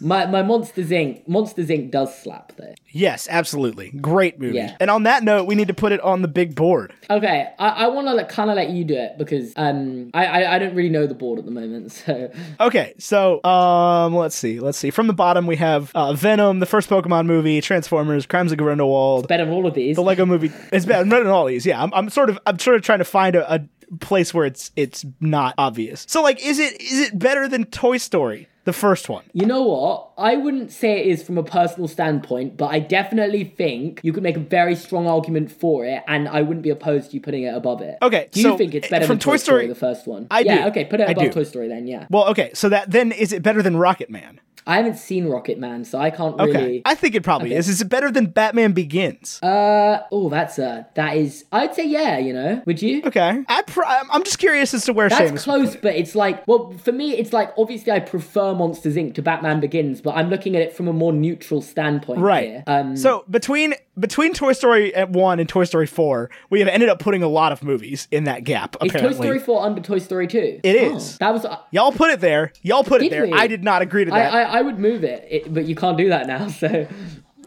my my Monsters Inc. Monsters Inc. does slap though. Yes, absolutely, great movie. Yeah. And on that note, we need to put it on the big board. Okay, I, I want to like, kind of let you do it because um I, I I don't really know the board at the moment. *laughs* So Okay, so um, let's see, let's see. From the bottom, we have uh, Venom, the first Pokemon movie, Transformers, Crimes of Grindelwald, better than all of these. the Lego Movie. It's bad. I'm running all these. Yeah, I'm, I'm sort of I'm sort of trying to find a, a place where it's it's not obvious. So like, is it is it better than Toy Story, the first one? You know what? I wouldn't say it is from a personal standpoint, but I definitely think you could make a very strong argument for it, and I wouldn't be opposed to you putting it above it. Okay, Do you so, think it's better from than Toy Toy, Story, Story- the first one? I yeah, do. Okay, put it I above do. Toy Story then. Yeah. Well, okay, so that then is it better than Rocket Man? I haven't seen Rocket Man, so I can't Okay. really. I think it probably is. Is it better than Batman Begins? Uh oh, that's a that is. I'd say yeah. You know, would you? okay. I pr- I'm I'm just curious as to where That's Seamus. close, but it's like, well, for me, it's like obviously I prefer Monsters Inc. to Batman Begins, but I'm looking at it from a more neutral standpoint. Right. Here. Um, so between between Toy Story at one and Toy Story four, we have ended up putting a lot of movies in that gap. is Apparently, Toy Story four under Toy Story two? Oh. It is. That was. I, y'all put it there. Y'all put it Did there. we? I did not agree to I, that. I would move it, it, but you can't do that now. *laughs* So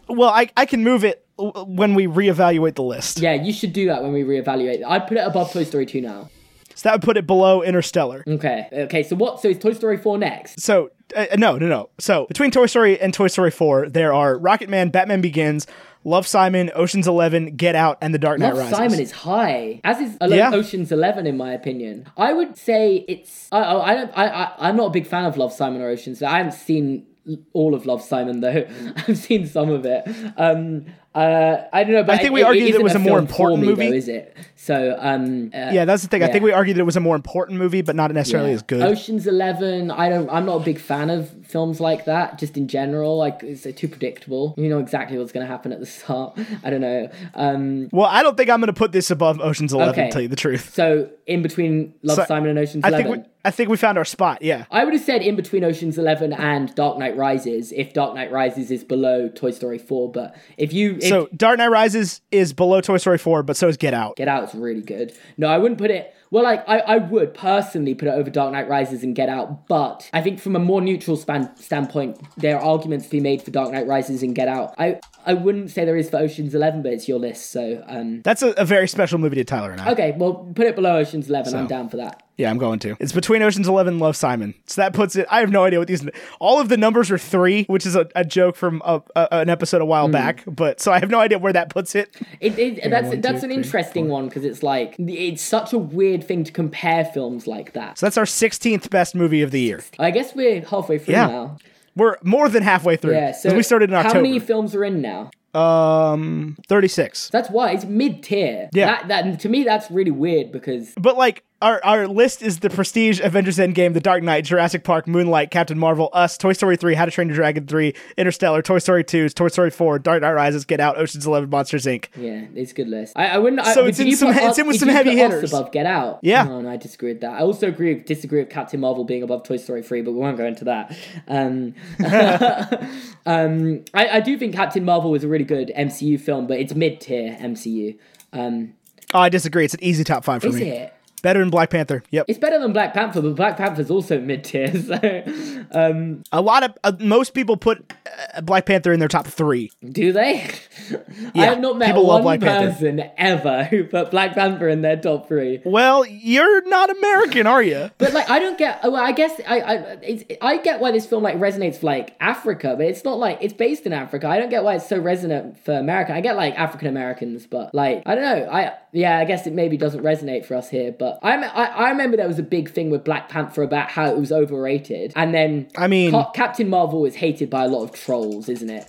well, I, I can move it w- when we reevaluate the list. yeah, you should do that when we reevaluate. I'd put it above Toy Story two now. So that would put it below Interstellar. Okay. Okay. So what? So is Toy Story four next? So uh, no, no, no. So between Toy Story and Toy Story four, there are Rocket Man, Batman Begins, Love Simon, Ocean's Eleven, Get Out, and The Dark Knight Love Rises. Simon is high, as is Ele- Yeah. Ocean's Ocean's Eleven, in my opinion. I would say it's. I, I I don't. I, I I'm not a big fan of Love Simon or Ocean's. I haven't seen all of Love Simon though. *laughs* I've seen some of it. Um. Uh. I don't know. But I think we argued that it was a more important movie. Though, is it? So. Um. uh, yeah, that's the thing. I Yeah. think we argued that it was a more important movie, but not necessarily yeah. as good. Ocean's Eleven. I don't. I'm not a big fan of films like that. Just in general, like it's uh, too predictable. You know exactly what's going to happen at the start. *laughs* I don't know. Um, Well, I don't think I'm going to put this above Ocean's Eleven. Okay. To tell you the truth, So in between Love So, Simon and Ocean's I think Eleven. we, I think we found our spot. Yeah, I would have said in between Ocean's Eleven and Dark Knight Rises if Dark Knight Rises is below Toy Story 4, but if you if So Dark Knight Rises is below Toy Story 4, but so is Get Out. Get Out is really good. No, I wouldn't put it well like I, I would personally put it over Dark Knight Rises and Get Out, but I think from a more neutral span standpoint, there are arguments to be made for Dark Knight Rises and Get Out. I I wouldn't say there is for Ocean's Eleven, but it's your list, so um That's a, a very special movie to Tyler and I. Okay, well put it below Ocean's Eleven, I'm down for that. Yeah, I'm going to. It's between Ocean's Eleven and Love Simon. So that puts it. I have no idea what these. All of the numbers are three, which is a, a joke from a, a, an episode a while back. But so I have no idea where that puts it. It, it, that's one, that's two, an three, interesting one because it's like it's such a weird thing to compare films like that. So that's our 16th best movie of the year. I guess we're halfway through Yeah. now. We're more than halfway through. Yeah, 'cause so we started in how October. many films are in now? um, 36. That's why it's mid tier. Yeah. that, that to me that's really weird because But like our our list is the Prestige, Avengers Endgame, The Dark Knight, Jurassic Park, Moonlight, Captain Marvel, Us, Toy Story 3, How to Train Your Dragon 3, Interstellar, Toy Story 2, Toy Story 4, Dark Knight Rises, Get Out, Ocean's 11, Monsters Inc. yeah, it's a good list. I, I wouldn't. I, So would- it's did in you some put he- it's Us- in with did some you heavy put Us hitters. above Get Out. Yeah. no, no, I disagree with that. I also agree disagree with Captain Marvel being above Toy Story three, but we won't go into that. Um, *laughs* um, I, I do think Captain Marvel was a really good MCU film, but it's mid tier MCU. Um, Oh, I disagree. It's an easy top five for is me. it? Better than Black Panther. Yep. It's better than Black Panther, but Black Panther's also mid tier. *laughs* So, um, a lot of uh, most people put uh, Black Panther in their top three. do they? I have not met people love one Black Panther. person ever who put Black Panther in their top three. Well, you're not American, are you? But like, I don't get. Well, I guess I I it's, I get why this film like resonates for like Africa, but it's not like it's based in Africa. I don't get why it's so resonant for America. I get like African Americans, but like I don't know. I yeah, I guess it maybe doesn't resonate for us here. But I me- I, I remember there was a big thing with Black Panther about how it was overrated, and then I mean- Ca- Captain Marvel is hated by a lot of trolls, isn't it?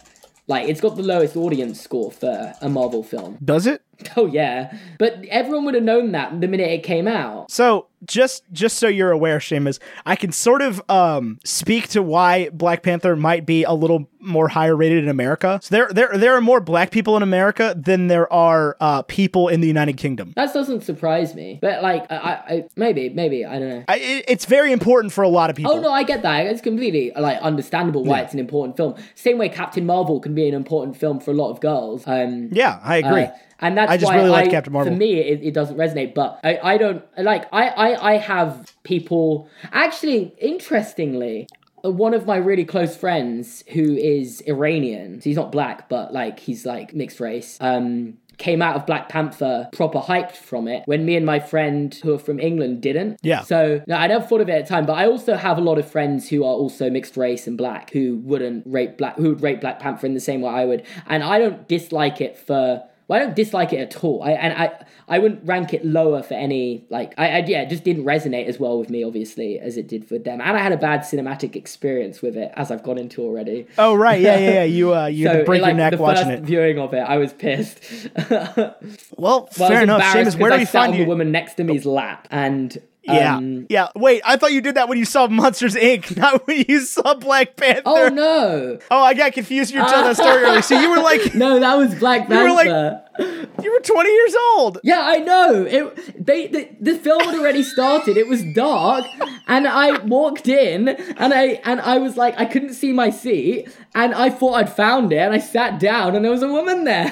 Like it's got the lowest audience score for a Marvel film. *laughs* Does it? Oh yeah, but everyone would have known that the minute it came out. So just just so you're aware, Seamus, I can sort of um, speak to why Black Panther might be a little more higher rated in America. So there there there are more black people in America than there are uh, people in the United Kingdom. That doesn't surprise me, but like, I, I, I maybe, maybe I don't know. I, it, it's very important for a lot of people. Oh no, I get that. It's completely like understandable why it's an important film. Same way Captain Marvel can be an important film for a lot of girls. Um, Yeah, I agree. uh, and that's I just why really like I- Captain Marvel. For me, it, it doesn't resonate. But I, I don't like. I, I, I have people. Actually, interestingly, uh, one of my really close friends who is Iranian. So he's not black, but like he's like mixed race. Um. Came out of Black Panther proper hyped from it when me and my friend who are from England didn't. Yeah. So no, I never thought of it at the time, but I also have a lot of friends who are also mixed race and black who wouldn't rate black who would rate Black Panther in the same way I would, and I don't dislike it for. Well, I don't dislike it at all. I and I I wouldn't rank it lower for any like I, I yeah it just didn't resonate as well with me obviously as it did for them, and I had a bad cinematic experience with it as I've gone into already. oh right, yeah, yeah, yeah. *laughs* You uh, you had to So, break like, your neck the watching first it. viewing of it, I was pissed. *laughs* well, I Well, was fair enough, embarrassed Seamus. because Where do I we sat find on you? the woman next to me's lap, and Yeah. Um, yeah. Wait, I thought you did that when you saw Monsters Inc., *laughs* not when you saw Black Panther. Oh no, Oh, I got confused. You were telling that story earlier. So you were *laughs* like, no, that was Black were Panther. like- you were 20 years old. Yeah, I know. It they the, the film had already started. It was dark, and I walked in, and I and I was like, I couldn't see my seat, and I thought I'd found it, and I sat down, and there was a woman *laughs* there.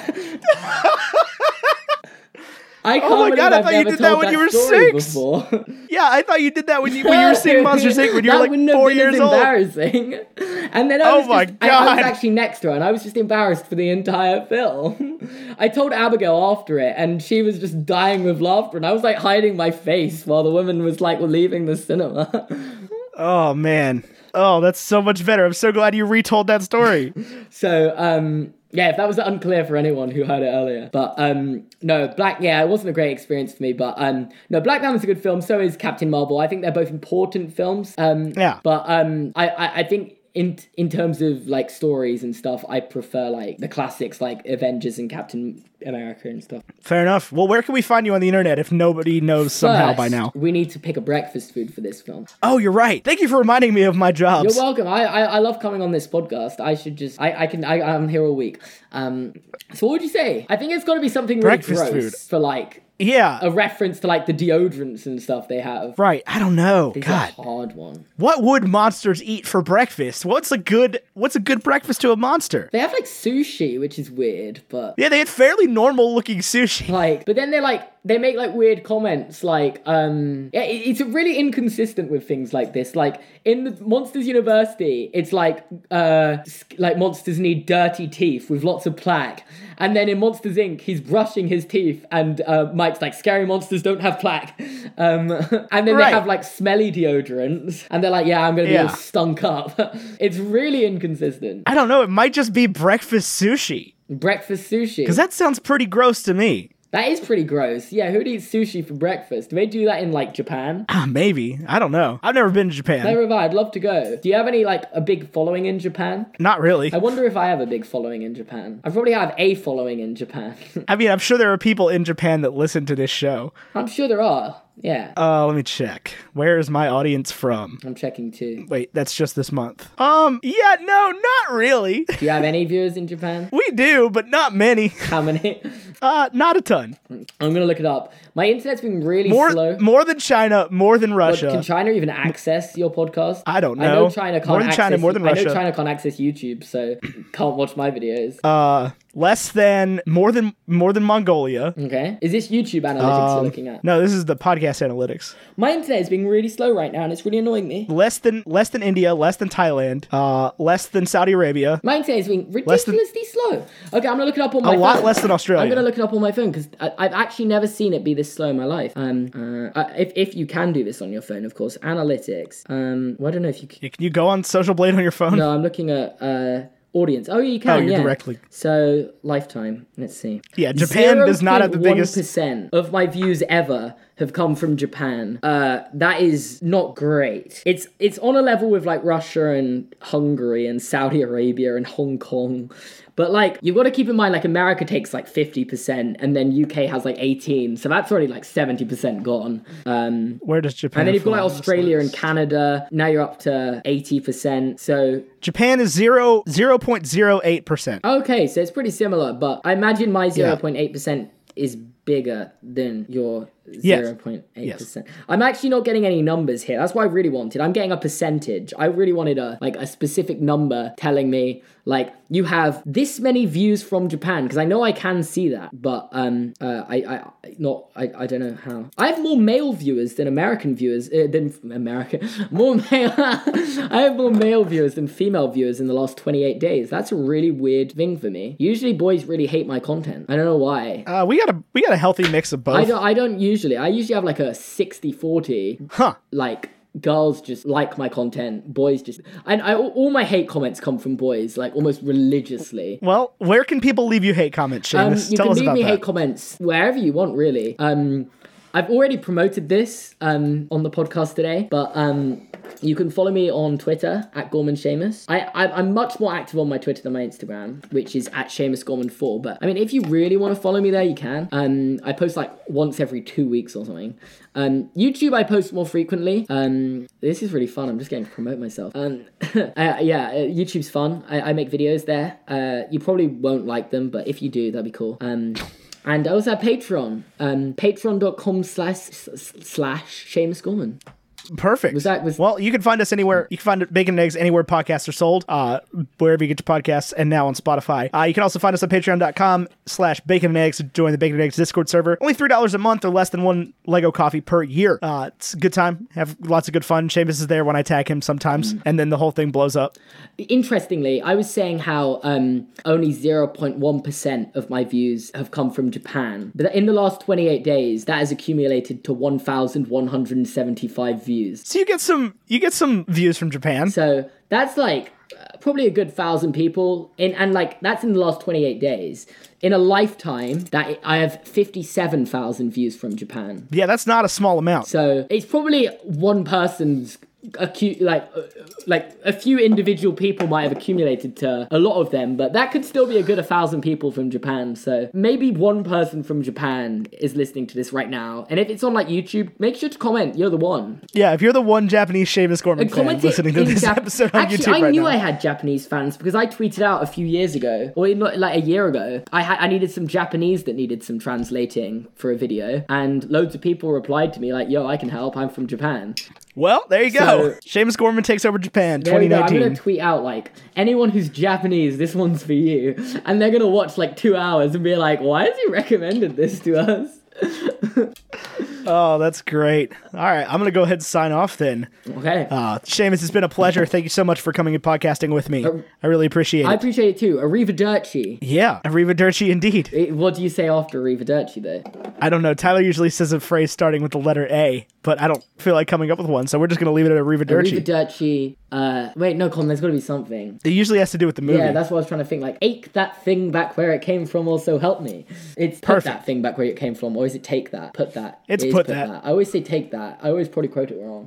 I can't Oh my believe God, I I've thought you never did that told when you were story six. Before. Yeah, I thought you did that when you, when you *laughs* were seeing Monsters Inc. when you were That like wouldn't have four been years as old. embarrassing. *laughs* And then I Oh was my just, I, I was God. actually next to her, and I was just embarrassed for the entire film. *laughs* I told Abigail after it, and she was just dying with laughter, and I was like hiding my face while the woman was like leaving the cinema. *laughs* Oh, man. Oh, that's so much better. I'm so glad you retold *laughs* that story. So, um, yeah, if that was unclear for anyone who heard it earlier. But um, no, Black, yeah, it wasn't a great experience for me. But um, no, Black Panther's a good film. So is Captain Marvel. I think they're both important films. Um, Yeah. But um, I, I, I think. In, in terms of like stories and stuff, I prefer like the classics like Avengers and Captain America and stuff. Fair enough. Well, where can we find you on the internet if nobody knows somehow by First, now? we need to pick a breakfast food for this film. Oh, you're right. Thank you for reminding me of my jobs. You're welcome. I, I, I love coming on this podcast. I should just I, I can I, I'm here all week. Um, so what would you say? I think it's got to be something really Breakfast gross food. for like yeah. a reference to like the deodorants and stuff they have. right. I don't know. It's God. a hard one. What would monsters eat for breakfast? What's a good what's a good breakfast to a monster? They have like sushi, which is weird, but Yeah, they had fairly normal looking sushi. like, but then they like they make like weird comments, like um, yeah, it, it's really inconsistent with things like this. Like in the Monsters University, it's like uh, sk- like monsters need dirty teeth with lots of plaque, and then in Monsters Inc., he's brushing his teeth, and uh, Mike's like, scary monsters don't have plaque, *laughs* um, and then they Right. have like smelly deodorants, and they're like, yeah, I'm gonna be Yeah. all stunk up. *laughs* it's really inconsistent. I don't know, it might just be breakfast sushi. Breakfast sushi. Cause that sounds pretty gross to me. That is pretty gross. Yeah, who'd eat sushi for breakfast? Do they do that in like Japan? Ah, maybe. I don't know. I've never been to Japan. Never have I. I'd love to go. Do you have any like a big following in Japan? Not really. I wonder if I have a big following in Japan. I probably have a following in Japan. *laughs* I mean, I'm sure there are people in Japan that listen to this show. I'm sure there are. Yeah. Uh, let me check. Where is my audience from? I'm checking too. Wait, that's just this month. Um, yeah, no, not really. *laughs* Do you have any viewers in Japan? *laughs* We do, but not many. How many? *laughs* Uh, not a ton. I'm gonna look it up. My internet's been really More, slow. more than China, more than But Can Russia. China even access your podcast? I don't I know know. China can't More than access. China, more than I know Russia. China can't access YouTube, so *coughs* can't watch my videos. Uh, less than, more than, more than Mongolia. okay. Is this YouTube analytics you're Um, looking at? No, this is the podcast analytics. My internet is being really slow right now, and it's really annoying me. Less than, less than India, less than Thailand. Uh, less than Saudi Arabia. My internet is being than- ridiculously slow. Okay, I'm gonna look it up on my. A lot phone. less than Australia. I'm gonna look it up on my phone because I've actually never seen it be this slow in my life. Um, uh, uh, if if you can do this on your phone, of course. Analytics. Um, well, I don't know if you can. Can you go on Social Blade on your phone? No, I'm looking at uh audience. Oh, you can. Oh, you're yeah. directly- So lifetime. Let's see. Yeah, Japan does not have the biggest- percent of my views ever have come from Japan. Uh, that is not great. It's it's on a level with like Russia and Hungary and Saudi Arabia and Hong Kong. But like you've got to keep in mind like America takes like 50% and then UK has like 18. So that's already like 70% gone. Um Where does Japan? and then you've got like fall on this Australia list? and Canada. Now you're up to 80%. So Japan is zero zero point zero eight percent. Okay, so it's pretty similar, but I imagine my 0.8% is bigger than your Yes. 0.8%. I'm actually not getting any numbers here. That's what I really wanted. I'm getting a percentage. I really wanted a like a specific number telling me like you have this many views from Japan because I know I can see that, but um uh, I I I- not I, I don't know how. I have more male viewers than American viewers uh, than American. *laughs* More male I have more male viewers than female viewers in the last 28 days. That's a really weird thing for me. Usually boys really hate my content. I don't know why. Uh, we got a we got a healthy mix of both. I don't I don't usually. I usually have like a 60/40 huh? like girls just like my content boys just and I, all all my hate comments come from boys like almost religiously Well, where can people leave you hate comments, um, Seamus? you Tell can us leave about me that. hate comments wherever you want really um i've already promoted this um on the podcast today but um You can follow me on Twitter at Gorman Seamus. I, I I'm much more active on my Twitter than my Instagram, which is at Seamus Gorman Four. But I mean, if you really want to follow me there, you can. Um, I post like once every two weeks or something. Um, YouTube I post more frequently. Um, this is really fun. I'm just getting to promote myself. Um, *laughs* uh, yeah, uh, YouTube's fun. I, I make videos there. Uh, you probably won't like them, but if you do, that'd be cool. Um. And I also have Patreon, um, patreon.com slash slash Seamus Gorman. Perfect. Was that- was- well, you can find us anywhere. You can find Bacon and Eggs anywhere podcasts are sold, uh, wherever you get your podcasts, and now on Spotify. Uh, you can also find us on patreon.com slash bacon and eggs to join the Bacon and Eggs Discord server. Only $3 a month or less than one Lego coffee per year. Uh, it's a good time. Have lots of good fun. Seamus is there when I tag him sometimes, Mm. and then the whole thing blows up. Interestingly, I was saying how um, only 0.1% of my views have come from Japan. But in the last 28 days, that has accumulated to 1,175 views. So you get some you get some views from Japan. So that's like uh, probably a good thousand people. In, and like, that's in the last 28 days. In a lifetime, that I have 57,000 views from Japan. Yeah, that's not a small amount. So it's probably one person's acute like uh, like a few individual people might have accumulated to a lot of them but that could still be a good a thousand people from japan so maybe one person from japan is listening to this right now and if it's on like youtube make sure to comment you're the one yeah, if you're the one Japanese Seamus Gorman and fan comment it listening to in this Jap- episode on actually YouTube i right knew now. i had japanese fans because i tweeted out a few years ago or not like a year ago i had i needed some japanese that needed some translating for a video and loads of people replied to me like yo i can help i'm from japan well, there you go. So- Seamus Gorman takes over Japan There we go. I'm 2019. gonna tweet out like anyone who's Japanese, this one's for you, and they're gonna watch like two hours and be like, "Why has he recommended this to us?" *laughs* Oh, that's great. All right, I'm going to go ahead and sign off then. Okay, Uh, Seamus, it's been a pleasure. Thank you so much for coming and podcasting with me. I really appreciate Um, I it. appreciate it too. Arrivederci. Yeah, arrivederci indeed. Eh, What do you say after Arrivederci though? I don't know. Tyler usually says a phrase starting with the letter A, but I don't feel like coming up with one, so we're just going to leave it at arrivederci. Arrivederci. Uh, wait, no, Colin. There's gotta be something. it usually has to do with the movie. Yeah, that's what I was trying to think. Like, ache that thing back where it came from. Also, help me. It's put Perfect. that thing back where it came from, or is it take that? Put that. It's It is put that. I always say take that. I always probably quote it wrong.